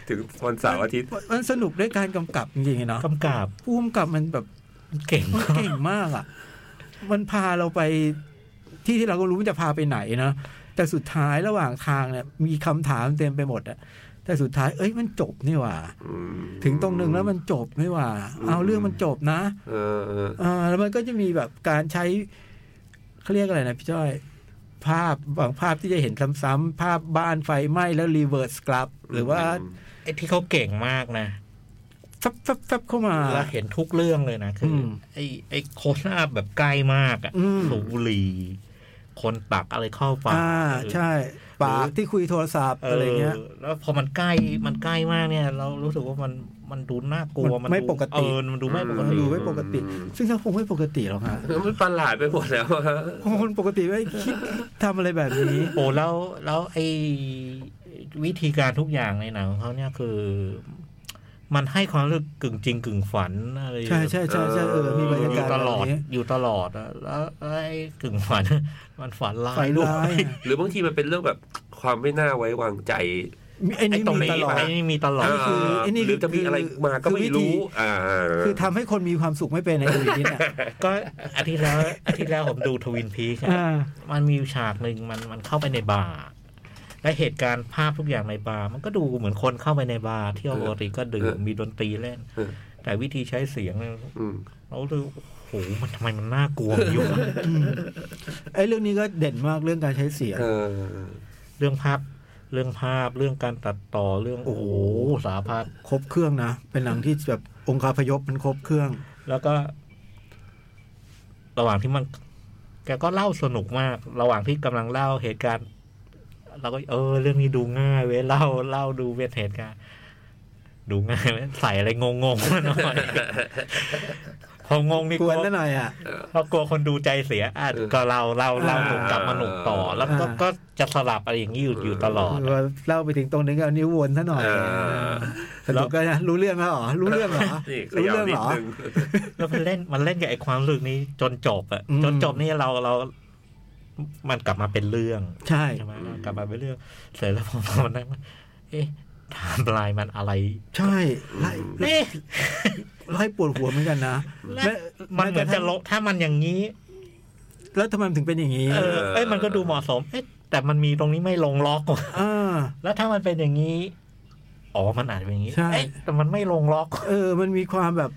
ถึงวันเสาร์อาทิตย์
มันสนุกด้วยการกำกับจริงๆเนาะ
กำกับ
ผู้กำกับมันแบบ
เก่ง
มันเก่งมากอ่ะ มันพาเราไปที่ที่เราก็รู้มันจะพาไปไหนนะแต่สุดท้ายระหว่างทางเนี่ย มีคำถามเต็มไปหมดอะแต่สุดท้ายเอ้ยมันจบนี่หว่า
อืม
ถึงตรงหนึ่งแล้วมันจบนี่หว่า
อืม
เอาเรื่องมันจบนะ
เออเออ
อ่าแล้วมันก็จะมีแบบการใช้เขาเรียกอะไรนะพี่จ้อย ภาพบางภาพที่จะเห็นซ้ำๆภาพบ้านไฟไหม้แล้วรีเวิร์สกลับ หรือว่า
ไอ้ที่เขาเก่งมากนะ
ฟับฟับฟับเข้ามา
เราเห็นทุกเรื่องเลยนะคืออ
ม
ไอ้ไอ้โฆษณาแบบใกล้มากอะ
อืม
สูบบุหรี คนตักอะไรเข้าปาก
อ่า
เออ
ใช่ ปากที่คุยโทรศัพท์อะไรเงี้ย
แล้วพอมันใกล้มันใกล้มากเนี่ย เรารู้สึกว่ามันมันดูน่ากลัว
มันไม่
ดู
ปกติ
เออมันดูไม่ปก
มัน
ติ
ดูไม่ปกติ
อืม
ซึ่งถ้าคงไม่ปกติหรอกฮะ
มันประหลาดไปหมดแล้วอะ
คนปกติไม่คิดทำอะไรแบบ
*laughs*
นี้
โอ้แล้วแล้วไอ้วิธีการทุกอย่างในหนังของเขาเนี่ยคือ มันให้ความรู้สึกกึ่งจริงกึ่งฝันอะไร
ใช่ใช่ใช่ใช่เออมีบรรยา
อยู่
กาศ
ต
แบบ
ลอด
นี้
อยู่ตลอดอะแล้วแล้วไอ้กึ่งฝัน *laughs* มันฝันร้า
ไฟ
ยด้ว
ร้าย
ย
อะ
หรือบางทีมันเป็นเรื่องแบบความไม่น่าไว้วางใจ
มีไอ้
ไอ้
นี่
ตรง
มี
นี้
ตลอด
ไอ้นี่มีตลอด
นี่คือไอ้นี่
หรือจะมีอะไรมาก็
คือวิ
ไม่
ธี
รู้ อ่า
คือทำให้คนมีความสุขไม่เป็นในอีนี้น่ะ
ก็อาทิตย์แล้วอาทิตย์แล้วผมดูทวินพีค
อ่า
มันมีอยู่ฉากหนึ่งมันมันเข้าไปในบาร์และเหตุการณ์ภาพทุกอย่างในบาร์มันก็ดูเหมือนคนเข้าไปในบาร์เที่ยวปกติก็ดื่มมีดนตรีเล่น แต่วิธีใช้เสียงเนี่ย
อืม
เราดูโอ้โหมันทำไมมันน่ากลัวอยู่วะ
อืมไอ้เรื่องนี้ก็เด่นมากเรื่องการใช้เสียง
เออ
เรื่องภาพเรื่องภาพเรื่องการตัดต่อเรื่องโอ้โหสารพัด
ครบเครื่องนะ เป็นหนังที่แบบองค์คาพยพมันครบเครื่อง
แล้วก็ ระหว่างที่มัน แกก็เล่าสนุกมาก ระหว่างที่กำลังเล่าเหตุการณ์ เราก็ เออ เรื่องนี้ดูง่ายเว้ยเล่าเล่าดูเป็นเหตุการณ์ดูง่ายเว้ยใส่อะไรงงงๆมาหน่อย *laughs* พองงนี่
ก
กลั
ว
วน
ซะหน่อยอ่ะ
พอกลัวคนดูใจเสียอ่ะก็เราเล่าเล่าหนุกกลับมาหนุกต่อ แล้วก็
อ่า
ก็จะสลับอะไรอย่างนี้อยู่อยู่ตลอด
ว่าเล่าไปถึงตรงนึงก็เอานิ้ววนซะหน่อย
เออ
สนุกก็นะรู้เรื่องแล้วเหรอ รู้เรื่องเหรอ
นี่ข
รู้
ยับ
เรื่อง
นิ
เหร
ด
อ
นึง
แล้วมันเล่นมันเล่นกับไอ้ความรู้สึกนี้จนจบอะ
อืม
จนจบนี่เราเรา มันกลับมาเป็นเรื่อง
ใช่
ใช่ไหมกลับมาไปเรื่องเสร็จแล้วผมก็มานั่งเอ๊ะไทม์ไลน์มันอะไร
ใช่ไล่ไล่
เอ๊ะ
ไล่ปวดหัวเหมือนกันนะ
และมันเหมือนจะลบถ้ามันอย่างนี้
แล้วทำไมมันถึงเป็นอย่างนี้
เออเอ้ยมันก็ดูเหมาะสม เอ๊ะแต่มันมีตรงนี้ไม่ลงล็อกว่ะ
อ่า
แล้วถ้ามันเป็นอย่างนี้ อ๋อมันอาจจะเป็นอย่างนี้
ใช่
เอ๊ะแต่มันไม่ลงล็อก
เออ มันมีความแบบ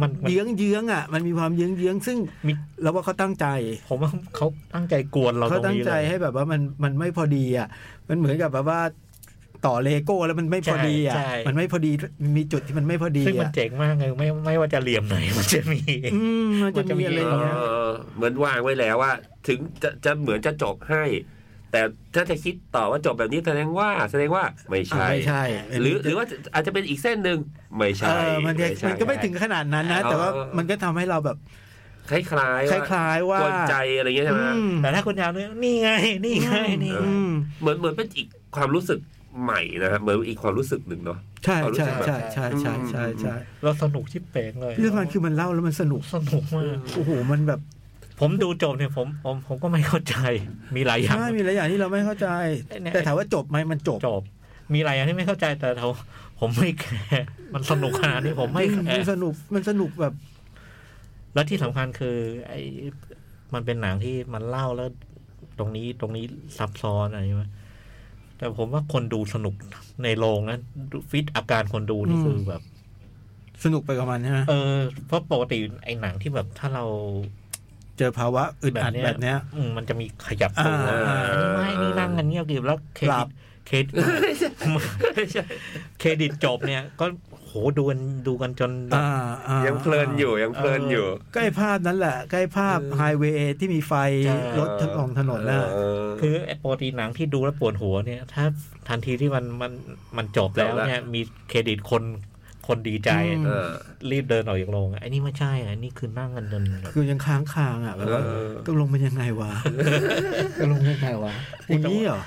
มันมัน
เยื้องเยื้องๆอ่ะ มันมีความเยื้องเยื้องๆซึ่ง
มี
เราว่าเขาตั้งใจ
ผมว่าเขาตั้งใจกวนเรา
เขา
ตรง
ตั้ง
นี้
ใจ
เลย
ให้แบบว่ามันมันไม่พอดีอ่ะ มันเหมือนกับแบบว่าต่อเลโก้แล้วมันไม่พอดีอ่ะ มันไม่พอดี มีจุดที่มันไม่พอดี
ซึ่งมัน
อ่ะ
เจ๋งมากเลยไม่ไม่ว่าจะเหลี่ยมไหน *laughs* มันจะมี
อืมมัน
มั
จะ
นจะมี
มีอะไรอย่างเงี้ย
เออเหมือนวางไว้แล้วว่า ถึงจะจะเหมือนจะจบให้ แต่ถ้าจะคิดต่อว่าจบแบบนี้แสดงว่าแสดงว่าไม่
อ่ะ
ใช่
ไม่ใช่
หรือหรือว่าอาจจะเป็นอีกเส้นหนึ่งไม่
เอ
ใช่
อมันจะ
ใช่
มันก็ไม่ถึงขนาดนั้นนะ แต่ว่า
เออ
มันก็ทำให้เราแบบ
คล้ายๆ
ค
ว่
ล้ายๆว่า
กวนใจอะไรอย่างเงี้ยใช่ไหม
อืม
แต่ถ้าคุณยาวเนี่ยนี่ไงนี่ไงนี่ไง
อืม
เหมือนเหมือนเป็นอีกความรู้สึกใหม่นะครับเหมือนอีกความรู้สึกหนึ่งเนาะ
ใช่
เรารู้
ใช่
สึกแบบ
ใช่ใช่ใช่ใช่ใช่
เราสนุกชิบเป๋งเลย
เรื่องมันคือมันเล่าแล้วมันสนุก
สนุกมาก
โอ้โหมันแบบ
ผมดูจบเนี่ยผมผมผมก็ไม่เข้าใจ มีหลายอย่าง
ใช่มีหลายอย่างที่เราไม่เข้าใจ
เนี่ย
แต่ถามว่าจบไหมมันจบ
จบ มีหลายอย่างที่ไม่เข้าใจแต่เราผมไม่แคร์มันสนุกขนาดนี้ผมไม่แค
มัน
ร์
สนุกมันสนุกแบบ
แล้วที่สำคัญคือไอ้มันเป็นหนังที่มันเล่าแล้ว ตรงนี้ตรงนี้ซับซ้อนอะไรใช่ไหมแต่ผมว่าคนดูสนุกในโรงนะดูฟิตอาการคนดูนี่
อืม
คือแบบ
สนุกไปกับมันใช่ไหม
เออเพราะปกติไอ้หนังที่แบบถ้าเรา
เจอภาวะอึดอัด
แบบเนี้ย
แบบเนี้ย
อืมมันจะมีขยับตัว
อ่า
อันนี้ไม่นี่นั่งกันเงียบกริบแล้วเคร
หลั
ดิ
บ
ตเครดิตเครดิตจบเนี่ย ก็โหดูกันดูกันจน
อ่าอ่า
ยังเพลินอยู่ยังเพลินอยู่
ใกล้ภาพนั้นแหละ ใกล้ภาพไฮเวย์ที่มีไฟ
ใช่
รถทั้งองถนนน่ะ
เออ
คือไอ้ปกติหนังที่ดูแล้วปวดหัวเนี่ย ถ้าทันทีที่มันมันมันจบแล้ว
จบแล้ว
เนี่ย มีเครดิตคนคนดีใจ
เออ
รีบเดินออกจากโรงไอ้นี่ไม่ใช่อันนี้คือนั่งกันจนแบบ
คือยังค้างคางอ่ะแบบว่า
เออ
ตกลงมันยังไงวะตกลงยังไงวะอย่างนี้เหรอ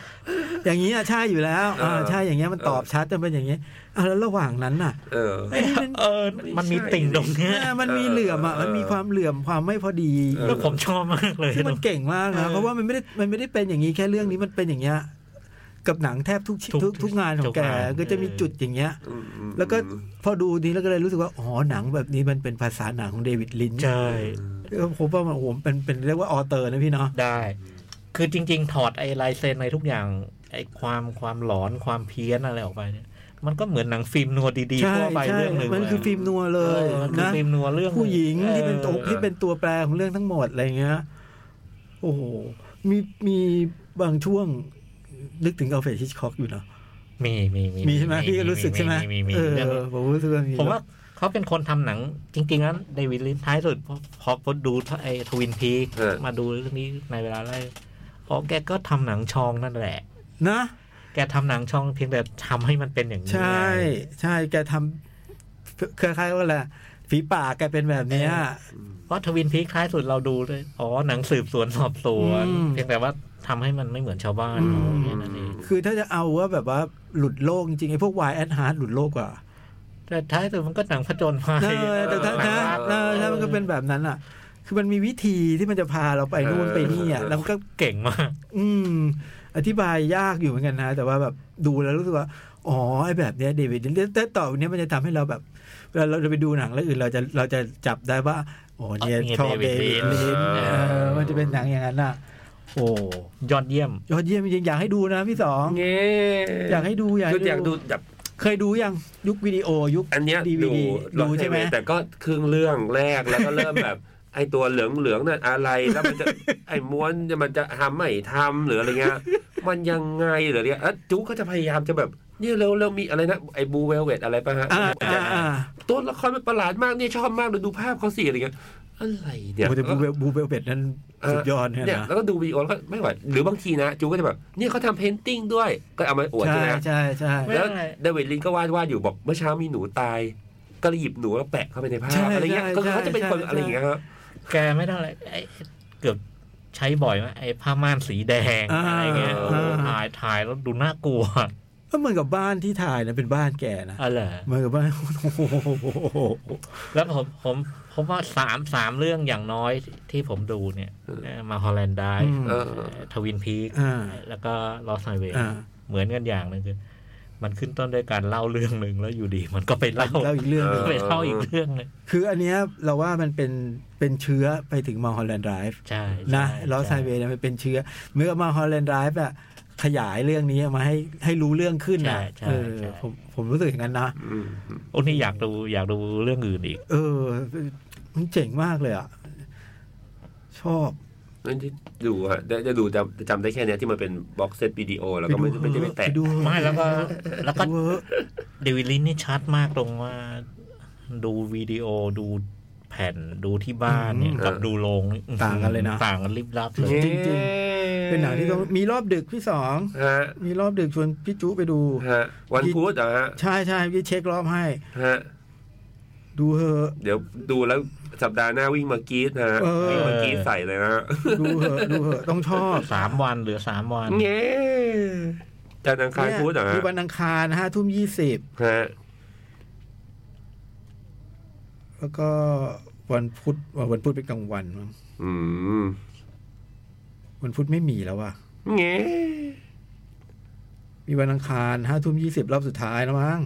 อย่างนี้อ่ะใช่อยู่แล้วอ่า
เออ
ใช่อย่างเงี้ยมันตอบชัดมันเป็นอย่างเงี้ยอ่ะแล้วระหว่างนั้นน่ะ
เออ
ไอ้นี่มัน
เออ มันมีติ่งตรงเนี้ย
เออมันมีเหลื่อมอ่ะ
เออ
มันมีความเหลื่อมความไม่พอดี
เออ
แล้วผมชอบมากเลย
ที่มันเก่งมากนะเพราะว่ามันไม่ได้มันไม่ได้เป็นอย่างนี้แค่เรื่องนี้มันเป็นอย่างเงี้ยกับหนังแทบทุกชิ้นทุกทุกงานของแกก็จะมีจุดอย่างเงี้ย
อืมอืม
แล้วก็พอดูนี้แล้วก็เลยรู้สึกว่าอ๋อหนังแบบนี้มันเป็นภาษาหนังของเดวิดลินช์
ใช่
เออผมว่ามันโอ้โหเป็นเป็นเรียกว่าออเตอร์นะพี่เนาะ
ได้ คือจริง ๆ ถอดไอ้ลายเซ็นในทุกอย่าง ไอ้ความความหลอนความเพี้ยนอะไรออกไปเนี่ย มันก็เหมือนหนังฟิล์มนัวดีๆ
ใช่
ทั่วไป
ใช่
เรื่องหนึ่ง
มันคือฟิล์มนัวเลย
ออมันคือ
นะ
ฟิล์มนัวเรื่องนึ่
ผู้หญิงที่เป็น
อ
ตัว
อ
ที่เป็นตัวแปรของเรื่องทั้งหมดอะไรเงี้ย โอ้โห มีมีบางช่วงนึกถึงอัลเฟรดฮิชคอกอยู่เนาะ
มีมี
มีใช่ไหมพี่ก็รู้สึกใช่ไหม
มีมี
เออ
เรื่อง
ผมรู้สึกว่ามี
ผมว่าเขาเป็นคนทำหนัง จริง ๆ แล้วเดวิดลินช์ท้ายสุดพอพอพอดูไอ้ทวินพีมาดูเรื่องนี้ในเวลาแรกอ๋อแกก็ทำหนังชองนั่นแหละ
นะ
แกทำหนังชองเพียงแต่ทำให้มันเป็นอย่างนี้
ใช่ ใช่แกทำคล้ายๆว่าอะไรฝีปากแกเป็นแบบเนี้ย
เพราะทวินพีคท้ายสุดเราดูเลยอ๋อหนังสืบสวนสอบสวน
อืม
เพียงแต่ว่าทำให้มันไม่เหมือนชาวบ้าน
อืม
แค่นั้นเอง
คือถ้าจะเอาว่าแบบว่าหลุดโลกจริงๆไอ้พวกวายแอดฮาร์ดหลุดโลกกว่า
แต่ท้ายสุดมันก็หนังผจญภัย
เออแต่ถ้านะเออถ้ามันก็เป็นแบบนั้นอ่ะ คือมันมีวิธีที่มันจะพาเราไปนู่นไปนี่อ่ะแล้วก็
เก่งมาก
อืม อธิบายยากอยู่เหมือนกันนะ แต่ว่าแบบดูแล้วรู้สึกว่า อ๋อไอ้แบบเนี้ยเดวิดแต่ต่อไปเนี้ยมันจะทำให้เราแบบเวลาเราจะไปดูหนังเรื่องอื่นเราจะเราจะจับได้ว่าโอ้เนี่ย
เนี่ย
ชอบเด
David
วิด
Lynch
ลินช์เออมันจะเป็นหนังอย่างนั้นน่ะ โอ้
ยอดเยี่ยม
ยอดเยี่ยมจริงๆอยากให้ดูนะพี่สอง
เงี้
อยากให้ดูอยาก
คืออยา
ให้
กดูแบบ
เคยดูยังยุควิดีโอยุค
อันเนี้ย
DVD
ดู
ดูใช่ไหม
แต่ก็ครึ่งเรื่องแรกแล้วก็เริ่มแบบ *laughs* ไอตัวเหลืองเหลืองๆนั่นอะไรแล้วมันจะ ไอม้วนเนี่ยมันจะทำไม่ทำหรืออะไรเงี้ย *laughs* มันยังไงหรือเนี่ยอ่ะจุ๊กก็จะพยายามจะแบบเนี่ยเร็วเร็วมีอะไรนะไอบูเวลเวตอะไรป่ะฮะ
อ่าอ่าอ่า
ต้นละครมันประหลาดมากเนี่ยชอบมากเดี๋ยวดูภาพเขาสิอะไรเงี้ยอะไรเนี่ย
โอ้แต่บูเบลบูเบลเบ็ดนั้นสุดยอดเนี่ย
เนี่ย
นะ
แล้วก็ดูวีดีโอแล้วก็ไม่ไหวหรือบางทีนะจูก็จะแบบเนี่ยเขาทำเพนติ้งด้วย ก็เอามาอวด
ใช่
ใช่ไหม
ใช่ใช่
ไม่
แล้ว
เป็นไร
เดวิดลินก็วาดวาดอยู่บอกเมื่อเช้ามีหนูตาย ก็เลยหยิบหนูแล้วแปะเข้าไปในผ้า
ใช่
อะไรเงี้ย
ใช่
ก็คือเขาจะเป็นคน
ใช่
อะไรอย่างเงี้ยครับ
แกไม่ต้องอะไรไอ้เกือบใช้บ่อยมากไอ้ผ้าม่านสีแดง
อ่า
อะไรเงี้ยโอ้โห
อ่า
ถ่ายถ่ายแล้วดูน่ากลัว *laughs*
ก็เหมือนกับบ้านที่ถ่ายนะเป็นบ้านแกนะ
อะไร
เหมือนกับบ้าน *laughs* โอ้โห
แล้วผมผมผมว่าสามสามเรื่องอย่างน้อยที่ผมดูเนี่ยมาฮอลแลนด์ได้
เออ
ทวินพีค
อ่า
แล้วก็ลอสไนเว
อ่า
เหมือนกันอย่างหนึงคือ มันขึ้นต้นด้วยการเล่าเรื่องหนึ่งแล้วอยู่ดี มันก็ไปเล่า
เล่าอีกเรื่องหนึ่ง
ไปเล่าอีกเรื่องหนึง
คืออันเนี้ยเราว่ามันเป็นเป็นเชื้อไปถึงมาฮอลแลนด์ไ i ฟ์
ใช่
นะ
ใช่
ลอสไซเวย์เนี่ยมันเป็นเชื้อเหมื่อนกับมาฮอลแลนด์ไ i ฟ์อะขยายเรื่องนี้มาให้ให้รู้เรื่องขึ้นนะเออผมผมรู้สึกอย่างนั้นนะ
อืม
โอ้นี่อยากดูอยากดูเรื่องอื่นอีก
เออ มันเจ๋งมากเลยอ่ะ ชอบ
นั่นที่ดูฮะจะดูจำจำได้แค่เนี้ยที่มันเป็นบ็อกเซตวิดีโอแล้วก็ไม่ไม่ได้ไปแตะ
ไปดู
ไม่แล้วก็แล้วก็
ไปดูเถอะ
เดวิดลินช์นี่ชัดมากตรงว่า ดูวิดีโอดูแผ่นดูที่บ้านเนี่ยกับดูโรงนี่
ต่างกันเลยนะ
ต่างกันลิบลับเลย
จริง เป็นหนังที่ต้องมีรอบดึกพี่สอง
ฮะ
มีรอบดึกชวนพี่จุไปดู
ฮะวันพุธเหรอฮะ
ใช่ใช่พี่เช็ครอบให้
ฮะ
ดูเถอะ
เดี๋ยวดูแล้วสัปดาห์หน้าวิ่งมากรีดนะฮะ
เออ
วิ่งมากรีดใส่เลยนะฮะ
ดูเถอะดูเถอะต้องชอบ
สามวันเหลือสามวัน
เงี้ยจันทร์อังคารพุธเหรอ
เนี่ย
ฮะ
คือวันอังคารห้าทุ่มยี่สิบ
ฮะ
แล้วก็วันพุธวันพุธเป็นกลางวันมั้ง
อืม
วันพุธไม่มีแล้วว่ะ
เงี้ย
มีวันอังคารห้าทุ่มยี่สิบรอบสุดท้ายแล้วมั้ง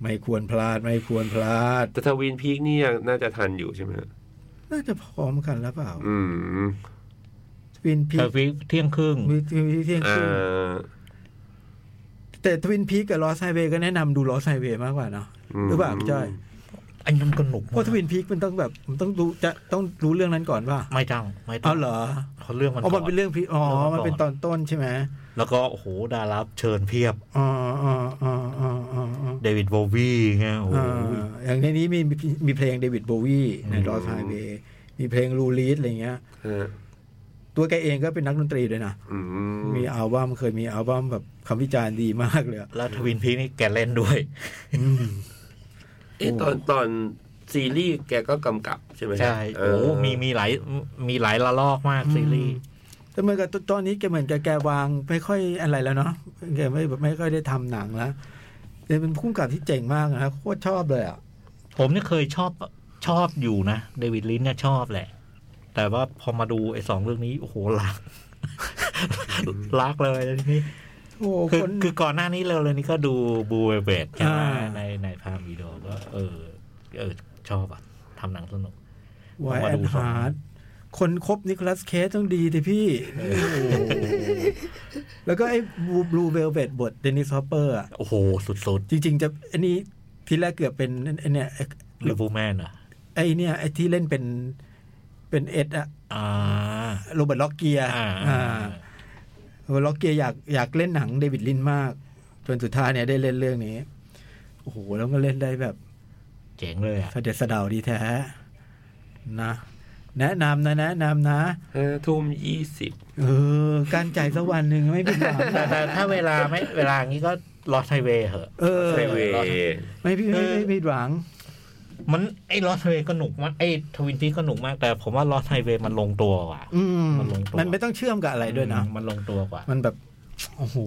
ไม่ควรพลาดไม่ควรพลาด
แต่ทวินพีกนี่ยังน่าจะทันอยู่ใช่ไหมฮะ
น่าจะพร้อมกันแล้วเปล่า
อืม
ทวินพี
เทอร์ฟิเที่ยงครึ่ง
มีทวินเที่ยง
อ่
คืนาแต่ทวินพีกับลอสไฮเวย์ก็แนะนำดูลอสไฮเวย์มากกว่าเนาะ หรือเปล่าพี่จ้อย
อันนั้นก็หนุก
เพราะทวินพีคมันต้องแบบมันต้องรู้จะต้องรู้เรื่องนั้นก่อนป่ะ
ไม่ต้องไม่ต้อ
เอา
ง
เหรอ
เขาเรื่องมัน
อ๋อมัน
ก่อ
เป็น
น
เรื่องพีอ๋อ
เรื่อง
มัน
มันก่อน
เป็นตอนต้นใช่ไหม
แล้วก็โอ้โหดาราเชิญเพียบ
อ๋ออ๋ออ๋ออ๋ออ๋ออ๋อ
เดวิดโบวีเงี้ยโอ้โห
อ่าอย่างในนี้มีมีมีเพลงเดวิดโบวีในรอสไฮเวย์มีเพลงลูลีดอะไรเงี้ย
ฮะ
ตัวแกเองก็เป็นนักดนตรีด้วยนะ
อื
มีอัลบั้มเคยมีอัลบั้มแบบคำวิจารณ์ดีมากเลยอะ
แล้วทวินพีคนี่แกเล่นด้วย
อืม
เอ๊ะตอนตอนซีรีส์แกก็กำกับใช่ไหมฮะ
ใช่
เ
โอ้โหมีมีหลายมีหลายละลอกมากซีรีส์
แต่เหมื่อนกับตอนนี้แกเหมือนแกแกวางไม่ค่อยอะไรแล้วเนาะแกไม่ไม่ค่อยได้ทำหนังแล้วแต่เป็นผู้กำกับที่เจ๋งมากนะครับโคตรชอบเลยอ่ะ
ผมเนี่ยเคยชอบชอบอยู่นะเดวิดลินเนี่ยชอบแหละ แต่ว่าพอมาดูไอ้สองเรื่องนี้ โอ้โหลัก ลักเลยทีนี้
โอ้
คือ
คน
คือก่อนหน้านี้เราเลยนี่ก็ดูบูเวเบดใช่ไหม
อ่า
ในในพามวีดีโอก็เออ เออ ชอบอ่ะทำหนังสนุก
วาย
มา
แอ
ดู
น
สอง
ฮาร์ดคนคบนิโคลัสเคสต้องดีที
*laughs*
พี่ แล้วก็ไอ้บลูเวลเวดบทเดนิสฮอปเปอร์อ่ะ
โอ้โห สุด
จริง ๆ จะอันนี้ทีแรกเกือบเป็นไอ้เนี่ยไอ้
ๆลิเวอร์พูลแมนอ่ะ
ไอ้เนี่ยไอ้ที่เล่นเป็นเป็นเอ็ดอะ
อ่า
โรเบิร์ตล็อกเกียร์
อ่า
อ่าโรเบิร์ตล็อกเกียร์อยากอยากเล่นหนังเดวิดลินมาก จนสุดท้ายเนี่ยได้เล่นเรื่องนี้โอ้โหแล้วก็เล่นได้แบบ
เจ๋งเลยอ่ะ
สะเด็ดสะเดาดีแท้นะแนะนำนะแนะนำนะ
ห้าทุ่มยี่สิบ
เออ การจ่ายสักวันหนึ่งไม่ผิดหวัง
แต่แต่ถ้าเวลาไม่เวลางี้ก็ลอสไฮเวย์เหอะ
เออ
ไฮเวย์
ไม่ผิดไม่ไม่ผิดหวัง
มันไอ้ลอสไฮเวย์ก็หนุกมากไอ้ทวินตี้ก็หนุกมากแต่ผมว่าลอสไฮเวย์มันลงตัวกว่ะ
อืม
มันลงตัว
มันไม่ต้องเชื่อมกับอะไรด้วยนะ
มันลงตัวกว่า
มันแบบ โอ้โห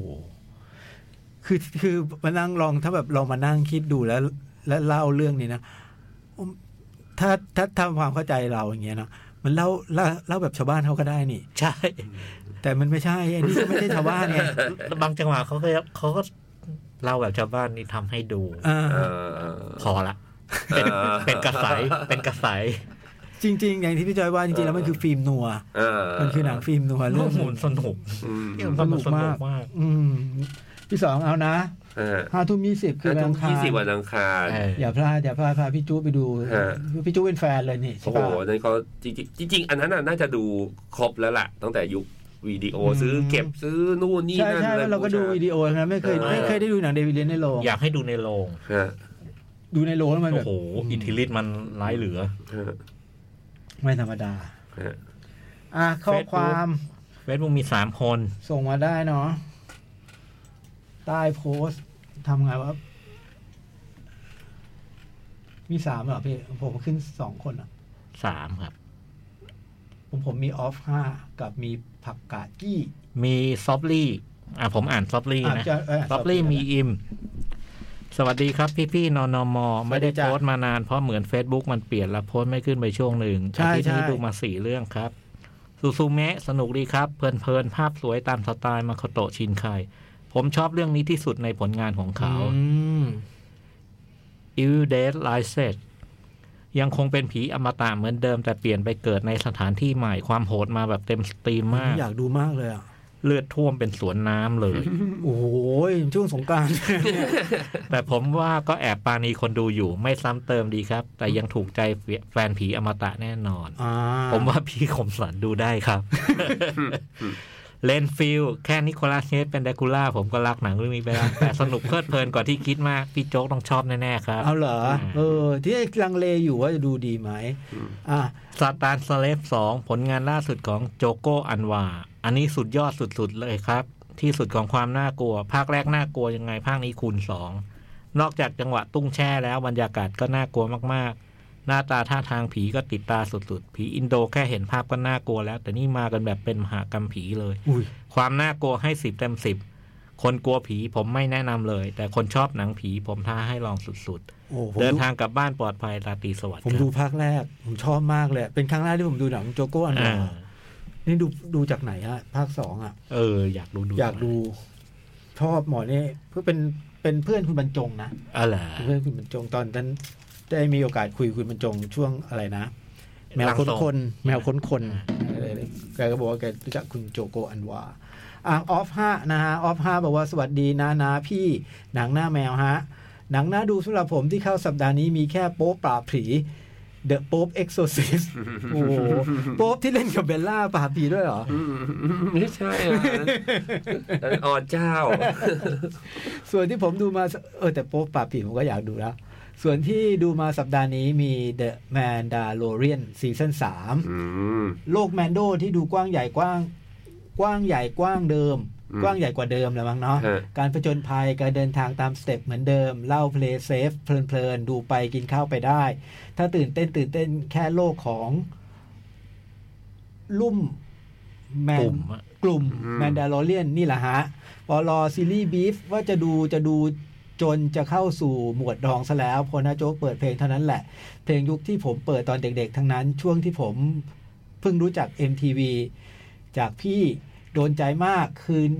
คือคือมานั่งลองถ้าแบบลองมานั่งคิดดูแล้ว แล้วเล่าเรื่องนี้นะอืมถ้าถ้าทำความเข้าใจเราอย่างเงี้ยเนาะมันเล่าเล่าเล่าแบบชาวบ้านเขาก็ได้นี่
ใช่
แต่มันไม่ใช่อันนี้ก็ไม่ใช่ชาวบ้านไง
บางจังหวะเขาก็เขาก็เราแบบชาวบ้านนี่ทำให้ดู
อ่า
เอ่อ
พอละ เป็น
เออ
เป็นกระสายเป็นกระสาย
จริง ๆ อย่างที่พี่จอยว่าจริงๆแล้วมันคือฟิล์มนัว
เออ
มันคือหนังฟิล์มนัว
เรื่
เรื่
อ
อง ง
หมุนสนุก
อืม
เรื่องมันสนุกมาก
อืมพี่สองเอานะ
เออ
ห้าทุ่มยี่สิบคือ
ห้า
วัน
ทุ่
อั
ม
งคาร
ยี่สิบวันอังคาร
เออ
อย่าพลาดอย่าพลาดพาพี่จู้ไปดู
ฮะ
พี่จู้เป็นแฟนเลยนี่ใช่
โอ้โห
ปะ
นั่นเขาจริงๆจริง ๆ อันนั้นน่ะน่าจะดูครบแล้วล่ะ ตั้งแต่ยุควิดีโอ
อืม
ซื้อเก็บซื้อนู่นนี่
ใช่
นั่น
ใช่
อะไร
แล้วเราก็ดูวิดีโอนะไม่เคย
เออ
ไม่เคยได้ดูหนังเดวิดเลนในโรง
อยากให้ดูในโรง
ฮะ
ดูในโรงแล้วมันแบ
โอ้
บ
โหอิทธิฤทธิ์มันร้ายเหลือ
ฮะ
ไม่ธรรมดา
ฮะ
อ่ะข้อ
Facebook
ความ
เวทมุมมีสามคน
ส่งมาได้เนาะใต้โพสต์ทำไงวะมีสามเหรอพี่ผมขึ้นสองคนเหรอ่ะ
สามครับ
ผมผมมีออฟห้ากับมีผักกาดกี้
มีซอฟลี่ อ่ะผมอ่านซอฟลี่
อ่ะ
นะ
จะเ
ล็อบลี่มีอิม สวัสดีครับพี่พี่ๆนอนมอ ไม่ได้
สวัสดีจ้ะ
โพสต์มานานเพราะเหมือน Facebook มันเปลี่ยนแล้วโพสต์ไม่ขึ้นไปช่วงหนึ่ง
ใช่
อาทิตย์นี้
ใช่
ดูมาสี่เรื่องครับซูซูเมะสนุกดีครับ เพลินเพลินๆภาพสวยตามสไตล์มาโคโตะชินไคผมชอบเรื่องนี้ที่สุดในผลงานของเขา
อืม
Evil Dead Rise ยังคงเป็นผีอมตะเหมือนเดิมแต่เปลี่ยนไปเกิดในสถานที่ใหม่ความโหดมาแบบเต็มสตรีมมาก
อยากดูมากเลยอ่ะ
เลือดท่วมเป็นสวนน้ำเลย
โอ้โหช่วงสงกราร *laughs*
แต่ผมว่าก็แอบปานีคนดูอยู่ไม่ซ้ำเติมดีครับ แต่ยังถูกใจแฟนผีอมตะแน่นอน ผมว่าพี่ขมสันดูได้ครับ *laughs* เลนฟิลแค่นิโคลัสเคสเป็นแดคูล่า ผมก็รักหนังเรื่องนี้ไปแล้วแต่สนุกเพลิดเพลินกว่าที่คิดมาก พี่โจ๊กต้องชอบแน่ ๆ ครับ
เอาเหรอ เออ ที่ลังเลอยู่ว่าจะดูดีไหมอ่ะ
ซาตานสเลฟสองผลงานล่าสุดของโจโกอันวา อันนี้สุดยอดสุด ๆ เลยครับ ที่สุดของความน่ากลัว ภาคแรกน่ากลัวยังไง ภาคนี้คูณสองนอกจากจังหวะตุ้งแช่แล้วบรรยากาศก็น่ากลัวมากๆ หน้าตาท่าทางผีก็ติดตาสุด ๆ ผีอินโดแค่เห็นภาพก็น่ากลัวแล้ว แต่นี่มากันแบบเป็นมหากรรมผีเลย
อุ้ย
ความน่ากลัวให้สิบเต็มสิบคนกลัวผีผมไม่แนะนำเลย แต่คนชอบหนังผีผมท้าให้ลองสุด
โอ้ผ
ๆ
ม
เดิน
ดู
ทางกลับบ้านปลอดภัยราตรีสวัสดิ์
ผมดูภาคแรก ผมชอบมากเลย เป็นครั้งแรกที่ผมดูหนังโจโก้อัน
อ่า
ดานี่ดูดูจากไหนอะภาคสองอะ
เออ อยากดูดู
อยากดู ชอบหมอนี่เพื่อเป็นเป็นเพื่อนคุณบรรจงนะ
อะไร
เป็นเพื่อนคุณบรรจงตอนนั้นได้มีโอกาสคุยกับคุณบรรจงช่วงอะไรนะ แมวคนคนๆแมวคนคนๆเออแกก็บอกว่าแกรู้จักคุณโจโกอันวาอ่ะออฟห้านะฮะออฟห้าบอกว่าสวัสดีนะนะพี่หนังหน้าแมวฮะ หนังหน้าดูสำหรับผมที่เข้าสัปดาห์นี้มีแค่โป๊ปปราบผี The Pope Exorcist โอ้โหโป๊ปที่เล่นกับเบลล่าปราบผีด้วยเหรอ
อืม *laughs* ไม่ใช่อะอันนั้นอ๋อเจ้า
ส่วนที่ผมดูมาเออแต่โป๊ปปราบผีผมก็อยากดูแล้ว ส่วนที่ดูมาสัปดาห์นี้มี The Mandalorian ซีซั่นสาม
อืม
โลกแมนโดที่ดูกว้างใหญ่กว้าง กว้างใหญ่กว้างเดิม
อืม
กว้างใหญ่กว่าเดิมแล้วมั้งเนาะ
ฮะ
การผจญภัยการเดินทางตามสเต็ปเหมือนเดิม เล่าเพลย์เซฟเพลินๆ ดูไปกินข้าวไปได้ ถ้าตื่นเต้นตื่นเต้นแค่โลกของ ลุ่ม แมน
กลุ่มอะ
กลุ่ม
อืม
แมนดาโลเรียนนี่แหละฮะพอรอซีรีส์บีฟว่าจะดูจะดูจนจะเข้าสู่หมวดดองซะแล้วพอนาโจ๊กเปิดเพลงเท่านั้นแหละ เพลงยุคที่ผมเปิดตอนเด็กๆ ทั้งนั้น ช่วงที่ผมเพิ่งรู้จัก MTV จากพี่โดนใจมากคืน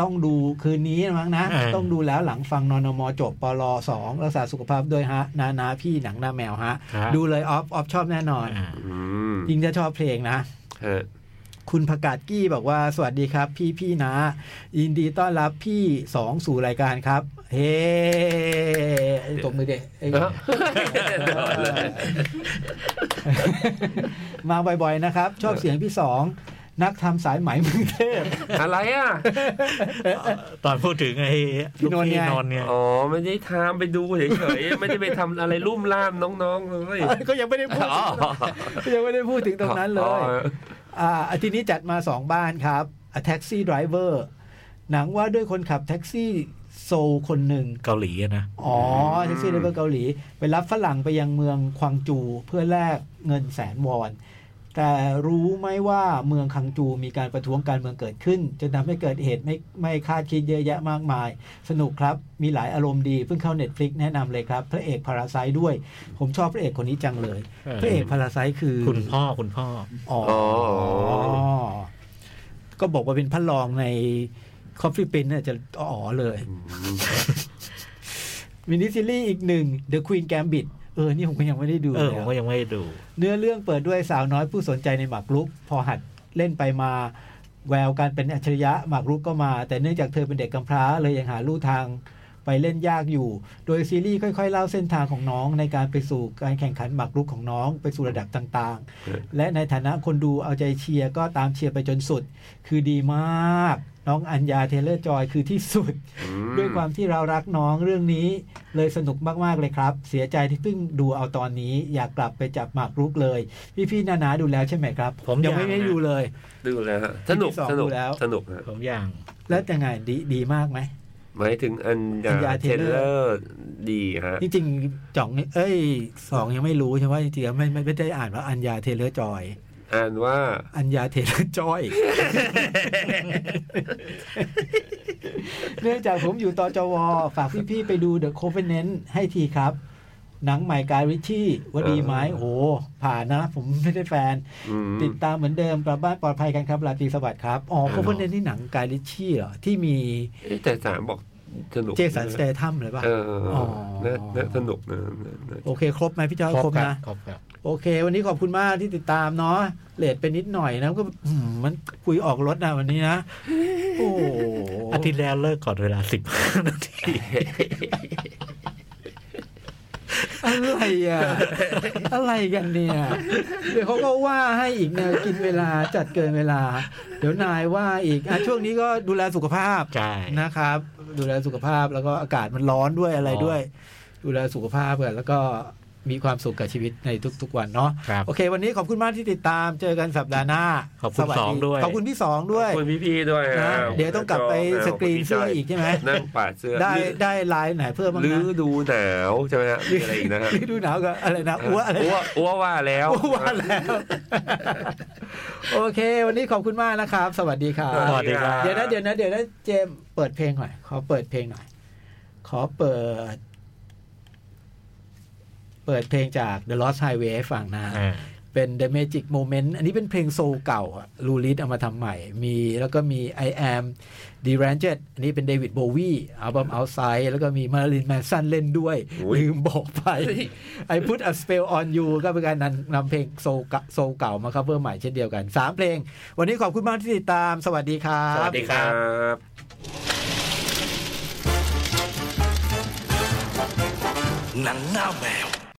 ต้องดูคืนนี้มั้งนะ
อ่า
ต้องดูแล้วหลังฟังนอนมจบปลอสองรักษาสุขภาพด้วยฮะ นานาพี่หนังหน้าแมวฮะ ดูเลยออฟออฟชอบแน่นอน
อ่า
อืม
จริงจะชอบเพลงนะ
ฮะ
คุณประกาศกี้บอกว่าสวัสดีครับ พี่พี่นะ ยินดีต้อนรับพี่สองสู่รายการครับ เฮ้ตบมือเด็กเอ้ย
เอ้าเดี๋ยวเลย
มาบ่อยๆนะครับ ชอบเสียงพี่สอง นักทำสายไหมเมืองเทพ
อะไรอ่ะ
ตอนพูดถึงไอ้
พี่
ลูก
นนท์
พี่
ไง
นนท์เนี่ย
อ๋อ ไม่ได้ทำไปดูเฉยๆ ไม่ได้ไปทำอะไรลุ่มล่ามน้องๆเลย
ก็ยังไม่ได้พูด
อ๋อ
ยังไม่ได้พูดถึงตรงนั้นเล
อ๋
ย
อ
อ่าอาทิตย์นี้จัดมาสองบ้านครับ A Taxi Driver หนังว่าด้วยคนขับแท็กซี่โซลคนหนึ่ง
เกาหลีอะนะ
อ๋อ
อืม
แท็กซี่ไดเวอร์เกาหลี ไปรับฝรั่งไปยังเมืองควางจูเพื่อแลกเงินแสนวอน แต่รู้ไหมว่าเมืองคังจูมีการประท้วงการเมืองเกิดขึ้นจนทำให้เกิดเหตุไม่ไม่คาดคิดเยอะแยะมากมาย สนุกครับ มีหลายอารมณ์ดีเพิ่งเข้า Netflix แนะนำเลยครับ พระเอกพาราไซด้วย ผมชอบพระเอกคนนี้จังเลยพ
เออ
ระเอกพาราไซคือ
คุณพ่อคุณพ่อ
อ๋อ
อ๋
อ๋
อ
อก็บอกว่าเป็นพระรองในคอฟฟี่เป็นน่ะจะอ๋อเลย มินิซีรีส์อีกหนึ่ง The Queen Gambit เออ นี่ผมก็ยังไม่ได้ดู
เออ
ลย
ผม
อะ
ก็ยังไม่ได้ดู
เนื้อเรื่องเปิดด้วยสาวน้อยผู้สนใจในหมากรุก พอหัดเล่นไปมา แววการเป็นอัจฉริยะหมากรุกก็มา แต่เนื่องจากเธอเป็นเด็กกำพร้า เลยยังหาลู่ทางไปเล่นยากอยู่ โดยซีรีส์ค่อย ๆ เล่าเส้นทางของน้องในการไปสู่การแข่งขันหมากรุกของน้องไปสู่ระดับต่าง
เออ
ๆ และในฐานะคนดูเอาใจเชียร์ก็ตามเชียร์ไปจนสุด คือดีมาก น้องอัญญาเทเลอร์จอยคือที่สุด ด้วยความที่เรารักน้องเรื่องนี้เลยสนุกมาก ๆ เลยครับ เสียใจที่เพิ่งดูเอาตอนนี้อยากกลับไปจับหมากรุกเลย พี่พี่ๆนานาดูแล้วใช่ไหมครับ
ผม
ยัง
ยัง
ไม่ได้ดูเลย
ดูแล้วฮะ สนุก
ที่สอง
สนุก
ดูแล้ว
สนุกฮะ
ผมอย่าง
แล้วยังไงดีดีมากไหม
หมายถึงอัน
อั
ยา
ญญา
เทเลอ
Taylor
ร์ดีฮะ
จริงๆจ่องเอ้ยสองยังไม่รู้ใช่ไหมจริงๆไม่ไม่ไม่ได้อ่านว่าอัญญาเทเลอร์จอย
อ่านว่า
อัญญาเทเลอร์จอย *laughs* เนื่องจากผมอยู่ตจว ฝากพี่ ๆ ไปดู The Covenant ให้ทีครับ หนังใหม่กายริชชี่ว่าดีไหม
เออ
โอ้โห ผ่านนะ ผมไม่ได้แฟน
อืม
ติดตามเหมือนเดิมกลับบ้านปลอดภัยกันครับราตรีสวัสดิ์ครับ อ๋อ Covenant นี่หนังกายริชชี่เหรอ ที่มี
เอ๊ะแต่สามบอกสนุก
เจสันสเตทัมเลยป่ะ
เออ
อ๋อ
น่าน่าสนุกนะน่าน่า
โอเค ครบไหมพี่จอยครบนะ
ครบครับ
โอเค วันนี้ขอบคุณมากที่ติดตามเนาะเลทไปนิดหน่อยนะก็อืมมันคุยออกรถนะวันนี้นะ โอ้โห
อาทิตย์แล้วเลิกก่อนเวลาสิบนาที
อะไรอ่ะ อะไรกันเนี่ย เดี๋ยวเขาก็ว่าให้อีกนะกินเวลาจัดเกินเวลา เดี๋ยวนายว่าอีกอ่ะช่วงนี้ก็ดูแลสุขภาพ
ใช่
นะครับ ดูแลสุขภาพแล้วก็อากาศมันร้อนด้วยอะไรด้วย ดูแลสุขภาพกันแล้วก็มีความสุขกับชีวิตในทุก ๆ วันเนาะ
ครับ
โอเค วันนี้ขอบคุณมากที่ติดตามเจอกันสัปดาห์หน้า
ขอบคุณ
สวัส
สองด้วย
ขอบคุณพี่สองด้วย
คุณพี่ๆด้วย
นะ
ฮะ
เดี๋ยวต้องกลับไปสกรีนเสื้ออีกใช่ไหม
นั่งปาดเสื้อ
ได้ได้ลายไหนเพิ่มบ้าง
ฤ
นะ
ดูหนาวใช่ไหมฮะมีอะไรอีกนะฮะ
ฤดูหนาวก็อะไรนะอ้วอะไร
อ้วอ้วว่าแล้ว
อ้วแล้ว โอเค วันนี้ขอบคุณมากนะครับ สวัสดีครับ
สวัสดีครับ
เดี๋ยวนะเดี๋ยวนะเดี๋ยวนะเจมส์เปิดเพลงหน่อยขอเปิดเพลงหน่อย ขอเปิด เปิดเพลงจาก The Lost Highway ให้ฟังนะ
อ่า
เป็น The Magic Moment อันนี้เป็นเพลงโซลเก่าลูลิสเอามาทำใหม่ มีแล้วก็มี I Am d e r a n g e d อันนี้เป็นเดวิดโบวีอัลบั้ม Outside แล้วก็มีมารินแมนสันเล่นด้วย
อุ๊ย
ลืมบอกไป I Put a Spell on You ก็เป็นการนำนำเพลงโซลเก่าโซลเก่ามาคัฟเวอร์ใหม่เช่นเดียวกัน 3 เพลง วันนี้ขอบคุณมากที่ติดตาม สวัสดีครับ
สวัสดีครับ
หนังหน้าแมว